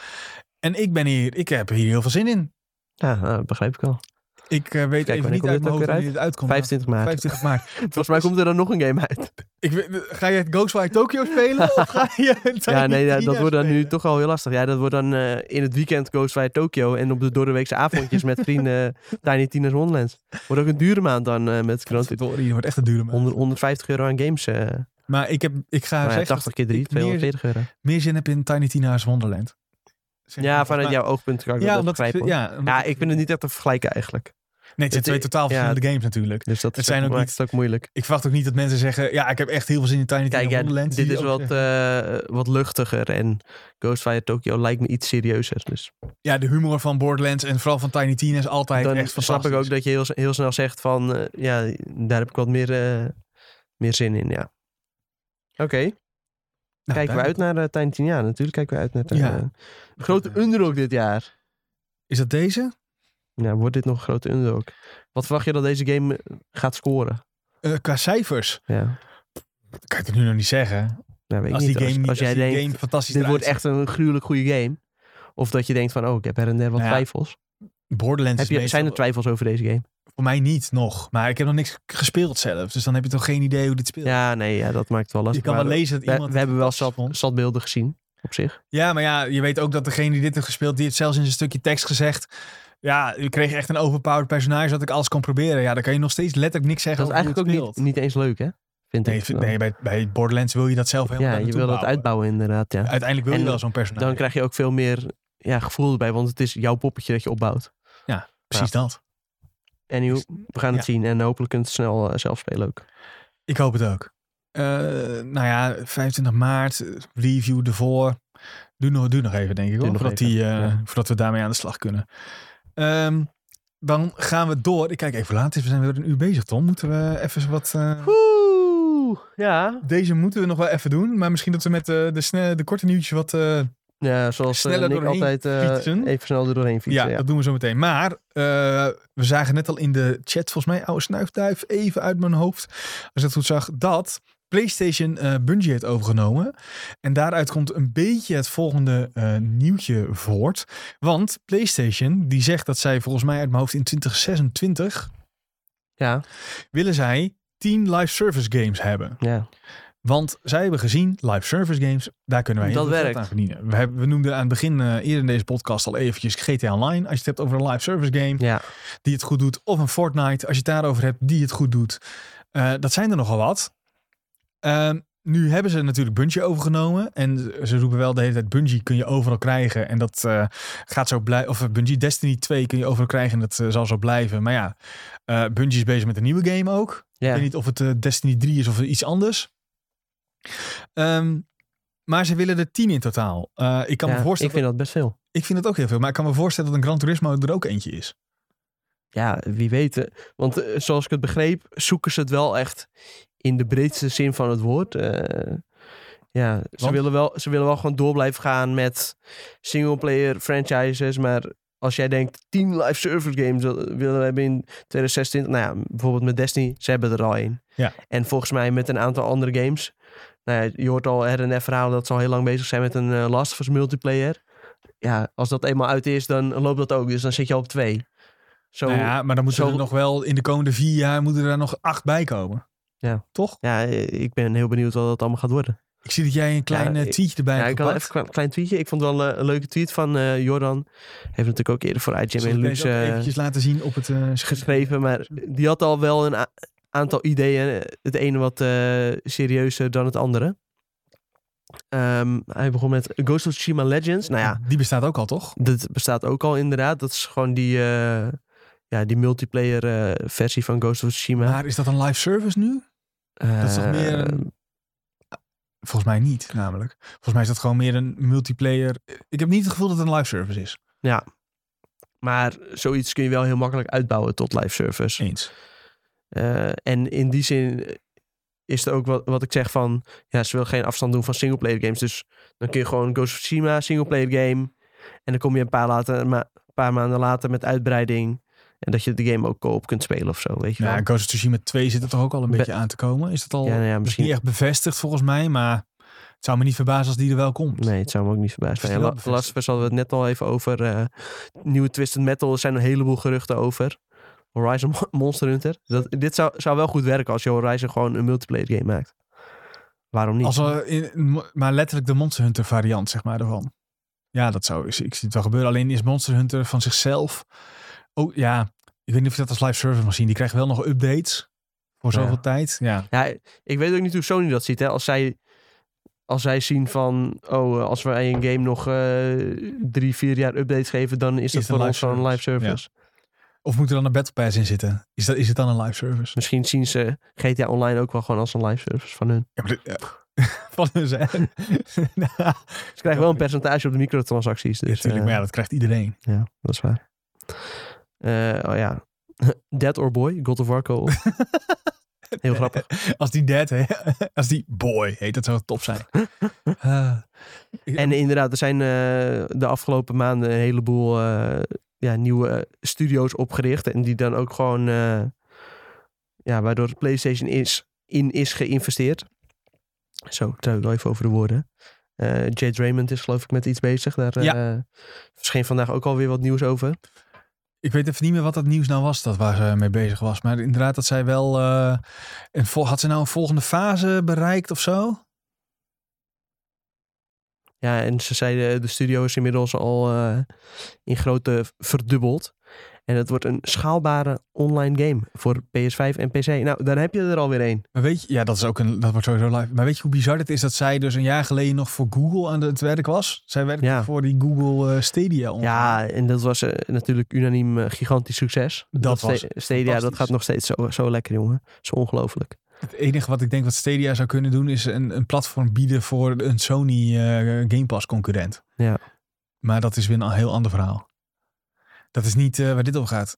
Speaker 1: En ik ben hier, ik heb hier heel veel zin in.
Speaker 2: Ja, nou, begrijp ik al.
Speaker 1: Ik eh, weet
Speaker 2: Kijk,
Speaker 1: even
Speaker 2: wanneer
Speaker 1: niet
Speaker 2: komt
Speaker 1: uit
Speaker 2: dit
Speaker 1: mijn
Speaker 2: ook
Speaker 1: hoofd
Speaker 2: weer
Speaker 1: wanneer dit uitkomt.
Speaker 2: 25 maart.
Speaker 1: 25 maart.
Speaker 2: Volgens mij komt er dan nog een game uit.
Speaker 1: Ik, weet- eh, ga je het Ghostwire Tokyo spelen? of ga je
Speaker 2: Ja, nee, ja, dat wordt dan nu
Speaker 1: toch.
Speaker 2: toch al heel lastig. Ja, dat wordt dan eh, in het weekend Ghostwire Tokyo en op de doordeweekse avondjes met vrienden Tiny Tina's Wonderlands. Wordt ook een dure maand dan eh, met Gran Turismo.
Speaker 1: Verdorie, je wordt echt een dure man.
Speaker 2: 100, 150 euro aan games. eh. Nou
Speaker 1: Maar ik, heb, ik ga
Speaker 2: ja,
Speaker 1: zeggen
Speaker 2: 80 keer
Speaker 1: dat
Speaker 2: 3,
Speaker 1: ik meer,
Speaker 2: 240 euro.
Speaker 1: meer zin heb in Tiny Tina's Wonderland. Zeg maar, Nou,
Speaker 2: Ja, vanuit jouw oogpunt kan ik
Speaker 1: Ja,
Speaker 2: dat
Speaker 1: omdat, ik-
Speaker 2: begrijpen. hoor.
Speaker 1: ja, omdat-
Speaker 2: Ja, ik vind het niet echt te vergelijken eigenlijk.
Speaker 1: nee, het zijn
Speaker 2: het-
Speaker 1: twee totaal
Speaker 2: ja.
Speaker 1: verschillende games natuurlijk.
Speaker 2: Dus dat
Speaker 1: Het
Speaker 2: is
Speaker 1: zijn
Speaker 2: ook,
Speaker 1: ook
Speaker 2: maakt
Speaker 1: niet-
Speaker 2: het ook moeilijk.
Speaker 1: Ik verwacht ook niet dat mensen zeggen, ja, ik heb echt heel veel zin in Tiny
Speaker 2: Kijk,
Speaker 1: Tina's
Speaker 2: ja,
Speaker 1: Wonderland.
Speaker 2: dit
Speaker 1: Die
Speaker 2: is
Speaker 1: ook
Speaker 2: wat,
Speaker 1: zeggen-
Speaker 2: eh, wat luchtiger en Ghostfire Tokyo lijkt me iets serieuzer. Dus
Speaker 1: Ja, de humor van Borderlands en vooral van Tiny Tina is altijd
Speaker 2: dan
Speaker 1: echt
Speaker 2: snap ik ook dat je heel, heel snel zegt van, eh, ja, daar heb ik wat meer, eh, meer zin in, ja. Oké,
Speaker 1: Nou,
Speaker 2: kijken we uit naar eh Tiny Tina. Ja, natuurlijk kijken we uit naar eh,
Speaker 1: Ja.
Speaker 2: ja. grote underdog dit jaar.
Speaker 1: Is dat deze?
Speaker 2: Nou, wordt dit nog een grote underdog? Wat verwacht je dat deze game eh, gaat scoren?
Speaker 1: Eh, qua cijfers.
Speaker 2: Ja,
Speaker 1: Dat kan ik het nu nog niet zeggen.
Speaker 2: nou, weet ik
Speaker 1: Als
Speaker 2: niet.
Speaker 1: die game,
Speaker 2: als,
Speaker 1: niet-
Speaker 2: als jij
Speaker 1: die
Speaker 2: denkt,
Speaker 1: game fantastisch
Speaker 2: dit wordt
Speaker 1: eruit
Speaker 2: echt een gruwelijk goede game. Of dat je denkt van, oh, ik heb er en der wat
Speaker 1: Nou ja,
Speaker 2: twijfels.
Speaker 1: ziet. Borderlands
Speaker 2: Heb
Speaker 1: is
Speaker 2: je,
Speaker 1: meestal-
Speaker 2: zijn er twijfels over deze game?
Speaker 1: voor mij niet nog. Maar ik heb nog niks gespeeld zelf. Dus dan heb je toch geen idee hoe dit speelt.
Speaker 2: Ja, nee, ja, dat maakt het wel
Speaker 1: je
Speaker 2: lastig.
Speaker 1: kan wel
Speaker 2: maar
Speaker 1: lezen dat
Speaker 2: we,
Speaker 1: iemand...
Speaker 2: we hebben wel zat,
Speaker 1: fantastisch vond.
Speaker 2: zatbeelden gezien, op zich.
Speaker 1: Ja, maar ja, je weet ook dat degene die dit heeft gespeeld, die heeft zelfs in zijn stukje tekst gezegd. Ja, je kreeg echt een overpowered personage dat ik alles kon proberen. Ja, dan kan je nog steeds letterlijk niks zeggen
Speaker 2: Dat is
Speaker 1: over
Speaker 2: eigenlijk ook
Speaker 1: hoe het
Speaker 2: niet, niet eens leuk, hè? Vind ik.
Speaker 1: speelt.
Speaker 2: dan.
Speaker 1: Nee, nee bij, bij Borderlands wil je dat zelf helemaal
Speaker 2: ja,
Speaker 1: daar
Speaker 2: je wil
Speaker 1: naartoe
Speaker 2: dat uitbouwen inderdaad, ja.
Speaker 1: Uiteindelijk wil
Speaker 2: En
Speaker 1: je wel zo'n personage.
Speaker 2: Dan krijg je ook veel meer ja, gevoel erbij, want het is jouw poppetje dat je opbouwt.
Speaker 1: Precies dat.
Speaker 2: Anywho, we gaan het zien en hopelijk kunt het snel eh, zelf spelen ook.
Speaker 1: Ik hoop het ook. Eh, nou ja, 25 maart, eh, review ervoor. Doe nog, doe nog even, denk ik.
Speaker 2: Doe
Speaker 1: Hoor,
Speaker 2: nog
Speaker 1: voordat,
Speaker 2: even,
Speaker 1: die, eh,
Speaker 2: ja.
Speaker 1: voordat we daarmee aan de slag kunnen. Ehm, dan gaan we door. Ik kijk even hoe laat. het is. We zijn weer een uur bezig, Tom. Moeten we even wat... eh,
Speaker 2: Oeh, ja.
Speaker 1: Deze moeten we nog wel even doen. Maar misschien dat we met eh, de, snelle, de korte nieuwtjes wat... eh,
Speaker 2: ja zoals eh,
Speaker 1: Sneller
Speaker 2: Nick
Speaker 1: doorheen
Speaker 2: altijd eh,
Speaker 1: fietsen.
Speaker 2: even snel er doorheen
Speaker 1: ja,
Speaker 2: fietsen. Ja,
Speaker 1: dat doen we zo meteen. Maar eh, we zagen net al in de chat, volgens mij, oude snuifduif, even uit mijn hoofd, als ik dat goed zag, dat PlayStation eh Bungie heeft overgenomen. En daaruit komt een beetje het volgende eh, nieuwtje voort. Want PlayStation, die zegt dat zij volgens mij uit mijn hoofd in 2026
Speaker 2: ja,
Speaker 1: willen zij 10 live service games hebben.
Speaker 2: ja.
Speaker 1: Want zij hebben gezien, live service games, daar kunnen wij heel
Speaker 2: Dat
Speaker 1: veel geld
Speaker 2: werkt.
Speaker 1: aan verdienen. We, hebben, we noemden aan het begin, eh, eerder in deze podcast al eventjes GTA Online. Als je het hebt over een live service game
Speaker 2: ja.
Speaker 1: die het goed doet. Of een Fortnite, als je het daarover hebt, die het goed doet. Eh, dat zijn er nogal wat. Ehm, nu hebben ze natuurlijk Bungie overgenomen. En ze roepen wel de hele tijd, Bungie kun je overal krijgen. En dat eh, gaat zo blijven. Of eh, Bungie Destiny 2 kun je overal krijgen en dat eh, zal zo blijven. Maar ja, eh, Bungie is bezig met een nieuwe game ook.
Speaker 2: ja.
Speaker 1: Ik weet niet of het eh, Destiny 3 is of iets anders. Ehm, maar ze willen er 10 in totaal. Eh, ik kan
Speaker 2: Ja,
Speaker 1: me voorstellen.
Speaker 2: ik vind dat best veel.
Speaker 1: ik vind het ook heel veel. Maar ik kan me voorstellen dat een Gran Turismo er ook eentje is.
Speaker 2: ja, wie weet. eh, Want eh, zoals ik het begreep, zoeken ze het wel echt in de breedste zin van het woord. Eh, ja, ze
Speaker 1: Want?
Speaker 2: willen, wel, ze willen wel gewoon door blijven gaan met singleplayer franchises. Maar als jij denkt, 10 live service games dat willen we hebben in 2026. Nou ja, bijvoorbeeld met Destiny, ze hebben er al één.
Speaker 1: Ja.
Speaker 2: En volgens mij met een aantal andere games. Nou ja, je hoort al her en der verhalen dat ze al heel lang bezig zijn met een eh, Last of Us multiplayer. Ja, als dat eenmaal uit is, dan loopt dat ook. Dus dan zit je al op twee. Zo,
Speaker 1: nou ja, maar dan moeten
Speaker 2: zo-
Speaker 1: er nog wel in de komende vier jaar moeten er nog acht bij komen.
Speaker 2: Ja.
Speaker 1: Toch?
Speaker 2: Ja, eh, ik ben heel benieuwd wat dat allemaal gaat worden.
Speaker 1: Ik zie dat jij een klein
Speaker 2: Ja,
Speaker 1: eh,
Speaker 2: ik-
Speaker 1: tietje erbij
Speaker 2: Ja,
Speaker 1: hebt
Speaker 2: ik had
Speaker 1: gepakt.
Speaker 2: even een klein tweetje. Ik vond wel eh, een leuke tweet van eh, Jordan. Heeft natuurlijk ook eerder voor IGM
Speaker 1: Zal ik
Speaker 2: en
Speaker 1: deze
Speaker 2: Lux
Speaker 1: ook
Speaker 2: eh,
Speaker 1: eventjes laten zien op het eh, scherm?
Speaker 2: geschreven. Maar die had al wel een a- aantal ideeën. Het ene wat eh, serieuzer dan het andere. Ehm, hij begon met Ghost of Tsushima Legends. Nou ja,
Speaker 1: Die bestaat ook al, toch?
Speaker 2: dat bestaat ook al inderdaad. Dat is gewoon die, eh, ja, die multiplayer eh, versie van Ghost of Tsushima.
Speaker 1: Maar is dat een live service nu? dat is toch
Speaker 2: Eh,
Speaker 1: meer een- Volgens mij niet, namelijk. Volgens mij is dat gewoon meer een multiplayer. Ik heb niet het gevoel dat het een live service is.
Speaker 2: Maar zoiets kun je wel heel makkelijk uitbouwen tot live service.
Speaker 1: Eens.
Speaker 2: Eh, en in die zin is het ook wat, wat ik zeg van... Ja, ze wil geen afstand doen van singleplayer games. Dus dan kun je gewoon Ghost of Tsushima, singleplayer game. En dan kom je een paar, later, ma- een paar maanden later met uitbreiding. En dat je de game ook koop kunt spelen of zo, weet je wel.
Speaker 1: Nou Ja, Ghost of Tsushima 2 zit er toch ook al een
Speaker 2: Be-
Speaker 1: beetje aan te komen? Is dat al
Speaker 2: Ja, nou ja,
Speaker 1: dat is niet
Speaker 2: misschien...
Speaker 1: echt bevestigd volgens mij, maar het zou me niet verbazen als die er wel komt.
Speaker 2: Nee, het zou me ook niet verbazen.
Speaker 1: Is
Speaker 2: Ja,
Speaker 1: die wel
Speaker 2: La-
Speaker 1: bevestigd?
Speaker 2: Last of Us hadden we het net al even over. eh, nieuwe Twisted Metal, er zijn een heleboel geruchten over. Horizon Mo- Monster Hunter. Dat, dit zou, zou wel goed werken als je Horizon gewoon een multiplayer game maakt. Waarom niet?
Speaker 1: Als er in, maar letterlijk de Monster Hunter variant, zeg maar, ervan. Ja, dat zou ik zie het wel gebeuren. Alleen is Monster Hunter van zichzelf. Oh ja, ik weet niet of je dat als live service mag zien. Die krijgt wel nog updates voor
Speaker 2: Ja.
Speaker 1: zoveel tijd. Ja,
Speaker 2: Ja, ik weet ook niet hoe Sony dat ziet. Hè? Als, zij, als zij zien van, oh, eh, als wij een game nog eh, drie, vier jaar updates geven, dan is dat
Speaker 1: het
Speaker 2: voor
Speaker 1: een
Speaker 2: ons
Speaker 1: live
Speaker 2: zo'n live
Speaker 1: service?
Speaker 2: service.
Speaker 1: Ja. Of moet er dan een Battle Pass in zitten? Is, dat, is het dan een live service?
Speaker 2: Misschien zien ze GTA Online ook wel gewoon als een live service van hun.
Speaker 1: Ja, maar dit- ja. Van hun zijn. Ja,
Speaker 2: Ze krijgen wel een percentage op de microtransacties. Dus,
Speaker 1: natuurlijk,
Speaker 2: eh,
Speaker 1: maar ja, dat krijgt iedereen.
Speaker 2: Ja, dat is waar. Eh, oh ja. Dead or Boy, God of War co-op. Heel grappig.
Speaker 1: Als die dead, hè? als die boy heet, dat zou top zijn. Eh,
Speaker 2: En inderdaad, er zijn eh, de afgelopen maanden een heleboel eh, ja, nieuwe eh, studio's opgericht. En die dan ook gewoon, eh, ja, waardoor PlayStation is, in is geïnvesteerd. Zo, trouw ik wel even over de woorden. Eh Jade Raymond is geloof ik met iets bezig. Daar eh verscheen vandaag ook alweer wat nieuws over.
Speaker 1: Ik weet even niet meer wat dat nieuws nou was dat waar ze mee bezig was. Maar inderdaad, dat zij wel. eh, een vol- had ze nou een volgende fase bereikt of zo?
Speaker 2: Ja, en ze zeiden eh, de studio is inmiddels al eh, in grootte verdubbeld. En het wordt een schaalbare online game voor PS5 en PC. Nou, daar heb je er alweer één.
Speaker 1: Maar weet je, ja, dat is ook een. Dat wordt sowieso live. Maar weet je hoe bizar het is dat zij dus een jaar geleden nog voor Google aan het werk was? Zij werkte
Speaker 2: Ja.
Speaker 1: voor die Google eh, Stadia. onder-
Speaker 2: Ja, en dat was eh, natuurlijk unaniem eh, gigantisch succes.
Speaker 1: Dat was
Speaker 2: Sta- Stadia, dat
Speaker 1: fantastisch.
Speaker 2: gaat nog steeds zo, zo lekker, jongen. Dat is ongelooflijk.
Speaker 1: Het enige wat ik denk wat Stadia zou kunnen doen is een, een platform bieden voor een Sony eh, Game Pass concurrent.
Speaker 2: Ja.
Speaker 1: Maar dat is weer een heel ander verhaal. Dat is niet eh, waar dit om gaat.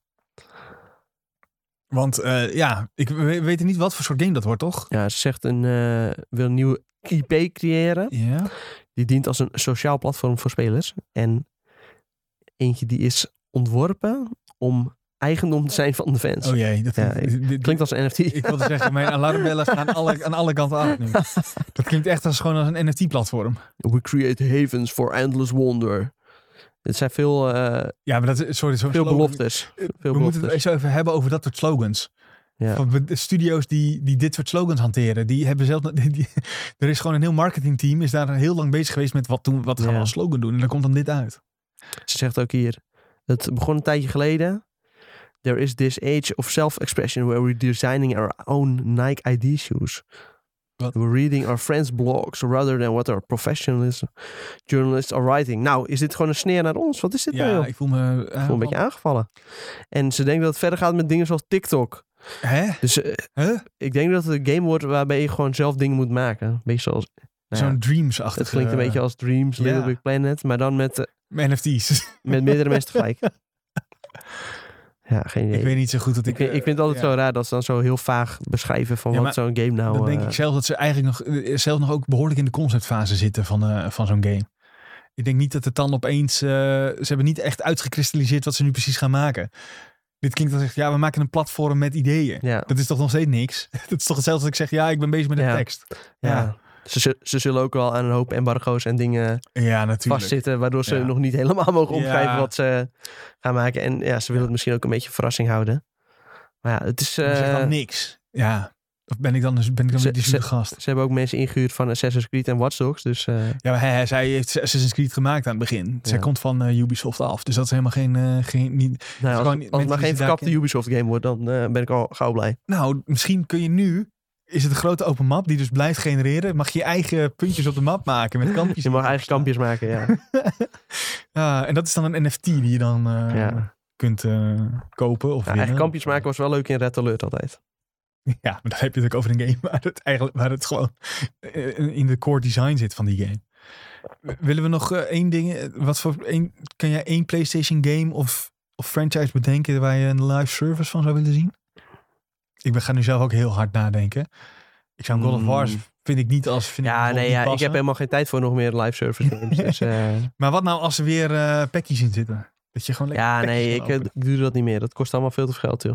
Speaker 1: Want eh, ja, ik we- weet niet wat voor soort game dat wordt, toch?
Speaker 2: Ja, ze zegt een, eh, wil een nieuwe IP creëren.
Speaker 1: Ja.
Speaker 2: Die dient als een sociaal platform voor spelers. En eentje die is ontworpen om eigendom te zijn van de fans.
Speaker 1: Oh jee, dat
Speaker 2: Ja,
Speaker 1: dit- dit-
Speaker 2: Klinkt als een NFT.
Speaker 1: Ik wilde zeggen, mijn alarmbellen gaan alle, aan alle kanten af nu. Dat klinkt echt als gewoon als een NFT-platform.
Speaker 2: We create havens for endless wonder. Het zijn veel, eh,
Speaker 1: Ja, maar dat is, sorry, zo
Speaker 2: veel
Speaker 1: slogan.
Speaker 2: beloftes.
Speaker 1: Eh,
Speaker 2: Veel
Speaker 1: We moeten
Speaker 2: beloftes.
Speaker 1: het eens even hebben over dat soort slogans.
Speaker 2: Ja.
Speaker 1: Van de studio's die, die dit soort slogans hanteren, die hebben zelf. Die, die- er is gewoon een heel marketingteam, is daar heel lang bezig geweest met wat, doen, wat gaan
Speaker 2: Ja.
Speaker 1: we als slogan doen. En dan komt dan dit uit.
Speaker 2: Ze zegt ook hier, het begon een tijdje geleden. There is this age of self-expression where we're designing our own Nike ID shoes.
Speaker 1: Wat?
Speaker 2: We're reading our friends' blogs rather than what our professionals journalists are writing. Nou, is dit gewoon een sneer naar ons? Wat is dit nou, joh?
Speaker 1: Ja, ik voel me. eh,
Speaker 2: Ik voel een beetje aangevallen. En ze denkt dat het verder gaat met dingen zoals TikTok.
Speaker 1: Hè?
Speaker 2: Dus eh,
Speaker 1: Huh?
Speaker 2: ik denk dat het een game wordt waarbij je gewoon zelf dingen moet maken. Een beetje zoals... nou ja,
Speaker 1: Zo'n dreams achter.
Speaker 2: het klinkt een beetje als Dreams, Little
Speaker 1: ja.
Speaker 2: Big Planet, maar dan met, eh,
Speaker 1: NFT's.
Speaker 2: met meerdere mensen tegelijk. Ja, geen idee.
Speaker 1: Ik weet niet zo goed dat ik.
Speaker 2: Ik, vind- ik
Speaker 1: eh,
Speaker 2: vind het altijd
Speaker 1: ja.
Speaker 2: zo raar dat ze dan zo heel vaag beschrijven van
Speaker 1: Ja,
Speaker 2: wat
Speaker 1: maar
Speaker 2: zo'n game nou...
Speaker 1: Dan
Speaker 2: eh,
Speaker 1: denk ik zelf dat ze eigenlijk nog, eh, zelf nog ook behoorlijk in de conceptfase zitten van, eh, van zo'n game. Ik denk niet dat het dan opeens. eh, ze hebben niet echt uitgekristalliseerd wat ze nu precies gaan maken. Dit klinkt als echt, ja, we maken een platform met ideeën.
Speaker 2: ja,
Speaker 1: Dat is toch nog steeds niks? Dat is toch hetzelfde als ik zeg, ja, ik ben bezig met een
Speaker 2: Ja.
Speaker 1: tekst.
Speaker 2: ja.
Speaker 1: ja.
Speaker 2: Ze, zu- ze zullen ook wel aan een hoop embargo's en dingen
Speaker 1: Ja, natuurlijk.
Speaker 2: vastzitten, waardoor ze
Speaker 1: Ja.
Speaker 2: nog niet helemaal mogen
Speaker 1: Ja.
Speaker 2: omschrijven wat ze gaan maken. En ja, ze willen het misschien ook een beetje verrassing houden. Maar ja, het is...
Speaker 1: Maar zeg
Speaker 2: eh,
Speaker 1: dan niks. Ja. Of ben ik dan, een- ben ik dan
Speaker 2: Ze-
Speaker 1: weer die zure
Speaker 2: ze-
Speaker 1: gast?
Speaker 2: ze hebben ook mensen ingehuurd van Assassin's Creed en Watch Dogs, dus... eh,
Speaker 1: Ja, maar hij, hij- zij heeft Assassin's Creed gemaakt aan het begin. Zij
Speaker 2: Ja.
Speaker 1: komt van eh, Ubisoft af. Dus dat is helemaal geen... eh, geen niet,
Speaker 2: Nou,
Speaker 1: gewoon
Speaker 2: als, als het
Speaker 1: mensen
Speaker 2: maar
Speaker 1: die
Speaker 2: geen
Speaker 1: ze daar
Speaker 2: verkapte
Speaker 1: kennen.
Speaker 2: Ubisoft game wordt, dan eh, ben ik al gauw blij.
Speaker 1: Nou, misschien kun je nu. Is het een grote open map die dus blijft genereren? Mag je je eigen puntjes op de map maken met kampjes?
Speaker 2: Je mag eigen kampjes maken, ja.
Speaker 1: Ja, en dat is dan een NFT die je dan eh,
Speaker 2: ja.
Speaker 1: kunt eh, kopen. Of
Speaker 2: Ja,
Speaker 1: winnen.
Speaker 2: eigen kampjes maken was wel leuk in Red Alert altijd.
Speaker 1: Ja, maar dan heb je het ook over een game waar het, eigenlijk, waar het gewoon eh, in de core design zit van die game. W- Willen we nog eh, één ding? eh, Wat voor één, kan jij één PlayStation game of, of franchise bedenken waar je een live service van zou willen zien? Ik ben, ga nu zelf ook heel hard nadenken. Ik zou een God of War
Speaker 2: Mm.
Speaker 1: vind ik niet als... Vind ik
Speaker 2: Ja,
Speaker 1: bijvoorbeeld
Speaker 2: nee,
Speaker 1: niet
Speaker 2: ja, ik
Speaker 1: passen.
Speaker 2: heb helemaal geen tijd voor nog meer live service games. dus, eh,
Speaker 1: Maar wat nou als er weer eh packies in zitten? Dat je gewoon lekker
Speaker 2: ja,
Speaker 1: packies
Speaker 2: nee,
Speaker 1: kan
Speaker 2: ik, eh,
Speaker 1: openen.
Speaker 2: ik doe dat niet meer. Dat kost allemaal veel te veel geld, joh.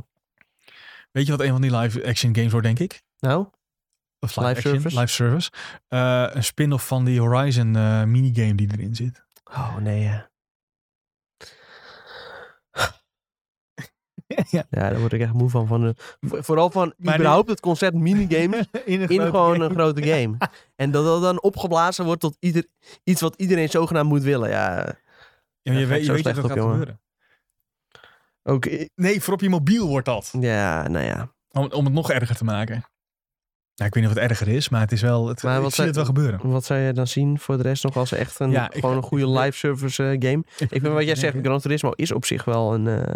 Speaker 1: Weet je wat een van die live action games wordt, denk ik?
Speaker 2: Nou,
Speaker 1: Of
Speaker 2: Live service?
Speaker 1: Live service. Eh, een spin-off van die Horizon eh, minigame die erin zit.
Speaker 2: oh nee, ja.
Speaker 1: ja,
Speaker 2: ja, daar word ik echt moe van. van de, vo- vooral van
Speaker 1: Maar
Speaker 2: überhaupt het concept minigame
Speaker 1: in een
Speaker 2: in
Speaker 1: grote
Speaker 2: gewoon
Speaker 1: game.
Speaker 2: een grote game. En dat dat dan opgeblazen wordt tot ieder, iets wat iedereen zogenaamd moet willen. Ja,
Speaker 1: Ja, maar je
Speaker 2: Ja, ga ik
Speaker 1: weet, je
Speaker 2: zo
Speaker 1: weet dat
Speaker 2: slecht
Speaker 1: dat
Speaker 2: op,
Speaker 1: gaat
Speaker 2: jongen.
Speaker 1: gebeuren.
Speaker 2: ook,
Speaker 1: Nee, voor op je mobiel wordt dat.
Speaker 2: ja, nou ja.
Speaker 1: Om, om het nog erger te maken. Nou, ik weet niet of het erger is, maar het is wel... Het,
Speaker 2: Maar
Speaker 1: ik
Speaker 2: wat
Speaker 1: zie
Speaker 2: zei-
Speaker 1: het wel gebeuren.
Speaker 2: Wat zou je dan zien voor de rest nog als echt een,
Speaker 1: Ja, ik-
Speaker 2: gewoon een goede live service eh, game? Ik vind wat jij zegt, Gran Turismo is op zich wel een, eh,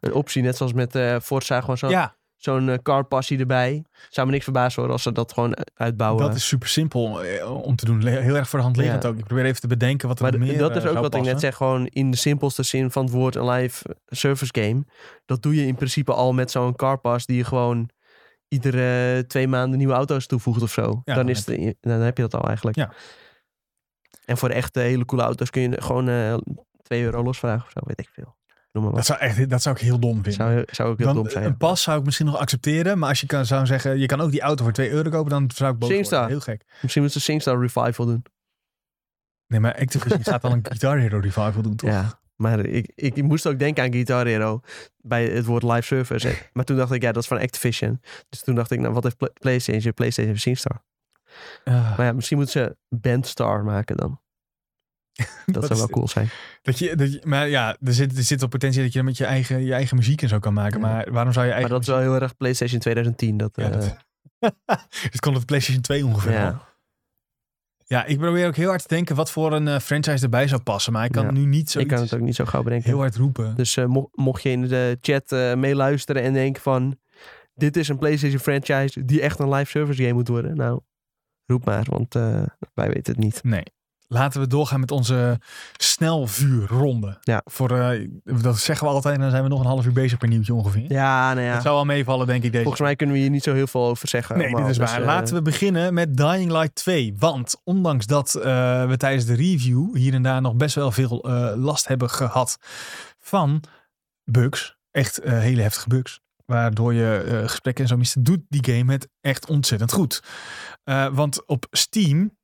Speaker 2: een optie. Net zoals met eh Forza, gewoon zo,
Speaker 1: Ja,
Speaker 2: zo'n eh, car passie erbij. Zou me niks verbazen hoor als ze dat gewoon eh, uitbouwen.
Speaker 1: dat is super simpel eh, om te doen. Le- Heel erg voor de hand liggend
Speaker 2: Ja.
Speaker 1: ook. Ik probeer even te bedenken wat er
Speaker 2: maar
Speaker 1: nog
Speaker 2: d-
Speaker 1: meer
Speaker 2: dat
Speaker 1: eh,
Speaker 2: is ook
Speaker 1: zou
Speaker 2: wat ik net
Speaker 1: passen.
Speaker 2: zeg, gewoon in de simpelste zin van het woord een live eh, service game. Dat doe je in principe al met zo'n car pass die je gewoon iedere twee maanden nieuwe auto's toevoegt of zo.
Speaker 1: Ja,
Speaker 2: dan,
Speaker 1: dan
Speaker 2: is het, dan heb je dat al eigenlijk.
Speaker 1: Ja.
Speaker 2: En voor de echte hele coole auto's kun je gewoon eh 2 euro losvragen of zo, weet ik veel. Noem maar wat.
Speaker 1: Dat zou, echt, dat zou ik heel dom vinden.
Speaker 2: Zou, eh, zou ook heel
Speaker 1: Dan,
Speaker 2: dom zijn.
Speaker 1: Een pas zou ik misschien nog accepteren. Maar als je kan, zou zeggen, je kan ook die auto voor 2 euro kopen, dan zou ik boos worden.
Speaker 2: Singstar.
Speaker 1: Heel gek.
Speaker 2: Misschien moeten ze Singstar Revival doen.
Speaker 1: Nee, maar Activision gaat al een Guitar Hero revival doen, toch?
Speaker 2: Ja, maar ik, ik moest ook denken aan Guitar Hero bij het woord live service. En- Maar toen dacht ik, ja, dat is van Activision. Dus toen dacht ik, nou, wat heeft Pla- PlayStation? PlayStation heeft Singstar.
Speaker 1: Ah,
Speaker 2: Maar ja, misschien moeten ze Bandstar maken dan. Dat
Speaker 1: is
Speaker 2: zou wel
Speaker 1: dit?
Speaker 2: cool zijn.
Speaker 1: dat je, dat je, maar ja, er zit, er zit wel potentie dat je dan met je eigen, je eigen muziek en zo kan maken.
Speaker 2: Ja.
Speaker 1: Maar waarom zou je
Speaker 2: Maar
Speaker 1: eigen
Speaker 2: dat is wel heel erg PlayStation 2010. Dat,
Speaker 1: Ja, dat-
Speaker 2: eh,
Speaker 1: Het kon op PlayStation 2 ongeveer.
Speaker 2: Ja.
Speaker 1: al. Ja, ik probeer ook heel hard te denken wat voor een eh, franchise erbij zou passen. Maar ik kan
Speaker 2: Ja.
Speaker 1: nu niet zo
Speaker 2: ik kan het ook niet zo gauw bedenken.
Speaker 1: heel hard roepen.
Speaker 2: Dus eh, mo- mocht je in de chat eh, meeluisteren en denken van... Dit is een PlayStation franchise die echt een live service game moet worden. Nou, roep maar, want eh, wij weten het niet.
Speaker 1: Nee. Laten we doorgaan met onze snelvuurronde.
Speaker 2: Ja.
Speaker 1: Voor, eh, dat zeggen we altijd en dan zijn we nog een half uur bezig per nieuwtje ongeveer.
Speaker 2: Ja, nou ja.
Speaker 1: Dat zou wel meevallen, denk ik, deze
Speaker 2: Volgens mij kunnen we hier niet zo heel veel over zeggen. Dus, eh,
Speaker 1: Nee, dit is waar. Laten we beginnen met Dying Light 2. Want ondanks dat eh, we tijdens de review hier en daar nog best wel veel eh, last hebben gehad van bugs. Echt eh, hele heftige bugs. Waardoor je eh, gesprekken en zo mist. Doet die game het echt ontzettend goed. Eh, want op Steam,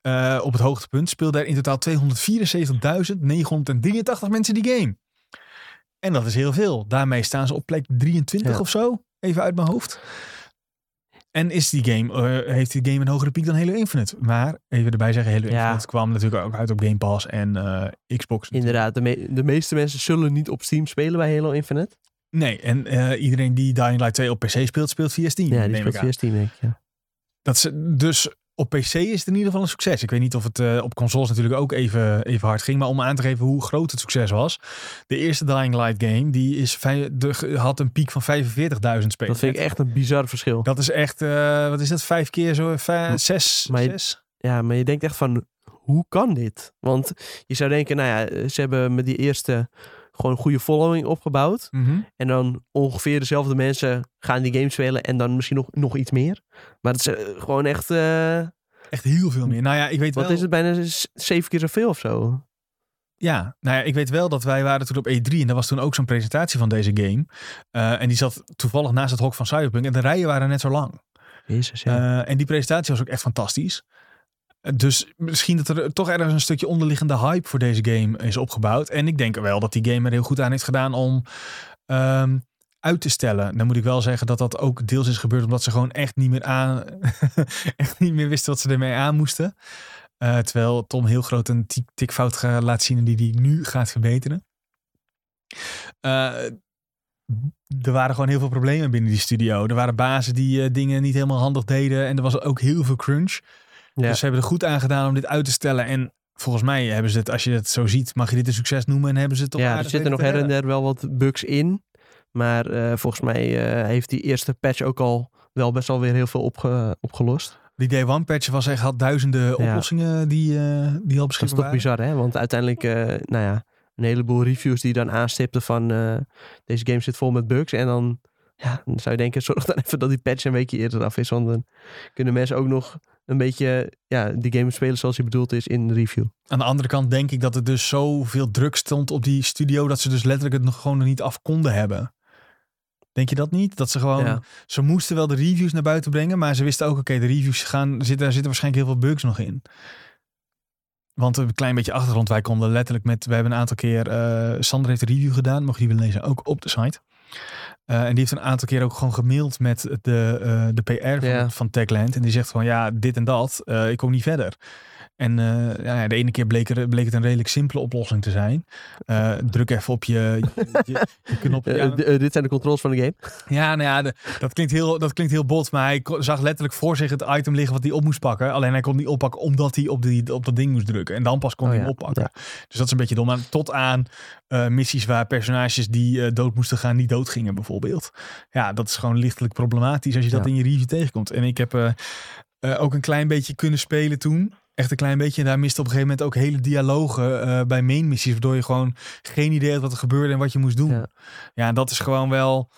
Speaker 1: eh, op het hoogtepunt, speelden er in totaal 274.983 mensen die game. En dat is heel veel. Daarmee staan ze op plek 23
Speaker 2: Ja.
Speaker 1: of zo. Even uit mijn hoofd. En is die game, eh, heeft die game een hogere piek dan Halo Infinite? Maar even erbij zeggen, Halo
Speaker 2: Ja.
Speaker 1: Infinite kwam natuurlijk ook uit op Game Pass en eh, Xbox.
Speaker 2: Inderdaad, de, me- de meeste mensen zullen niet op Steam spelen bij Halo Infinite.
Speaker 1: Nee, en eh, iedereen die Dying Light 2 op PC speelt, speelt via Steam.
Speaker 2: Ja,
Speaker 1: neem
Speaker 2: die
Speaker 1: ik
Speaker 2: speelt
Speaker 1: aan.
Speaker 2: via Steam, denk ik. Ja.
Speaker 1: Dat ze, dus op PC is het in ieder geval een succes. Ik weet niet of het eh, op consoles natuurlijk ook even, even hard ging. Maar om aan te geven hoe groot het succes was. De eerste Dying Light game die is vij- de, had een piek van 45.000 spelers.
Speaker 2: Dat vind ik echt een bizar verschil.
Speaker 1: Dat is echt, eh, wat is dat, vijf keer zo? vij-
Speaker 2: M-
Speaker 1: zes?
Speaker 2: maar je-
Speaker 1: zes?
Speaker 2: Ja, maar je denkt echt van, hoe kan dit? Want je zou denken, nou ja, ze hebben met die eerste gewoon een goede following opgebouwd.
Speaker 1: Mhm.
Speaker 2: En dan ongeveer dezelfde mensen gaan die game spelen en dan misschien nog, nog iets meer. Maar het is eh, gewoon echt, eh,
Speaker 1: Echt heel veel meer. Nou ja, ik weet
Speaker 2: wat
Speaker 1: wel.
Speaker 2: is het, bijna z- zeven keer zoveel of zo.
Speaker 1: Ja, nou ja, ik weet wel dat wij waren toen op E3 en daar was toen ook zo'n presentatie van deze game. Eh, en die zat toevallig naast het hok van Cyberpunk en de rijen waren net zo lang.
Speaker 2: Jezus, ja.
Speaker 1: Eh, en die presentatie was ook echt fantastisch. Eh, Dus misschien dat er toch ergens een stukje onderliggende hype voor deze game is opgebouwd. En ik denk wel dat die game er heel goed aan heeft gedaan om ehm, uit te stellen. Dan moet ik wel zeggen dat dat ook deels is gebeurd omdat ze gewoon echt niet meer aan, echt niet meer wisten wat ze ermee aan moesten. Eh, terwijl Tom heel groot een tik- tikfout ga- laat zien en die die nu gaat verbeteren. Eh, er waren gewoon heel veel problemen binnen die studio. Er waren bazen die eh, dingen niet helemaal handig deden. En er was ook heel veel crunch.
Speaker 2: Ja.
Speaker 1: Dus ze hebben er goed aan gedaan om dit uit te stellen. En volgens mij hebben ze het, als je het zo ziet, mag je dit een succes noemen. En hebben ze het toch
Speaker 2: ja, er
Speaker 1: aardig
Speaker 2: zitten nog
Speaker 1: weten
Speaker 2: her
Speaker 1: te
Speaker 2: en
Speaker 1: redden.
Speaker 2: der wel wat bugs in. Maar eh, volgens mij eh, heeft die eerste patch ook al wel best wel weer heel veel opge- opgelost.
Speaker 1: Die Day One patch was echt, had duizenden oplossingen die, eh, die al
Speaker 2: Dat is
Speaker 1: beschikbaar
Speaker 2: toch
Speaker 1: waren.
Speaker 2: bizar, hè? Want uiteindelijk, eh, nou ja, een heleboel reviews die dan aanstipten van eh, deze game zit vol met bugs. En dan Ja, dan zou je denken, zorg dan even dat die patch een weekje eerder af is. Want dan kunnen mensen ook nog een beetje ja, die game spelen zoals hij bedoeld is in de review.
Speaker 1: Aan de andere kant denk ik dat er dus zoveel druk stond op die studio dat ze dus letterlijk het nog gewoon nog niet af konden hebben. Denk je dat niet? Dat ze gewoon,
Speaker 2: Ja.
Speaker 1: ze moesten wel de reviews naar buiten brengen, maar ze wisten ook, oké, de reviews gaan, zitten, daar zitten waarschijnlijk heel veel bugs nog in. Want een klein beetje achtergrond, wij konden letterlijk met, we hebben een aantal keer, eh, Sander heeft een review gedaan, mocht je die willen lezen, ook op de site. Eh, en die heeft een aantal keer ook gewoon gemaild met de, eh, de PR van,
Speaker 2: Ja.
Speaker 1: van Techland. En die zegt van ja, dit en dat, eh, ik kom niet verder. En eh, ja, de ene keer bleek, er, bleek het een redelijk simpele oplossing te zijn. Eh, druk even op je, je, je, je knop.
Speaker 2: Eh,
Speaker 1: Ja,
Speaker 2: eh, d- eh, dit zijn de controls van de game.
Speaker 1: ja, nou ja, de- dat, klinkt heel, dat klinkt heel bot. Maar hij ko- zag letterlijk voor zich het item liggen wat hij op moest pakken. Alleen hij kon het niet oppakken omdat hij op, die, op dat ding moest drukken. En dan pas kon
Speaker 2: Oh
Speaker 1: hij
Speaker 2: ja,
Speaker 1: hem oppakken. Dus dat is een beetje dom. Maar tot aan eh, missies waar personages die eh, dood moesten gaan niet dood gingen bijvoorbeeld. Ja, dat is gewoon lichtelijk problematisch als je dat
Speaker 2: Ja.
Speaker 1: in je review tegenkomt. En ik heb eh, eh, ook een klein beetje kunnen spelen toen. Echt een klein beetje. En daar miste op een gegeven moment ook hele dialogen eh, bij main missies. Waardoor je gewoon geen idee had wat er gebeurde en wat je moest doen.
Speaker 2: Ja.
Speaker 1: Ja, en dat is gewoon wel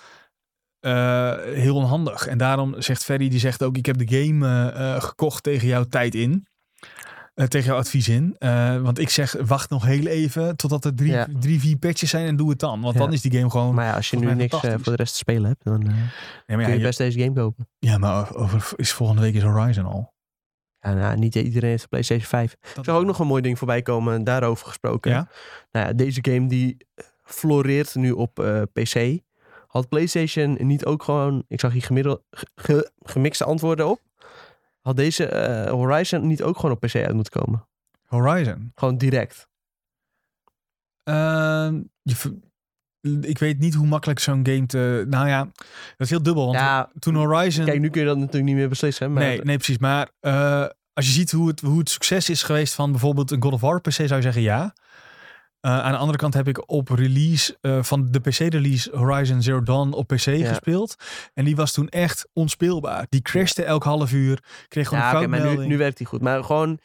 Speaker 1: eh, heel onhandig. En daarom zegt Ferry, die zegt ook... ik heb de game eh, eh, gekocht tegen jouw tijd in. Eh, tegen jouw advies in. Eh, want ik zeg, wacht nog heel even totdat er drie,
Speaker 2: Ja.
Speaker 1: drie vier patches zijn en doe het dan. Want
Speaker 2: Ja.
Speaker 1: dan is die game gewoon...
Speaker 2: Maar ja, als je
Speaker 1: Volgens
Speaker 2: nu
Speaker 1: mij
Speaker 2: niks eh,
Speaker 1: fantastisch.
Speaker 2: voor de rest te spelen hebt, dan eh,
Speaker 1: Nee, maar
Speaker 2: kun
Speaker 1: ja,
Speaker 2: je
Speaker 1: je-
Speaker 2: best deze game kopen.
Speaker 1: ja, maar over, is volgende week is Horizon al.
Speaker 2: Ja, nou, niet iedereen heeft een PlayStation 5.
Speaker 1: Dat
Speaker 2: Ik zag ook nog een mooi ding voorbij komen, daarover gesproken.
Speaker 1: Ja?
Speaker 2: Nou ja, deze game die eh, floreert nu op eh, PC. Had PlayStation niet ook gewoon, ik zag hier gemiddel, ge- ge- gemixte antwoorden op. Had deze eh, Horizon niet ook gewoon op PC uit moeten komen?
Speaker 1: Horizon.
Speaker 2: Gewoon direct.
Speaker 1: Ehm, je ver- ik weet niet hoe makkelijk zo'n game te. Nou ja, dat is heel dubbel. Want
Speaker 2: ja,
Speaker 1: toen Horizon.
Speaker 2: kijk, nu kun je dat natuurlijk niet meer beslissen. Maar
Speaker 1: nee, nee, precies. Maar eh, als je ziet hoe het, hoe het succes is geweest van bijvoorbeeld een God of War PC, zou je zeggen ja. Eh, aan de andere kant heb ik op release eh, van de PC-release Horizon Zero Dawn op PC gespeeld. En die was toen echt onspeelbaar. Die crashte elk half uur. Kreeg gewoon
Speaker 2: ja,
Speaker 1: een
Speaker 2: oké, maar nu,
Speaker 1: foutmelding.
Speaker 2: nu werkt die goed. Maar gewoon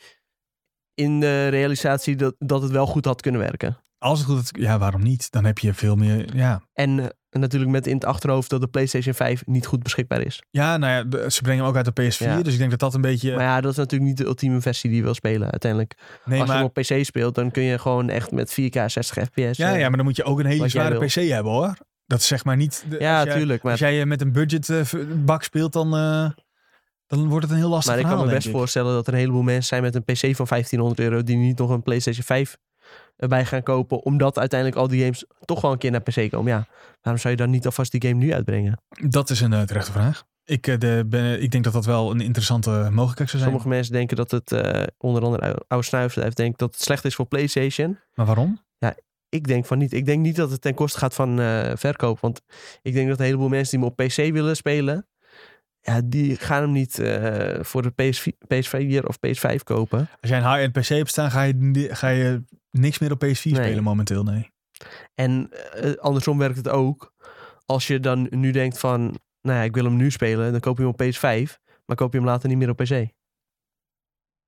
Speaker 2: in de realisatie dat, dat het wel goed had kunnen werken.
Speaker 1: Als het goed is, ja, waarom niet? Dan heb je veel meer. Ja,
Speaker 2: En eh, natuurlijk met in het achterhoofd dat de PlayStation 5 niet goed beschikbaar is.
Speaker 1: ja nou ja, de- ze brengen hem ook uit de PS4.
Speaker 2: Ja.
Speaker 1: Dus ik denk dat dat een beetje.
Speaker 2: Maar ja, dat is natuurlijk niet de ultieme versie die je wil spelen uiteindelijk.
Speaker 1: nee,
Speaker 2: Als je hem op PC speelt, dan kun je gewoon echt met 4K 60 fps.
Speaker 1: Ja,
Speaker 2: eh,
Speaker 1: ja, maar dan moet je ook een hele
Speaker 2: wat jij
Speaker 1: zware
Speaker 2: wil.
Speaker 1: PC hebben hoor. Dat is zeg maar niet. de-
Speaker 2: ja
Speaker 1: als jij,
Speaker 2: tuurlijk. Maar,
Speaker 1: Als jij eh, met een budget eh, v- bak speelt, dan, eh, dan wordt het een heel lastig
Speaker 2: maar ik kan
Speaker 1: verhaal.
Speaker 2: me best
Speaker 1: denk ik.
Speaker 2: voorstellen dat er een heleboel mensen zijn met een PC van 1500 euro die niet nog een PlayStation 5 erbij gaan kopen, omdat uiteindelijk al die games toch wel een keer naar PC komen. Ja, waarom zou je dan niet alvast die game nu uitbrengen?
Speaker 1: Dat is een eh, terechte vraag. Ik, eh, de, ben, ik denk dat dat wel een interessante mogelijkheid zou zijn.
Speaker 2: Sommige mensen denken dat het, eh, onder andere ou- oude snuifdrijf, denkt dat het slecht is voor PlayStation.
Speaker 1: Maar waarom?
Speaker 2: Ik denk van niet. Ik denk niet dat het ten koste gaat van eh, verkoop. Want ik denk dat een heleboel mensen die hem op PC willen spelen. Ja, die gaan hem niet eh, voor de PS4, PS4 of PS5 kopen.
Speaker 1: Als jij een high-end PC hebt staan, ga je, ni- ga je niks meer op PS4 spelen momenteel. Nee.
Speaker 2: En eh, andersom werkt het ook. Als je dan nu denkt van, nou ja, ik wil hem nu spelen. Dan koop je hem op PS5. Maar koop je hem later niet meer op PC.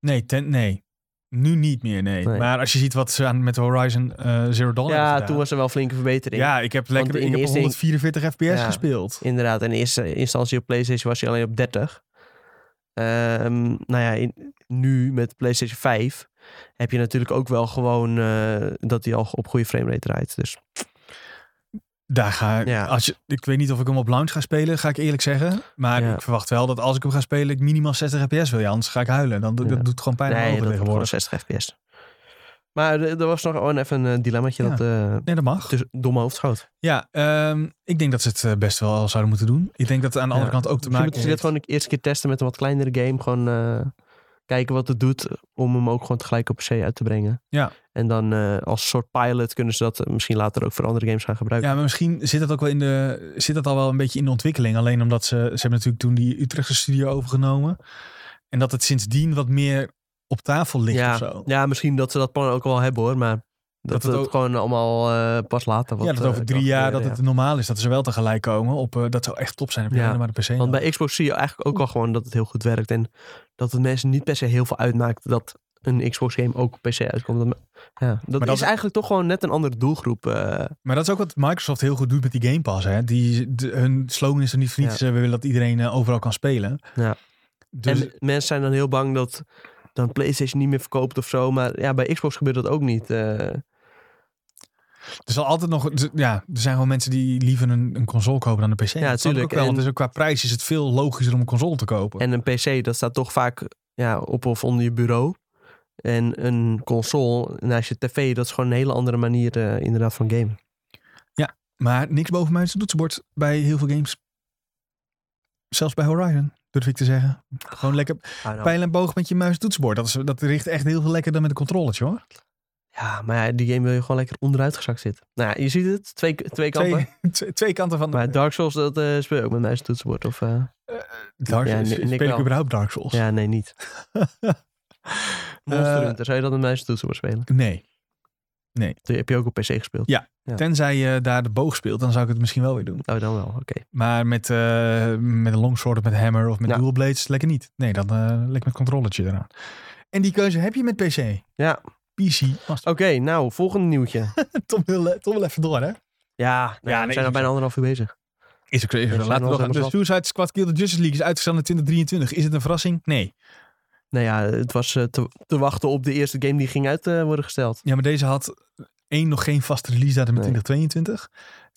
Speaker 1: Nee, ten, nee. Nu niet meer, nee.
Speaker 2: Nee.
Speaker 1: Maar als je ziet wat ze aan, met Horizon eh, Zero Dawn hebben
Speaker 2: ja,
Speaker 1: gedaan.
Speaker 2: toen was er wel flinke verbetering.
Speaker 1: Ja, ik heb lekker
Speaker 2: in
Speaker 1: ik heb op
Speaker 2: eerste-
Speaker 1: 144 fps
Speaker 2: Ja.
Speaker 1: gespeeld.
Speaker 2: Inderdaad, in eerste instantie op PlayStation was hij alleen op 30. Ehm, nou ja, in- nu met PlayStation 5 heb je natuurlijk ook wel gewoon eh, dat hij al op goede framerate draait. Dus
Speaker 1: Daar ga
Speaker 2: Ja.
Speaker 1: als je, ik weet niet of ik hem op launch ga spelen, ga ik eerlijk zeggen. Maar
Speaker 2: Ja.
Speaker 1: ik verwacht wel dat als ik hem ga spelen, ik minimaal 60 fps wil. Ja, anders ga ik huilen. Dan,
Speaker 2: Ja.
Speaker 1: Dat doet gewoon pijn aan mijn
Speaker 2: nee,
Speaker 1: ogen
Speaker 2: dat is gewoon
Speaker 1: tegenwoordig.
Speaker 2: 60 fps. Maar er er was nog gewoon even een eh, dilemmaatje
Speaker 1: Ja.
Speaker 2: dat eh
Speaker 1: Nee, dat mag.
Speaker 2: tussen domme hoofd schoot.
Speaker 1: Ja, ehm, ik denk dat ze het eh, best wel al zouden moeten doen. Ik denk dat het aan de
Speaker 2: Ja.
Speaker 1: andere kant ook te
Speaker 2: Misschien
Speaker 1: maken
Speaker 2: moeten ze dit
Speaker 1: heeft.
Speaker 2: gewoon een eerste keer testen met een wat kleinere game. Gewoon eh, kijken wat het doet om hem ook gewoon tegelijk op PC uit te brengen.
Speaker 1: Ja.
Speaker 2: En dan eh, als soort pilot kunnen ze dat eh, misschien later ook voor andere games gaan gebruiken.
Speaker 1: Ja, maar misschien zit dat ook wel in de. Zit dat al wel een beetje in de ontwikkeling. Alleen omdat ze. Ze hebben natuurlijk toen die Utrechtse studio overgenomen. En dat het sindsdien wat meer op tafel ligt
Speaker 2: ja,
Speaker 1: of zo.
Speaker 2: Ja, misschien dat ze dat plan ook wel hebben hoor, maar dat,
Speaker 1: Dat het
Speaker 2: het,
Speaker 1: ook-
Speaker 2: gewoon allemaal eh, pas later wat,
Speaker 1: ja, dat
Speaker 2: eh,
Speaker 1: over
Speaker 2: kan
Speaker 1: drie jaar dat
Speaker 2: gebeuren,
Speaker 1: het normaal is dat ze wel tegelijk komen. Op, eh, dat zou echt top zijn. Heb je
Speaker 2: Ja.
Speaker 1: alleen maar de PC.
Speaker 2: ja. Want
Speaker 1: nodig.
Speaker 2: bij Xbox zie je eigenlijk ook al gewoon dat het heel goed werkt en dat het mensen niet per se heel veel uitmaakt dat een Xbox game ook op PC uitkomt. Dat, ja, dat,
Speaker 1: dat
Speaker 2: is
Speaker 1: is-
Speaker 2: eigenlijk toch gewoon net een andere doelgroep. eh.
Speaker 1: Maar dat is ook wat Microsoft heel goed doet met die Game Pass. Hè? Die, de- hun slogan is er niet voor niets. eh, We willen dat iedereen eh, overal kan spelen.
Speaker 2: Ja.
Speaker 1: Dus
Speaker 2: En mensen zijn dan heel bang dat dan PlayStation niet meer verkoopt of zo. Maar ja, bij Xbox gebeurt dat ook niet. eh.
Speaker 1: er zal altijd nog... d- Ja, er zijn gewoon mensen die liever een, een console kopen dan een PC. Dat snap ik
Speaker 2: tuurlijk.
Speaker 1: Ook wel, want
Speaker 2: En-
Speaker 1: dus ook qua prijs is het veel logischer om een console te kopen.
Speaker 2: en een PC, dat staat toch vaak ja, op of onder je bureau. En een console naast je tv, dat is gewoon een hele andere manier eh, inderdaad van gamen.
Speaker 1: Maar niks boven mijn toetsenbord bij heel veel games. Zelfs bij Horizon, durf ik te zeggen. Gewoon lekker
Speaker 2: Ah, nou,
Speaker 1: pijl en boog met je muis en toetsenbord. Dat, is, dat richt echt heel veel lekkerder met een controllertje hoor.
Speaker 2: Ja, maar ja, die game wil je gewoon lekker onderuitgezakt zitten. Nou ja, je ziet het, twee, twee kanten.
Speaker 1: Twee, twee- twee kanten van de...
Speaker 2: Maar Dark Souls, dat eh, speel je ook met muis en toetsenbord. Of, eh,
Speaker 1: Dark
Speaker 2: Ja,
Speaker 1: Souls,
Speaker 2: Nick- Nick
Speaker 1: speel ik
Speaker 2: wel.
Speaker 1: überhaupt Dark Souls?
Speaker 2: ja, nee, niet. Monster
Speaker 1: Eh,
Speaker 2: Hunter, zou je dat met muis en toetsenbord spelen?
Speaker 1: Nee.
Speaker 2: Die heb je ook op PC gespeeld. Ja.
Speaker 1: Tenzij je daar de boog speelt, dan zou ik het misschien wel weer doen.
Speaker 2: Oh, dan wel, oké.
Speaker 1: Maar met, eh, met een longsword of met hammer of met
Speaker 2: Ja.
Speaker 1: dual blades lekker niet. Nee, dan eh, lekker met controllertje eraan. En die keuze heb je met PC.
Speaker 2: Ja,
Speaker 1: PC.
Speaker 2: oké,
Speaker 1: Master.
Speaker 2: nou, volgende nieuwtje.
Speaker 1: Tom, wil, eh, Tom wil even door, hè?
Speaker 2: Ja, nou,
Speaker 1: nee,
Speaker 2: we
Speaker 1: is
Speaker 2: zijn al
Speaker 1: het
Speaker 2: bijna anderhalf uur bezig.
Speaker 1: Is ook zo, is ook zo.
Speaker 2: zijn
Speaker 1: Laten we
Speaker 2: wel
Speaker 1: doorgaan.
Speaker 2: zo
Speaker 1: De Dus Suicide Squad Kill the Justice League is uitgesteld naar 2023. Is het een verrassing? Nee.
Speaker 2: Nou ja, het was eh, te, te wachten op de eerste game die ging uit eh, worden gesteld.
Speaker 1: Ja, maar deze had één, nog geen vaste release datum in
Speaker 2: Nee.
Speaker 1: 2022.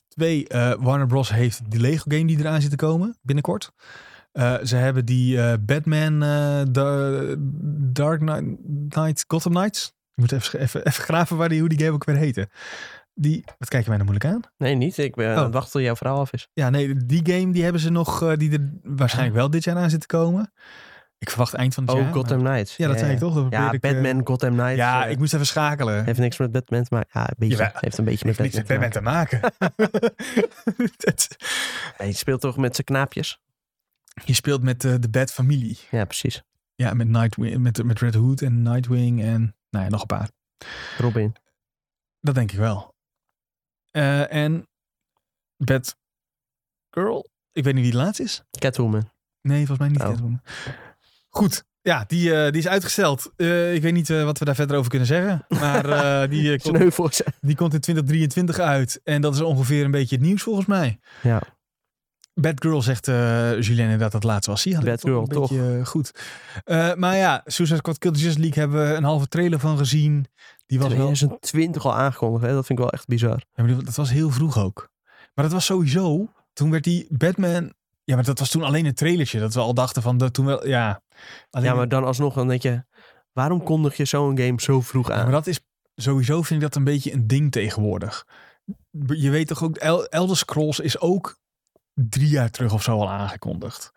Speaker 1: Twee, eh, Warner Bros. heeft die Lego game die eraan zit te komen binnenkort. Eh, ze hebben die eh, Batman eh, Da- Dark Kni- Knight, Gotham Knights. Ik moet even, sch- even, even graven waar die, hoe die game ook weer heette. Die, wat kijk je mij nou moeilijk aan?
Speaker 2: Nee, niet. Ik ben
Speaker 1: Oh.
Speaker 2: aan het wachten tot jouw verhaal af is.
Speaker 1: Ja, nee, die game die hebben ze nog, eh, die er waarschijnlijk wel dit jaar aan zit te komen. Ik verwacht eind van het
Speaker 2: Ah. Oh,
Speaker 1: jaar. maar-
Speaker 2: Gotham Knights.
Speaker 1: Ja, dat zei ik toch? Dat
Speaker 2: Ja,
Speaker 1: probeerde ik, eh,
Speaker 2: Batman, Gotham Knights.
Speaker 1: ja,
Speaker 2: eh,
Speaker 1: ik moest even schakelen.
Speaker 2: Heeft niks met Batman te maken. Ja, een beetje.
Speaker 1: Jawel.
Speaker 2: Heeft een beetje met
Speaker 1: Heeft niks
Speaker 2: Batman
Speaker 1: met
Speaker 2: te
Speaker 1: Batman
Speaker 2: maken.
Speaker 1: te maken. Het-
Speaker 2: Nee, je speelt toch met zijn knaapjes?
Speaker 1: je speelt met eh, de Bat-familie.
Speaker 2: Ja, precies.
Speaker 1: Ja, met, Nightwing, met, met Red Hood en Nightwing en nou ja, nog een paar.
Speaker 2: Robin.
Speaker 1: Dat denk ik wel. Eh, en Bat Girl? Ik weet niet wie de laatste is.
Speaker 2: Catwoman.
Speaker 1: Nee, volgens mij niet.
Speaker 2: Oh.
Speaker 1: Catwoman. Goed. Ja, die, eh, die is uitgesteld. Eh, ik weet niet eh, wat we daar verder over kunnen zeggen. Maar eh, die, eh, komt,
Speaker 2: Sneuvels.
Speaker 1: die komt in 2023 uit. En dat is ongeveer een beetje het nieuws volgens mij.
Speaker 2: Ja.
Speaker 1: Batgirl zegt eh Julien dat het laatst was. Zie, had ik het
Speaker 2: Batgirl,
Speaker 1: een beetje eh, goed. Eh, maar ja, Suicide Squad Kill the Justice League hebben we een halve trailer van gezien. Die was wel,
Speaker 2: 2020 al aangekondigd. Hè? Dat vind ik wel echt bizar.
Speaker 1: Ja, maar dat was heel vroeg ook. Maar dat was sowieso, toen werd die Batman... Ja, maar dat was toen alleen een trailertje. Dat we al dachten van, dat toen wel, ja. Alleen,
Speaker 2: Ja, maar dan alsnog dan denk je... Waarom kondig je zo'n game zo vroeg
Speaker 1: Ja,
Speaker 2: aan?
Speaker 1: maar dat is, sowieso vind ik dat een beetje een ding tegenwoordig. Je weet toch ook, El- Elder Scrolls is ook drie jaar terug of zo al aangekondigd.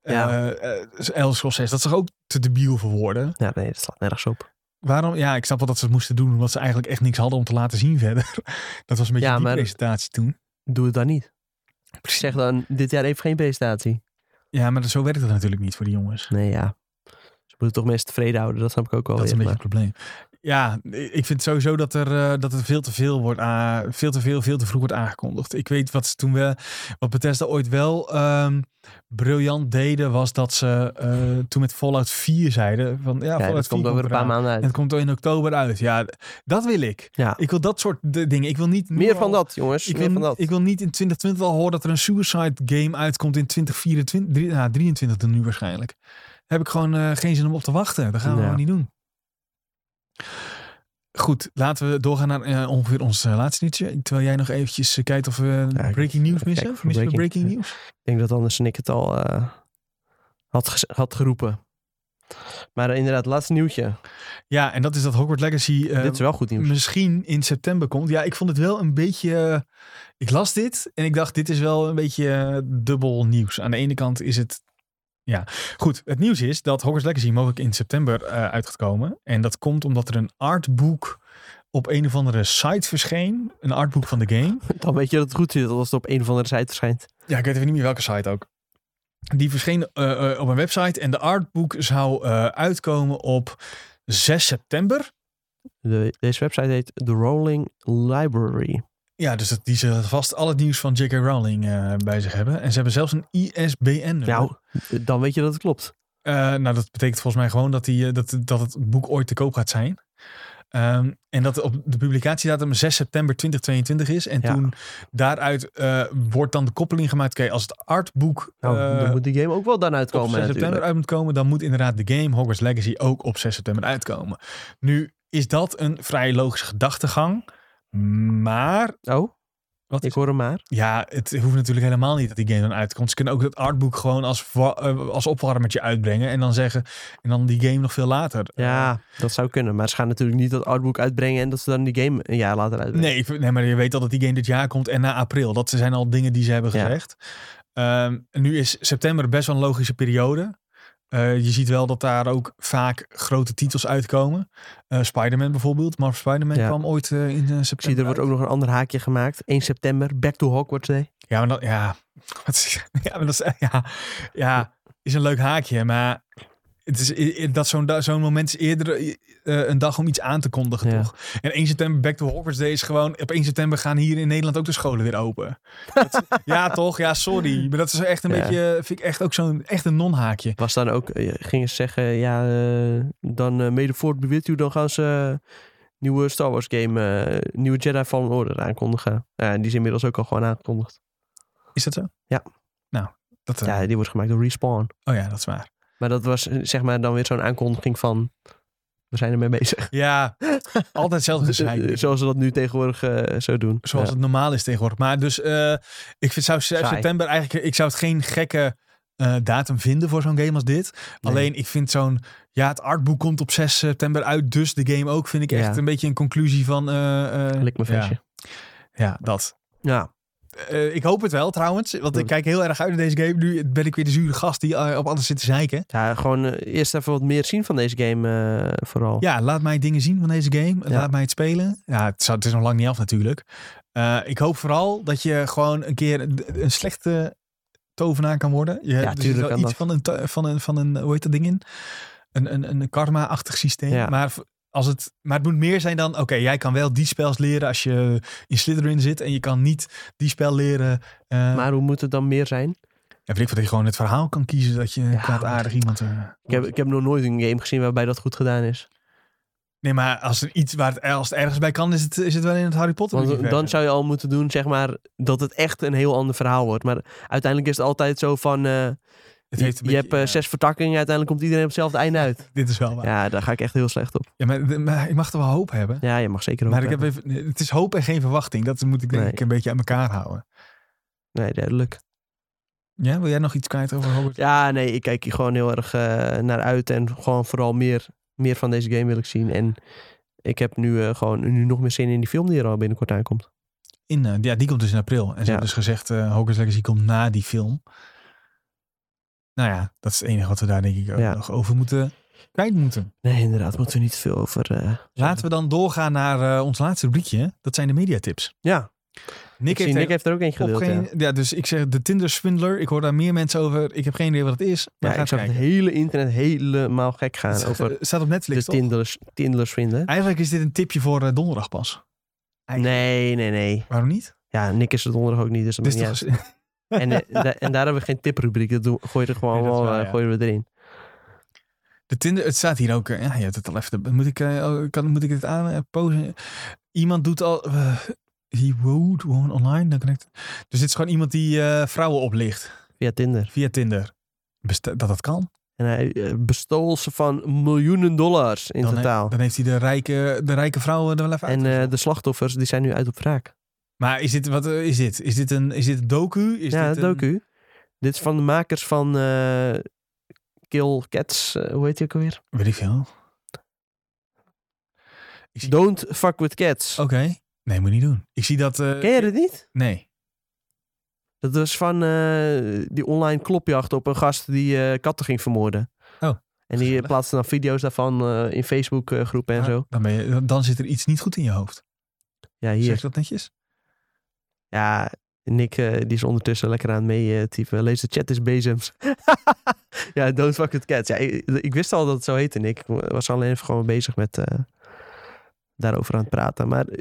Speaker 2: Ja.
Speaker 1: Eh, eh, Elder Scrolls 6, dat is toch ook te debiel voor woorden?
Speaker 2: Ja, nee, dat slaat nergens op.
Speaker 1: Waarom? Ja, ik snap wel dat ze het moesten doen, omdat ze eigenlijk echt niks hadden om te laten zien verder. Dat was een beetje
Speaker 2: Ja,
Speaker 1: die
Speaker 2: maar-
Speaker 1: presentatie toen.
Speaker 2: Doe het dan niet. Zeg dan, dit jaar even geen presentatie.
Speaker 1: Ja, maar zo werkt dat natuurlijk niet voor die jongens.
Speaker 2: Nee, ja. Ze moeten toch mensen tevreden houden. Dat snap ik ook wel
Speaker 1: dat is een
Speaker 2: weer.
Speaker 1: beetje het probleem. Ja, ik vind sowieso dat er, eh, dat er veel te veel wordt aan, veel te veel, veel te vroeg wordt aangekondigd. Ik weet wat ze toen wel, wat Bethesda ooit wel ehm, briljant deden, was dat ze eh, toen met Fallout 4 zeiden van ja,
Speaker 2: maar- Ja,
Speaker 1: Fallout
Speaker 2: dat
Speaker 1: 4
Speaker 2: komt over een paar
Speaker 1: eraan.
Speaker 2: maanden
Speaker 1: En het
Speaker 2: uit.
Speaker 1: komt in oktober uit. Ja, dat wil ik.
Speaker 2: Ja.
Speaker 1: Ik wil dat soort de- dingen. Ik wil niet nu
Speaker 2: Meer van
Speaker 1: al-
Speaker 2: dat, jongens.
Speaker 1: Ik
Speaker 2: Meer
Speaker 1: wil,
Speaker 2: van dat.
Speaker 1: ik wil niet in 2020 al horen dat er een suicide game uitkomt in 2024. drie- Nou, 23 dan nu waarschijnlijk. Daar heb ik gewoon eh, geen zin om op te wachten. Dat gaan we
Speaker 2: Ja.
Speaker 1: gewoon niet doen. Goed, laten we doorgaan naar eh, ongeveer ons eh, laatste nieuwtje. Terwijl jij nog eventjes eh, kijkt of we
Speaker 2: Ja, ik-
Speaker 1: breaking news
Speaker 2: even
Speaker 1: missen.
Speaker 2: kijken voor
Speaker 1: Missen we
Speaker 2: breaking-
Speaker 1: breaking news?
Speaker 2: Ik denk dat anders Nick het al eh, had, gez- had geroepen. Maar eh, inderdaad, laatste nieuwtje.
Speaker 1: Ja, en dat is dat Hogwarts Legacy eh,
Speaker 2: Dit is wel goed nieuws.
Speaker 1: misschien in september komt. Ja, ik vond het wel een beetje. eh, ik las dit en ik dacht, dit is wel een beetje eh, dubbel nieuws. Aan de ene kant is het. Ja, goed. Het nieuws is dat Hogwarts Legacy mogelijk in september eh, uit gaat komen. En dat komt omdat er een artboek op een of andere site verscheen. Een artboek van de game.
Speaker 2: Dan weet je dat het goed zit als het op een of andere site verschijnt.
Speaker 1: Ja, ik weet even niet meer welke site ook. Die verscheen eh, eh, op een website en de artboek zou eh, uitkomen op 6 september.
Speaker 2: De, deze website heet The Rolling Library.
Speaker 1: Ja, dus dat, die zullen vast al het nieuws van J.K. Rowling eh, bij zich hebben. En ze hebben zelfs een ISBN-nummer.
Speaker 2: Nou, dan weet je dat het klopt.
Speaker 1: Eh, nou, dat betekent volgens mij gewoon dat, die, eh, dat, dat het boek ooit te koop gaat zijn. Ehm, en dat op de publicatiedatum 6 september 2022 is. En
Speaker 2: Ja.
Speaker 1: toen daaruit eh, wordt dan de koppeling gemaakt. Oké, als het artboek
Speaker 2: Nou,
Speaker 1: eh,
Speaker 2: dan moet die game ook wel dan
Speaker 1: op 6
Speaker 2: uitkomen
Speaker 1: september
Speaker 2: natuurlijk.
Speaker 1: uit moet komen, dan moet inderdaad de game Hogwarts Legacy ook op 6 september uitkomen. Nu is dat een vrij logische gedachtegang. Maar,
Speaker 2: Oh,
Speaker 1: wat
Speaker 2: ik hoor hem maar.
Speaker 1: ja, het hoeft natuurlijk helemaal niet dat die game dan uitkomt. Ze kunnen ook dat artbook gewoon als, wa- eh, als opwarmertje uitbrengen. En dan zeggen, en dan die game nog veel later. Eh,
Speaker 2: Ja, dat zou kunnen. Maar ze gaan natuurlijk niet dat artbook uitbrengen en dat ze dan die game een jaar later
Speaker 1: Eh,
Speaker 2: uitbrengen.
Speaker 1: nee, ik, nee, maar je weet al dat die game dit jaar komt en na april. Dat zijn al dingen die ze hebben
Speaker 2: Ja.
Speaker 1: gezegd. Ehm, nu is september best wel een logische periode. Eh, je ziet wel dat daar ook vaak grote titels uitkomen. Eh Spider-Man bijvoorbeeld. Marvel Spider-Man
Speaker 2: Ja.
Speaker 1: kwam ooit eh, in eh, september
Speaker 2: Ik zie, er wordt
Speaker 1: uit.
Speaker 2: ook nog een ander haakje gemaakt. 1 september, Back to Hogwarts Day.
Speaker 1: Ja, maar dat, ja. Wat is- ja, maar dat is, ja, ja, is een leuk haakje, maar het is, i- i- dat zo'n da- zo'n moment is eerder i- eh, een dag om iets aan te kondigen,
Speaker 2: Ja.
Speaker 1: toch? En 1 september, Back to Hogwarts Day is gewoon, op 1 september gaan hier in Nederland ook de scholen weer open. Dat is- ja, toch? Ja, sorry. Maar dat is echt een
Speaker 2: Ja.
Speaker 1: beetje, eh, vind ik echt ook zo'n, echt een non-haakje.
Speaker 2: Was dan ook, eh, gingen ze zeggen, ja, eh, dan eh, mede voor het bewind u, dan gaan ze eh, nieuwe Star Wars game, eh, nieuwe Jedi Fallen Order aankondigen. Eh, die is inmiddels ook al gewoon aangekondigd.
Speaker 1: Is dat zo?
Speaker 2: Ja.
Speaker 1: Nou, dat, eh,
Speaker 2: Ja, die wordt gemaakt door Respawn.
Speaker 1: oh ja, dat is waar.
Speaker 2: Maar dat was eh, zeg maar dan weer zo'n aankondiging van, we zijn ermee bezig.
Speaker 1: Ja, altijd hetzelfde
Speaker 2: Dus, eh,
Speaker 1: gezeik.
Speaker 2: Zoals ze dat nu tegenwoordig eh, zo doen.
Speaker 1: zoals
Speaker 2: Ja.
Speaker 1: het normaal is tegenwoordig. Maar dus eh, ik vind, zou se-
Speaker 2: Saai.
Speaker 1: september eigenlijk, ik zou het geen gekke eh, datum vinden voor zo'n game als dit.
Speaker 2: Nee.
Speaker 1: Alleen ik vind zo'n, ja het artboek komt op 6 september uit, dus de game ook, vind ik echt
Speaker 2: Ja.
Speaker 1: een beetje een conclusie van... eh, eh,
Speaker 2: Lik me
Speaker 1: ja,
Speaker 2: vestje.
Speaker 1: ja, dat.
Speaker 2: Ja.
Speaker 1: Eh, ik hoop het wel trouwens, want ik kijk heel erg uit naar deze game. Nu ben ik weer de zure gast die eh, op alles zit te zeiken.
Speaker 2: Ja, gewoon eh, eerst even wat meer zien van deze game eh, vooral.
Speaker 1: Ja, laat mij dingen zien van deze game.
Speaker 2: Ja.
Speaker 1: Laat mij het spelen. Ja, het, zou- het is nog lang niet af natuurlijk. Eh, ik hoop vooral dat je gewoon een keer een- een slechte tovenaar kan worden. Je, er zit
Speaker 2: tuurlijk
Speaker 1: wel
Speaker 2: kan
Speaker 1: iets
Speaker 2: dat.
Speaker 1: van een, to- van, een, van een, hoe heet dat ding in? Een, een, een karma-achtig systeem.
Speaker 2: Ja.
Speaker 1: Maar, v- als het, maar het moet meer zijn dan, oké, jij kan wel die spels leren als je in Slytherin zit. En je kan niet die spel leren. eh
Speaker 2: Maar hoe moet het dan meer zijn?
Speaker 1: en weet ik wat, dat je gewoon het verhaal kan kiezen dat je een
Speaker 2: Ja,
Speaker 1: kwaadaardig iemand... eh,
Speaker 2: Ik heb, ik heb nog nooit een game gezien waarbij dat goed gedaan is.
Speaker 1: Nee, maar als er iets waar het, als het ergens bij kan, is het, is het wel in het Harry Potter
Speaker 2: Want
Speaker 1: universum.
Speaker 2: dan zou je al moeten doen, zeg maar, dat het echt een heel ander verhaal wordt. Maar uiteindelijk is het altijd zo van, eh,
Speaker 1: Het
Speaker 2: je,
Speaker 1: heeft een
Speaker 2: je hebt
Speaker 1: beetje-
Speaker 2: eh,
Speaker 1: ja,
Speaker 2: zes vertakkingen, uiteindelijk komt iedereen op hetzelfde einde uit.
Speaker 1: Dit is wel waar. Ja.
Speaker 2: Ja, daar ga ik echt heel slecht op.
Speaker 1: maar, maar ik mag er wel hoop hebben.
Speaker 2: Ja, je mag zeker ook. eh,
Speaker 1: maar ik heb even, het is hoop en geen verwachting. Dat moet ik denk
Speaker 2: Nee.
Speaker 1: ik een beetje aan elkaar houden.
Speaker 2: Nee, duidelijk.
Speaker 1: Ja, wil jij nog iets kwijt over Hogwarts?
Speaker 2: Ja, nee, ik kijk hier gewoon heel erg eh, naar uit. En gewoon vooral meer, meer van deze game wil ik zien. En ik heb nu eh, gewoon nu nog meer zin in die film die er al binnenkort aankomt.
Speaker 1: In, eh, ja, die komt dus in april. En ze
Speaker 2: Ja.
Speaker 1: hebben dus gezegd, eh Hogwarts Legacy komt na die film. Nou ja, dat is het enige wat we daar denk ik ook
Speaker 2: Ja.
Speaker 1: nog over moeten kwijt moeten.
Speaker 2: Nee, inderdaad, moeten we niet veel over... eh,
Speaker 1: Laten we dan doorgaan naar eh, ons laatste rubriekje. Dat zijn de mediatips.
Speaker 2: Ja,
Speaker 1: Nick
Speaker 2: ik zie,
Speaker 1: heeft
Speaker 2: Nick heeft er ook eentje
Speaker 1: op
Speaker 2: gedeeld.
Speaker 1: geen,
Speaker 2: ja.
Speaker 1: ja. dus ik zeg de Tinder swindler. Ik hoor daar meer mensen over. Ik heb geen idee wat het is. Maar ga
Speaker 2: Ja, ik
Speaker 1: eens
Speaker 2: zag het
Speaker 1: kijken.
Speaker 2: hele internet helemaal gek gaan
Speaker 1: Het
Speaker 2: over Dus
Speaker 1: staat op Netflix
Speaker 2: de
Speaker 1: toch?
Speaker 2: Tindlers, Tindlers vinden.
Speaker 1: Eigenlijk is dit een tipje voor eh, donderdag pas. Eigenlijk.
Speaker 2: Nee, nee, nee.
Speaker 1: Waarom niet?
Speaker 2: Ja, Nick is het donderdag ook niet, dus dat
Speaker 1: Dit is
Speaker 2: maakt niet
Speaker 1: toch eens-
Speaker 2: uit. En, eh, da- en daar hebben we geen tiprubriek, dat doen, gooi je er gewoon
Speaker 1: Nee, dat is
Speaker 2: wel,
Speaker 1: waar,
Speaker 2: eh,
Speaker 1: ja.
Speaker 2: gooien we erin.
Speaker 1: de Tinder, het staat hier ook. eh, ja, je hebt het al even. Moet ik, eh, oh, kan, moet ik het aan eh, posen? Iemand doet al. eh, he wooed woman online. Dan kan ik- dus dit is gewoon iemand die eh, vrouwen oplicht
Speaker 2: Via Tinder.
Speaker 1: via Tinder. Besta- dat dat kan.
Speaker 2: En hij eh, bestol ze van miljoenen dollars in
Speaker 1: dan, he-
Speaker 2: totaal.
Speaker 1: dan heeft hij de rijke, de rijke vrouwen er wel even uit.
Speaker 2: en eh, de slachtoffers, die zijn nu uit op wraak.
Speaker 1: maar is dit, wat eh, is dit? Is dit een, is dit een docu? Is
Speaker 2: ja,
Speaker 1: dit een-
Speaker 2: docu. Dit is van de makers van eh, Kill Cats, eh, hoe heet die ook alweer?
Speaker 1: Weet ik veel. Ik zie-
Speaker 2: Don't Fuck With Cats.
Speaker 1: Oké. Nee, moet je niet doen. Ik zie dat. Oh, eh,
Speaker 2: Ken je dit niet?
Speaker 1: Nee.
Speaker 2: Dat was van eh, die online klopjacht op een gast die eh, katten ging vermoorden.
Speaker 1: Oh,
Speaker 2: En die
Speaker 1: gezellig.
Speaker 2: plaatste dan video's daarvan eh, in Facebook-groepen en
Speaker 1: Ah,
Speaker 2: zo.
Speaker 1: Dan, ben je, dan- dan zit er iets niet goed in je hoofd.
Speaker 2: Ja,
Speaker 1: Zeg
Speaker 2: hier.
Speaker 1: ik dat netjes?
Speaker 2: Ja, Nick eh, die is ondertussen lekker aan het meetypen. Lees de chat is bezems. ja, don't fuck with cats. Ja, ik, ik wist al dat het zo heette, Nick. Ik was alleen even gewoon bezig met eh, daarover aan het praten. Maar eh,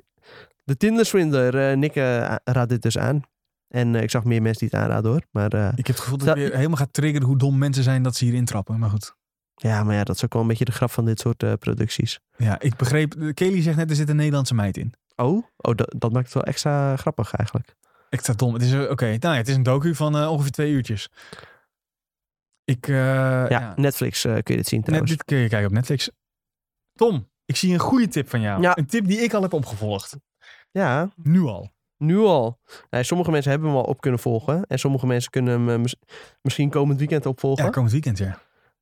Speaker 2: de Tinder-swindler, eh, Nick eh, raadt dit dus aan. En eh, ik zag meer mensen die het aanraden hoor. Maar eh,
Speaker 1: Ik heb het gevoel dat
Speaker 2: Zou-
Speaker 1: het weer helemaal gaat triggeren hoe dom mensen zijn dat ze hierin trappen. Maar goed.
Speaker 2: ja, maar ja, dat is ook wel een beetje de grap van dit soort eh, producties.
Speaker 1: Ja, ik begreep. Kelly zegt net, er zit een Nederlandse meid in.
Speaker 2: Oh, oh dat, dat maakt het wel extra grappig eigenlijk.
Speaker 1: Ik sta dom. Het is, eh, oké, nou ja, het is een docu van eh, ongeveer twee uurtjes. Ik, eh,
Speaker 2: ja,
Speaker 1: ja.
Speaker 2: Netflix eh, kun je dit zien
Speaker 1: Net,
Speaker 2: trouwens.
Speaker 1: dit kun je kijken op Netflix. Tom, ik zie een goede tip van jou.
Speaker 2: Ja.
Speaker 1: Een tip die ik al heb opgevolgd.
Speaker 2: Ja,
Speaker 1: Nu al.
Speaker 2: nu al. Nee, sommige mensen hebben hem al op kunnen volgen. En sommige mensen kunnen hem eh, mis- misschien komend weekend opvolgen.
Speaker 1: Ja, komend weekend, ja.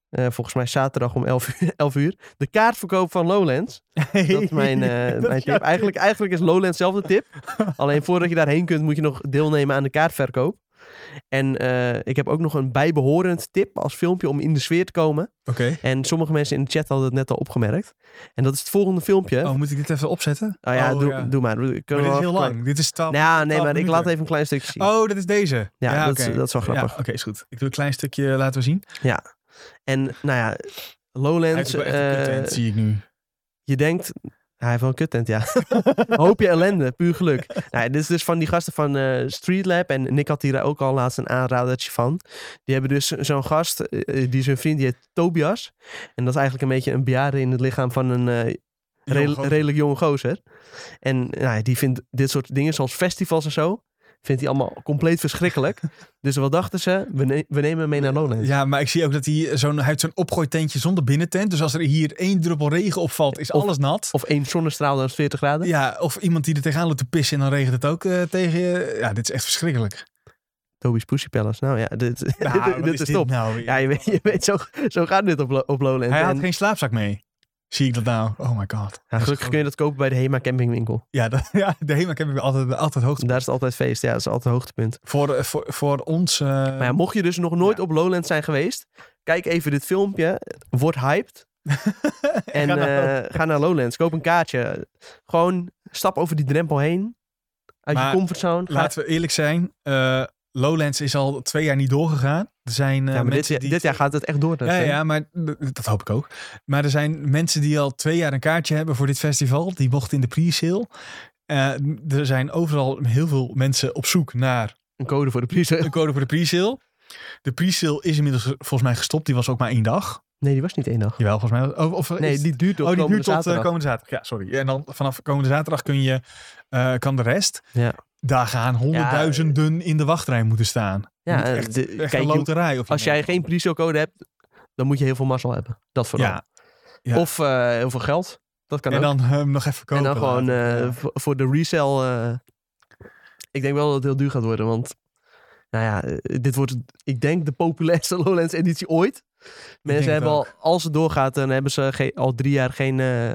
Speaker 2: Eh, volgens mij zaterdag om 11 uur, 11 uur. De kaartverkoop van Lowlands. Dat is mijn, eh,
Speaker 1: Dat
Speaker 2: mijn
Speaker 1: is jouw
Speaker 2: tip. Eigenlijk, eigenlijk is Lowlands zelf de tip. Alleen voordat je daarheen kunt, moet je nog deelnemen aan de kaartverkoop. En eh, ik heb ook nog een bijbehorend tip als filmpje om in de sfeer te komen.
Speaker 1: Oké.
Speaker 2: En sommige mensen in de chat hadden het net al opgemerkt. En dat is het volgende filmpje. Oh,
Speaker 1: Oh, moet ik dit even opzetten?
Speaker 2: ja,
Speaker 1: oh,
Speaker 2: doe,
Speaker 1: ja.
Speaker 2: doe maar. Kunnen
Speaker 1: Maar
Speaker 2: we
Speaker 1: dit is
Speaker 2: wel
Speaker 1: heel
Speaker 2: even-
Speaker 1: lang. Dit is twaalf.
Speaker 2: Nou, ja, nee, maar ik
Speaker 1: minuten.
Speaker 2: laat even een klein stukje zien.
Speaker 1: Oh, dat is deze.
Speaker 2: Ja, dat, is-
Speaker 1: oké.
Speaker 2: dat is wel
Speaker 1: Ja,
Speaker 2: grappig.
Speaker 1: oké, is goed. Ik doe een klein stukje laten we zien.
Speaker 2: En nou ja,
Speaker 1: Hij heeft
Speaker 2: Lowlands.
Speaker 1: wel echt een
Speaker 2: eh,
Speaker 1: kuttent, zie ik nu.
Speaker 2: je denkt, hij heeft wel een kuttent, ja. Hoop je ellende, puur geluk. Nou, ja, dit is dus van die gasten van eh Streetlab. En Nick had hier ook al laatst een aanradertje van. Die hebben dus zo'n gast, eh, eh, die is hun vriend, die heet Tobias. En dat is eigenlijk een beetje een bejaarde in het lichaam van een eh,
Speaker 1: Jongen,
Speaker 2: redel-
Speaker 1: gewoon-
Speaker 2: redelijk jonge gozer. En nou, ja, die vindt dit soort dingen, zoals festivals en zo, vindt hij allemaal compleet verschrikkelijk. dus wat dachten ze? We, ne- we nemen hem mee naar Lowlands.
Speaker 1: Ja, maar ik zie ook dat hij zo'n, hij heeft zo'n opgooitentje zonder binnentent. Dus als er hier één druppel regen opvalt, is
Speaker 2: Of-
Speaker 1: alles nat.
Speaker 2: Of één zonnestraal dan is 40 graden.
Speaker 1: Ja, of iemand die er tegenaan loopt te pissen en dan regent het ook eh, tegen je. Ja, dit is echt verschrikkelijk.
Speaker 2: Toby's Pussy Palace. Nou ja, dit,
Speaker 1: Nou,
Speaker 2: dit,
Speaker 1: wat
Speaker 2: dit is,
Speaker 1: dit
Speaker 2: top.
Speaker 1: nou weer?
Speaker 2: Ja, je weet, je weet zo, zo gaat dit op, Lo- op Lowlands.
Speaker 1: Hij
Speaker 2: En-
Speaker 1: had geen slaapzak mee. Zie ik dat nou? Oh my god.
Speaker 2: ja, gelukkig kun je dat kopen bij de HEMA campingwinkel.
Speaker 1: Ja, dat, ja de HEMA heb ik altijd, altijd hoogte.
Speaker 2: Daar is het altijd feest. Ja, dat is altijd een hoogtepunt.
Speaker 1: Voor, eh, voor, voor ons... eh,
Speaker 2: Maar ja, mocht je dus nog nooit
Speaker 1: ja.
Speaker 2: op Lowlands zijn geweest, kijk even dit filmpje. Word hyped.
Speaker 1: Ga
Speaker 2: en eh, ga
Speaker 1: nou.
Speaker 2: naar, ga naar Lowlands. Koop een kaartje. Gewoon stap over die drempel heen. Uit
Speaker 1: Maar
Speaker 2: je comfortzone. Ga-
Speaker 1: Laten we eerlijk zijn. eh, Lowlands is al twee jaar niet doorgegaan. Er zijn eh,
Speaker 2: ja, maar dit,
Speaker 1: mensen
Speaker 2: jaar-
Speaker 1: die...
Speaker 2: dit jaar gaat het echt door. dat eh,
Speaker 1: ja,
Speaker 2: hè?
Speaker 1: ja, maar d- dat hoop ik ook. Maar er zijn mensen die al twee jaar een kaartje hebben voor dit festival. Die mochten in de pre-sale. Eh, er zijn overal heel veel mensen op zoek naar
Speaker 2: Een code voor de prijzen.
Speaker 1: een code voor de pre-sale. De pre-sale is inmiddels volgens mij gestopt. Die was ook maar één dag.
Speaker 2: Nee, die was niet één dag.
Speaker 1: Jawel, volgens mij. Of, of
Speaker 2: Nee,
Speaker 1: is-
Speaker 2: die duurt tot
Speaker 1: oh, die duurt
Speaker 2: komende
Speaker 1: tot eh,
Speaker 2: zaterdag.
Speaker 1: komende zaterdag. Ja, sorry. En dan vanaf komende zaterdag kun je, eh, kan de rest.
Speaker 2: Ja.
Speaker 1: Daar gaan honderdduizenden in de wachtrij moeten staan.
Speaker 2: Ja, eh,
Speaker 1: Niet echt, eh,
Speaker 2: de-
Speaker 1: echt
Speaker 2: kijk,
Speaker 1: een
Speaker 2: je-
Speaker 1: loterij. Of
Speaker 2: als jij geen pre code hebt, dan moet je heel veel mazzel hebben. Dat vooral.
Speaker 1: Ja. Ja.
Speaker 2: Of eh, heel veel geld. Dat kan
Speaker 1: En
Speaker 2: ook.
Speaker 1: dan eh, hem nog even kopen.
Speaker 2: en dan gewoon
Speaker 1: later.
Speaker 2: eh,
Speaker 1: Ja.
Speaker 2: voor, voor de resell. eh, ik denk wel dat het heel duur gaat worden. Want nou ja, eh, dit wordt, ik denk, de populairste Lowlands editie ooit.
Speaker 1: denk
Speaker 2: Mensen hebben
Speaker 1: het
Speaker 2: al, als het doorgaat, dan hebben ze geen- al drie jaar geen eh,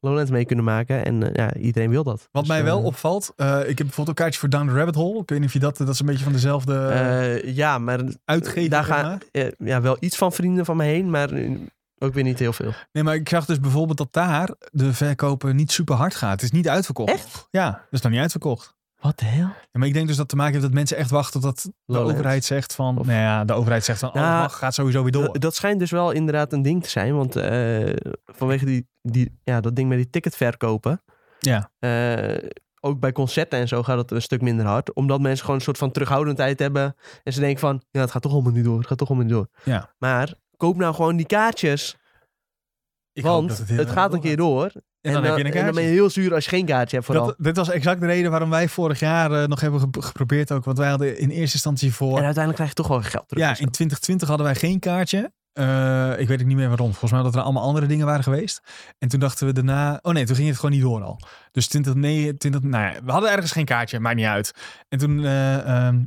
Speaker 2: Lowlands mee kunnen maken. En eh, ja, iedereen wil dat.
Speaker 1: Wat
Speaker 2: Dus,
Speaker 1: mij wel
Speaker 2: eh,
Speaker 1: opvalt, eh, ik heb bijvoorbeeld een kaartje voor Down the Rabbit Hole. Ik weet niet of je dat, dat is een beetje van dezelfde
Speaker 2: eh, ja, maar
Speaker 1: uitgever.
Speaker 2: daar
Speaker 1: zeg
Speaker 2: gaan-
Speaker 1: maar.
Speaker 2: eh, ja, wel iets van vrienden van me heen, maar eh, ook weer niet heel veel.
Speaker 1: Nee, maar ik zag dus bijvoorbeeld dat daar de verkopen niet super hard gaat. Het is niet uitverkocht.
Speaker 2: Echt?
Speaker 1: Ja, dat is nog niet uitverkocht.
Speaker 2: Wat de hel?
Speaker 1: Ja, maar ik denk dus dat te maken heeft dat mensen echt wachten totdat de
Speaker 2: Lowlands.
Speaker 1: overheid zegt van...
Speaker 2: Of-
Speaker 1: Nou ja, de overheid zegt van, oh,
Speaker 2: Nou,
Speaker 1: dat mag, gaat sowieso weer door.
Speaker 2: Dat, dat schijnt dus wel inderdaad een ding te zijn. Want eh, vanwege die, die, ja, dat ding met die ticket verkopen.
Speaker 1: Ja.
Speaker 2: ook bij concerten en zo gaat het een stuk minder hard. Omdat mensen gewoon een soort van terughoudendheid hebben. En ze denken van, ja, het gaat toch allemaal niet door. Het gaat toch allemaal niet door.
Speaker 1: Ja.
Speaker 2: Maar koop nou gewoon die kaartjes.
Speaker 1: Ik hoop
Speaker 2: want
Speaker 1: dat
Speaker 2: het,
Speaker 1: heel erg
Speaker 2: gaat een keer door.
Speaker 1: En dan, heb je een
Speaker 2: en
Speaker 1: kaartje.
Speaker 2: dan ben je heel zuur als je geen kaartje hebt vooral.
Speaker 1: dat, dit was exact de reden waarom wij vorig jaar eh, nog hebben gep- geprobeerd ook. Want wij hadden in eerste instantie voor...
Speaker 2: en uiteindelijk krijg je toch wel geld terug.
Speaker 1: Ja,
Speaker 2: en zo.
Speaker 1: in 2020 hadden wij geen kaartje. Eh, ik weet ook niet meer waarom. Volgens mij dat er allemaal andere dingen waren geweest. En toen dachten we daarna... Oh nee, toen ging het gewoon niet door al. Dus 2009... 20, nou ja, we hadden ergens geen kaartje, maakt niet uit. En toen eh, ehm,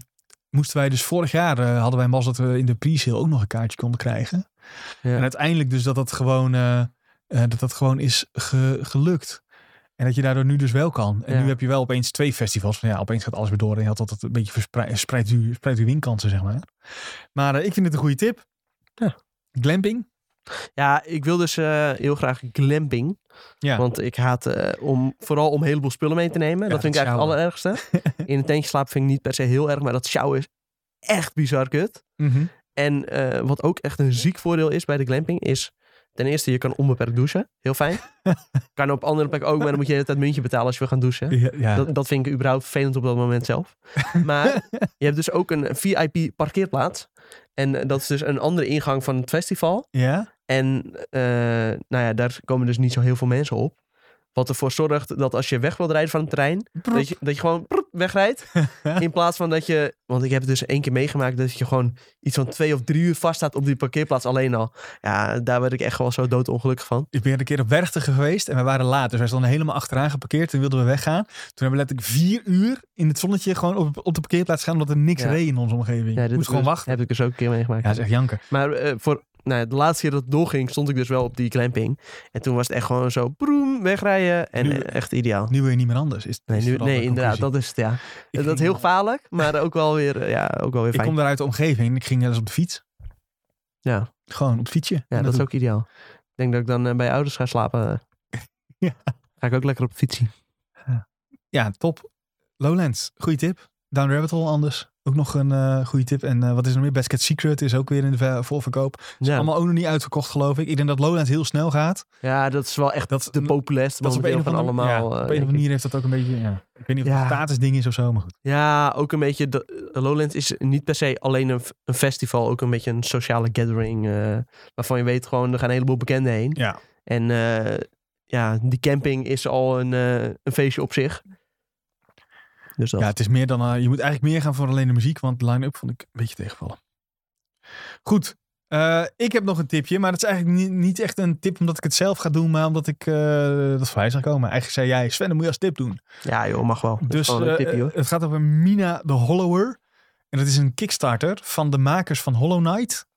Speaker 1: moesten wij dus vorig jaar... eh, hadden wij een bas dat we in de pre-sale ook nog een kaartje konden krijgen.
Speaker 2: Ja.
Speaker 1: En uiteindelijk dus dat dat gewoon, eh, eh, dat dat gewoon is ge- gelukt. En dat je daardoor nu dus wel kan. En
Speaker 2: Ja.
Speaker 1: nu heb je wel opeens twee festivals. Maar ja, opeens gaat alles weer door. En je had altijd een beetje verspreid spreidt u, spreidt u winkansen, zeg maar. Maar eh, ik vind het een goede tip.
Speaker 2: Ja.
Speaker 1: Glamping.
Speaker 2: Ja, ik wil dus eh, heel graag glamping.
Speaker 1: Ja.
Speaker 2: Want ik haat eh, om, vooral om een heleboel spullen mee te nemen. dat
Speaker 1: dat
Speaker 2: vind ik eigenlijk het allerergste. In een tentje slapen vind ik niet per se heel erg. Maar dat sjouwen is Mhm. echt bizar kut. En eh, wat ook echt een ziek voordeel is bij de glamping is... Ten eerste, je kan onbeperkt douchen. Heel fijn. kan op andere plekken ook, maar dan moet je de hele tijd muntje betalen als je wil gaan douchen.
Speaker 1: Ja, ja.
Speaker 2: Dat, dat vind ik überhaupt vervelend op dat moment zelf. Maar je hebt dus ook een VIP parkeerplaats. En eh, dat is dus een andere ingang van het festival.
Speaker 1: ja?
Speaker 2: En eh, nou ja, daar komen dus niet zo heel veel mensen op. Wat ervoor zorgt dat als je weg wilt rijden van het terrein, dat je, dat je gewoon prrrt wegrijdt. In plaats van dat je. Want ik heb het dus één keer meegemaakt dat je gewoon iets van twee of drie uur vaststaat op die parkeerplaats alleen al. Ja, daar werd ik echt wel zo doodongelukkig van.
Speaker 1: Ik ben een keer op Werchter geweest en we waren laat. Dus wij stonden helemaal achteraan geparkeerd en wilden we weggaan. Toen hebben we letterlijk vier uur in het zonnetje gewoon op, op de parkeerplaats gaan omdat er niks
Speaker 2: Ja.
Speaker 1: reed in onze omgeving.
Speaker 2: Ja,
Speaker 1: Moest
Speaker 2: dit
Speaker 1: gewoon
Speaker 2: dus-
Speaker 1: wachten.
Speaker 2: Heb ik dus ook een keer meegemaakt.
Speaker 1: Ja, dat is echt janken.
Speaker 2: Maar eh, voor, nou, ja, de laatste keer dat het doorging, stond ik dus wel op die glamping. En toen was het echt gewoon zo broem, wegrijden. En
Speaker 1: Nu-
Speaker 2: eh, echt ideaal.
Speaker 1: Nu wil je niet meer anders. Is,
Speaker 2: Nee,
Speaker 1: is
Speaker 2: nu,
Speaker 1: vooral
Speaker 2: nee
Speaker 1: de
Speaker 2: inderdaad,
Speaker 1: conclusie.
Speaker 2: dat is het, ja.
Speaker 1: Ik
Speaker 2: dat is
Speaker 1: ging-
Speaker 2: heel gevaarlijk, maar ook wel weer, eh, ja, ook wel weer
Speaker 1: Ik
Speaker 2: fijn.
Speaker 1: kom daar uit de omgeving en ik ging net als op de fiets.
Speaker 2: Ja,
Speaker 1: Gewoon op het fietsje.
Speaker 2: ja
Speaker 1: En
Speaker 2: dat is
Speaker 1: doe
Speaker 2: ook ideaal. Ik denk dat ik dan eh, bij ouders ga slapen.
Speaker 1: Ja.
Speaker 2: Ga ik ook lekker op de fiets zien.
Speaker 1: ik. Ja, top. Lowlands, goede tip. Down Rabbit Hole anders. Ook nog een eh goede tip. En eh, wat is er nog meer? Basket Secret is ook weer in de ver- voorverkoop.
Speaker 2: Ja.
Speaker 1: Allemaal ook nog niet uitverkocht, geloof ik. Ik denk dat Lowlands heel snel gaat.
Speaker 2: ja, dat is wel echt
Speaker 1: Dat,
Speaker 2: de populairste
Speaker 1: dat is op een
Speaker 2: momenteel
Speaker 1: of
Speaker 2: van
Speaker 1: andere,
Speaker 2: allemaal.
Speaker 1: ja, op een
Speaker 2: eh,
Speaker 1: of
Speaker 2: denk
Speaker 1: andere
Speaker 2: ik.
Speaker 1: manier heeft dat ook een beetje... Ja. Ik weet niet of het
Speaker 2: Ja.
Speaker 1: een statusding is of zo, maar goed.
Speaker 2: Ja, ook een beetje. de- Lowlands is niet per se alleen een, f- een festival, ook een beetje een sociale gathering. eh, waarvan je weet gewoon, er gaan een heleboel bekenden heen.
Speaker 1: Ja.
Speaker 2: En eh, ja, die camping is al een, eh, een feestje op zich. Dus dat.
Speaker 1: ja, het is meer dan... eh, je moet eigenlijk meer gaan voor alleen de muziek, want de line-up vond ik een beetje tegenvallen. Goed. eh, ik heb nog een tipje, maar dat is eigenlijk niet, niet echt een tip omdat ik het zelf ga doen, maar omdat ik eh, dat voorbij zag komen. Eigenlijk zei jij, Sven, dat moet je als tip doen.
Speaker 2: Ja, joh, mag wel. Dat is
Speaker 1: Dus
Speaker 2: gewoon een
Speaker 1: eh,
Speaker 2: tipje, hoor.
Speaker 1: het gaat over Mina the Hollower. En dat is een kickstarter van de makers van Hollow Knight.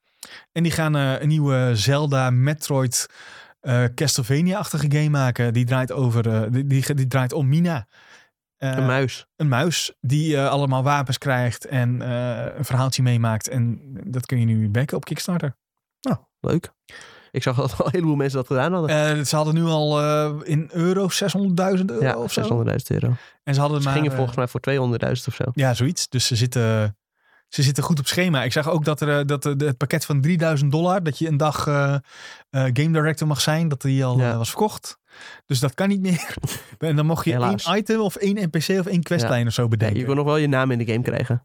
Speaker 1: En die gaan eh, een nieuwe Zelda, Metroid, eh, Castlevania-achtige game maken. Die draait, over, eh, die, die, die draait om Mina. Eh,
Speaker 2: een muis.
Speaker 1: een muis die eh, allemaal wapens krijgt en eh, een verhaaltje meemaakt. En dat kun je nu backen op Kickstarter.
Speaker 2: Leuk. Ik zag dat al een heleboel mensen dat gedaan hadden.
Speaker 1: Eh, ze hadden nu al eh, in euro 600.000 euro
Speaker 2: ja, 600.000
Speaker 1: Eh, of zo.
Speaker 2: euro.
Speaker 1: En ze hadden
Speaker 2: Ze
Speaker 1: maar,
Speaker 2: gingen
Speaker 1: eh,
Speaker 2: volgens mij voor 200.000 of zo.
Speaker 1: Ja, zoiets. Dus ze zitten, ze zitten goed op schema. Ik zag ook dat, er, eh, dat eh, de- het pakket van 3000 dollar, dat je een dag eh, eh, game director mag zijn, dat die al
Speaker 2: Ja.
Speaker 1: eh, was verkocht. Dus dat kan niet meer. en dan mocht je
Speaker 2: Helaas.
Speaker 1: één item of één NPC of één questlijn of zo
Speaker 2: Ja,
Speaker 1: bedenken.
Speaker 2: je kon nog wel je naam in de game krijgen.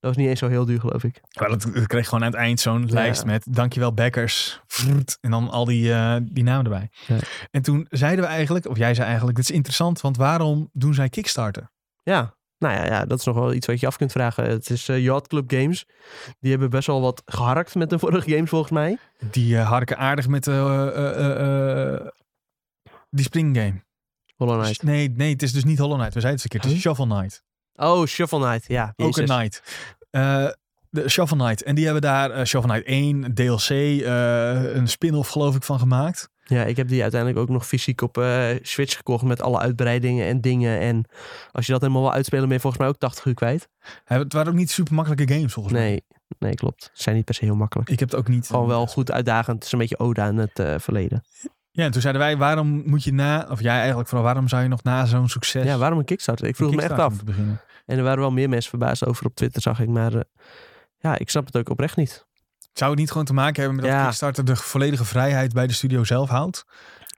Speaker 2: Dat was niet eens zo heel duur, geloof ik.
Speaker 1: Maar dat, dat kreeg gewoon aan het eind zo'n
Speaker 2: Ja.
Speaker 1: lijst met dankjewel backers. Vrrt, En dan al die, eh, die namen erbij.
Speaker 2: Ja.
Speaker 1: En toen zeiden we eigenlijk, of jij zei eigenlijk, dit is interessant, want waarom doen zij Kickstarter?
Speaker 2: Ja, nou ja, ja, dat is nog wel iets wat je af kunt vragen. Het is eh, Yacht Club Games. Die hebben best wel wat geharkt met de vorige games, volgens mij.
Speaker 1: Die eh, harken aardig met eh, eh, eh, eh, die Spring Game.
Speaker 2: Hollow Knight.
Speaker 1: Nee, nee, het is dus niet Hollow Knight. We zeiden het verkeerd. Het is Shovel Knight.
Speaker 2: Oh, Shovel Knight. Ja,
Speaker 1: Ook een Knight. Eh, de Shovel Knight. En die hebben daar eh, Shovel Knight 1, DLC, eh, een spin-off geloof ik van gemaakt.
Speaker 2: Ja, ik heb die uiteindelijk ook nog fysiek op eh, Switch gekocht met alle uitbreidingen en dingen. En als je dat helemaal wil uitspelen, ben je volgens mij ook 80 uur kwijt.
Speaker 1: Eh, Het waren ook niet super makkelijke games volgens mij.
Speaker 2: Nee, nee, klopt. Zijn niet per se heel makkelijk.
Speaker 1: Ik heb het ook niet.
Speaker 2: Gewoon wel goed uitdagend. Het is een beetje ode aan het eh, verleden.
Speaker 1: Ja, en toen zeiden wij, waarom moet je na, of jij eigenlijk vooral, waarom zou je nog na zo'n succes.
Speaker 2: Ja, waarom een Kickstarter? Ik vroeg me echt af.
Speaker 1: Kickstarter moeten beginnen?
Speaker 2: En er waren wel meer mensen verbaasd over op Twitter, zag ik. Maar eh, ja, ik snap het ook oprecht niet.
Speaker 1: Zou het niet gewoon te maken hebben met dat
Speaker 2: Ja.
Speaker 1: Kickstarter de volledige vrijheid bij de studio zelf houdt?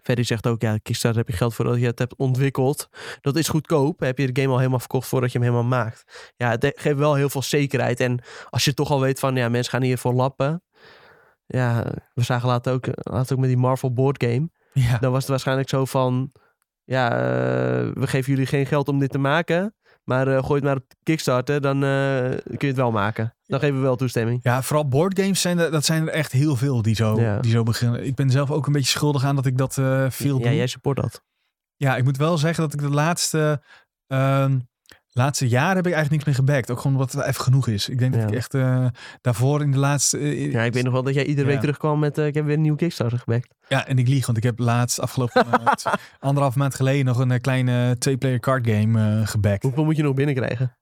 Speaker 2: Ferry zegt ook, ja, Kickstarter heb je geld voor dat je het hebt ontwikkeld. Dat is goedkoop. Heb je de game al helemaal verkocht voordat je hem helemaal maakt. Ja, het geeft wel heel veel zekerheid. En als je toch al weet van, ja, mensen gaan hiervoor lappen. Ja, we zagen laatst ook, laatst ook met die Marvel board game.
Speaker 1: Ja.
Speaker 2: Dan was het waarschijnlijk zo van, ja, eh, we geven jullie geen geld om dit te maken. Maar eh, gooi het maar op Kickstarter, dan eh, kun je het wel maken. Dan geven we wel toestemming.
Speaker 1: Ja, vooral boardgames zijn er, dat zijn er echt heel veel die zo,
Speaker 2: Ja.
Speaker 1: die zo beginnen. Ik ben zelf ook een beetje schuldig aan dat ik dat eh, veel
Speaker 2: ja,
Speaker 1: doe.
Speaker 2: jij support dat.
Speaker 1: Ja, ik moet wel zeggen dat ik de laatste, ehm, laatste jaren heb ik eigenlijk niks meer gebackt. Ook gewoon omdat het even genoeg is. Ik denk
Speaker 2: Ja.
Speaker 1: dat ik echt eh, daarvoor in de laatste... eh,
Speaker 2: Ja, ik weet nog wel dat jij iedere
Speaker 1: Ja.
Speaker 2: week terugkwam met, eh, ik heb weer een nieuwe Kickstarter gebackt.
Speaker 1: ja, en ik lieg, want ik heb laatst afgelopen eh, t- anderhalf maand geleden nog een eh, kleine twee-player card game eh gebackt.
Speaker 2: Hoeveel moet je nog binnenkrijgen?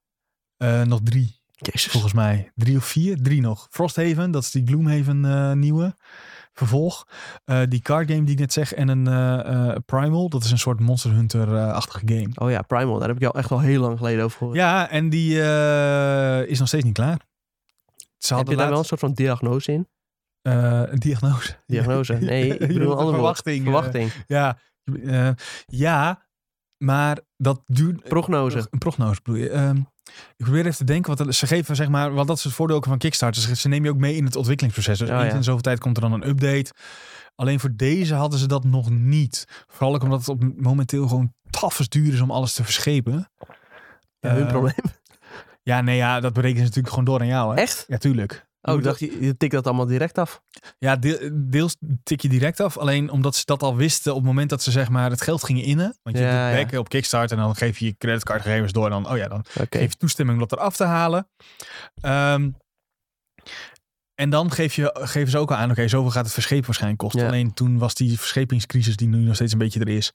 Speaker 1: Eh, nog drie,
Speaker 2: Jezus.
Speaker 1: volgens mij. Drie of vier? Drie nog. Frosthaven, dat is die Gloomhaven eh, nieuwe. Vervolg. Eh, die card game die ik net zeg en een eh, eh, Primal, dat is een soort Monster Hunter-achtige game.
Speaker 2: Oh ja, Primal, daar heb ik al echt wel heel lang geleden over gehoord.
Speaker 1: Ja, en die eh, is nog steeds niet klaar. Ze
Speaker 2: heb je
Speaker 1: hadden
Speaker 2: daar wel een
Speaker 1: laatst-
Speaker 2: soort van diagnose in?
Speaker 1: eh, een diagnose.
Speaker 2: Diagnose. Nee, ik
Speaker 1: Je
Speaker 2: bedoel
Speaker 1: bedoelt
Speaker 2: een ander woord.
Speaker 1: verwachting, eh,
Speaker 2: Verwachting.
Speaker 1: Ja, eh, ja, maar dat duurt...
Speaker 2: Prognose.
Speaker 1: Een prognose bedoel je. Ehm, ik probeer even te denken, wat, ze geven zeg maar, want dat is het voordeel ook van Kickstarter. Ze, ze nemen je ook mee in het ontwikkelingsproces. Dus
Speaker 2: Oh,
Speaker 1: eens
Speaker 2: ja.
Speaker 1: in zoveel tijd komt er dan een update. Alleen voor deze hadden ze dat nog niet. Vooral ook omdat het op, momenteel gewoon tafels duur is om alles te verschepen.
Speaker 2: Ja, hun
Speaker 1: Eh,
Speaker 2: probleem.
Speaker 1: Ja, nee, ja, dat berekenen ze natuurlijk gewoon door aan jou. Hè?
Speaker 2: Echt?
Speaker 1: Ja, tuurlijk. Je
Speaker 2: Oh, ik
Speaker 1: moet-
Speaker 2: dacht, je, je tikt dat allemaal direct af.
Speaker 1: Ja, deel- deels tik je direct af. Alleen omdat ze dat al wisten op het moment dat ze zeg maar het geld gingen innen. Want je
Speaker 2: Ja, ja.
Speaker 1: doet backen op Kickstarter en dan geef je je creditcardgegevens door. En dan, oh ja, dan
Speaker 2: Oké.
Speaker 1: geef je toestemming om dat eraf te halen. Ehm, en dan geef je, geven ze ook al aan, oké, zoveel gaat het verschepen waarschijnlijk kosten.
Speaker 2: Ja.
Speaker 1: Alleen toen was die verschepingscrisis, die nu nog steeds een beetje er is,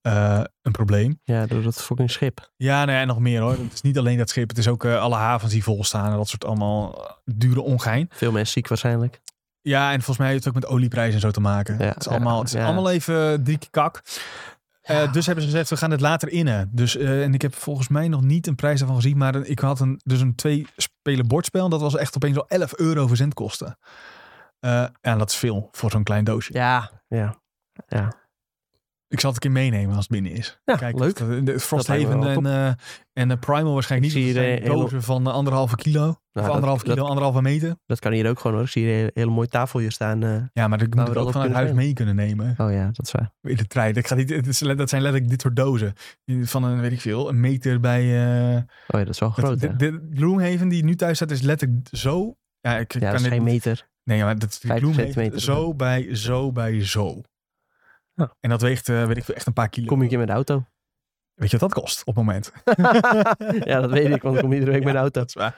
Speaker 1: eh, een probleem.
Speaker 2: Ja, door dat fucking schip.
Speaker 1: Ja, nou ja, en nog meer hoor. Het is niet alleen dat schip, het is ook eh, alle havens die vol staan en dat soort allemaal eh, dure ongein.
Speaker 2: Veel mensen ziek waarschijnlijk.
Speaker 1: Ja, en volgens mij heeft het ook met olieprijzen en zo te maken.
Speaker 2: Ja,
Speaker 1: het is
Speaker 2: ja,
Speaker 1: allemaal, het is
Speaker 2: ja.
Speaker 1: allemaal even drie keer kak. Eh, dus hebben ze gezegd, we gaan het later innen. Dus, eh, en ik heb volgens mij nog niet een prijs daarvan gezien. Maar ik had een, dus een twee-spelen bordspel. En dat was echt opeens al 11 euro verzendkosten. Eh en dat is veel voor zo'n klein doosje.
Speaker 2: Ja. Ja.
Speaker 1: Ik zal het een keer meenemen als het binnen is.
Speaker 2: Ja,
Speaker 1: Kijk,
Speaker 2: leuk.
Speaker 1: of- de
Speaker 2: lijkt
Speaker 1: Frosthaven
Speaker 2: me wel
Speaker 1: en,
Speaker 2: top.
Speaker 1: eh, en eh, Primal waarschijnlijk
Speaker 2: Ik
Speaker 1: niet. want
Speaker 2: zie hier
Speaker 1: dat
Speaker 2: een
Speaker 1: zijn
Speaker 2: hele-
Speaker 1: dozen van eh, anderhalve kilo.
Speaker 2: dat-
Speaker 1: of anderhalve
Speaker 2: dat-
Speaker 1: kilo, anderhalve meter.
Speaker 2: Dat kan hier ook gewoon hoor. Ik zie hier een hele, hele mooie tafel hier staan. eh.
Speaker 1: Ja, maar dat
Speaker 2: we
Speaker 1: moet
Speaker 2: dat
Speaker 1: ik ook
Speaker 2: op
Speaker 1: vanuit
Speaker 2: kunnen
Speaker 1: huis mee kunnen nemen.
Speaker 2: Oh ja, dat is waar.
Speaker 1: in de trein. Dat, gaat niet, het is, dat zijn letterlijk dit soort dozen. Van een, weet ik veel, een meter bij... eh,
Speaker 2: Oh ja, dat is wel
Speaker 1: dat-
Speaker 2: groot
Speaker 1: de,
Speaker 2: hè.
Speaker 1: de Gloomhaven die nu thuis staat is letterlijk zo... Ja, ik
Speaker 2: Ja,
Speaker 1: kan
Speaker 2: dat is
Speaker 1: dit
Speaker 2: geen
Speaker 1: niet-
Speaker 2: meter.
Speaker 1: Nee, maar dat is de
Speaker 2: 50
Speaker 1: Gloomhaven
Speaker 2: centimeter.
Speaker 1: zo bij zo bij zo.
Speaker 2: Ja.
Speaker 1: En dat weegt, eh, weet ik veel, echt een paar kilo.
Speaker 2: Kom je een keer met de auto?
Speaker 1: Weet je wat dat kost op het moment?
Speaker 2: ja, dat weet ik, want ik kom iedere week met de auto.
Speaker 1: Dat is waar.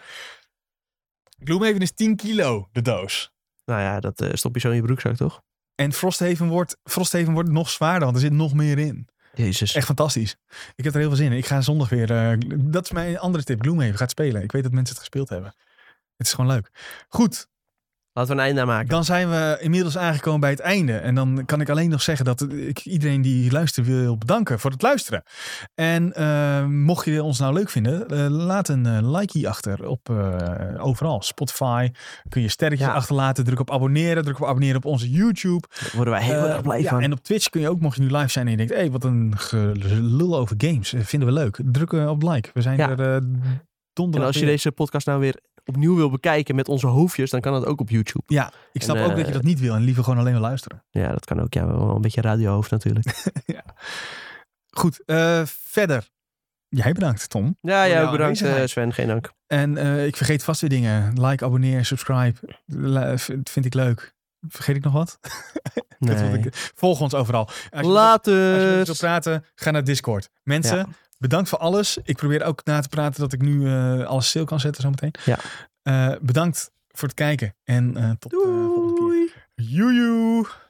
Speaker 1: Gloomhaven is 10 kilo, de doos.
Speaker 2: Nou ja, dat eh, stop je zo in je broekzak toch?
Speaker 1: En Frosthaven wordt, Frosthaven wordt nog zwaarder, want er zit nog meer in.
Speaker 2: Jezus.
Speaker 1: Echt fantastisch. Ik heb er heel veel zin in. Ik ga zondag weer. eh, dat is mijn andere tip. Gloomhaven gaat spelen. Ik weet dat mensen het gespeeld hebben. Het is gewoon leuk. Goed,
Speaker 2: Laten we een einde aan maken.
Speaker 1: dan zijn we inmiddels aangekomen bij het einde. En dan kan ik alleen nog zeggen dat ik iedereen die luistert wil bedanken voor het luisteren. En eh, mocht je ons nou leuk vinden, eh, laat een eh, likeie achter op eh, overal. Spotify, kun je sterretjes
Speaker 2: Ja.
Speaker 1: achterlaten. Druk op abonneren, druk op abonneren op onze YouTube.
Speaker 2: Daar worden wij heel
Speaker 1: Eh,
Speaker 2: erg blij
Speaker 1: ja,
Speaker 2: van.
Speaker 1: En op Twitch kun je ook, mocht je nu live zijn en je denkt, hé, hey, wat een gelul over games. Eh, Vinden we leuk. Druk eh, op like. We zijn
Speaker 2: Ja.
Speaker 1: er eh,
Speaker 2: En
Speaker 1: donderdag
Speaker 2: als je
Speaker 1: weer.
Speaker 2: deze podcast nou weer opnieuw wil bekijken met onze hoofdjes, dan kan dat ook op YouTube.
Speaker 1: Ja, ik snap
Speaker 2: en,
Speaker 1: ook
Speaker 2: eh,
Speaker 1: dat je dat niet wil en liever gewoon alleen maar luisteren.
Speaker 2: Ja, dat kan ook. Ja, wel een beetje radiohoofd natuurlijk.
Speaker 1: Goed, eh, verder. Jij bedankt, Tom.
Speaker 2: Ja,
Speaker 1: Voor
Speaker 2: ja,
Speaker 1: jouw
Speaker 2: ook bedankt eh,
Speaker 1: aanwezigheid.
Speaker 2: Sven. Geen dank.
Speaker 1: En eh, ik vergeet vast weer dingen. Like, abonneer, subscribe. La- vind vind ik leuk. Vergeet ik nog wat? Dat is wat
Speaker 2: Nee.
Speaker 1: ik- volg ons overal. Als je wil- Als je
Speaker 2: Later.
Speaker 1: met ons wil praten, ga naar Discord. Mensen,
Speaker 2: Eh, Ja.
Speaker 1: bedankt voor alles. Ik probeer ook na te praten dat ik nu eh, alles stil kan zetten zometeen.
Speaker 2: Ja.
Speaker 1: Eh, bedankt voor het kijken en eh, tot de eh, volgende keer.
Speaker 2: Doei.
Speaker 1: Joejoe!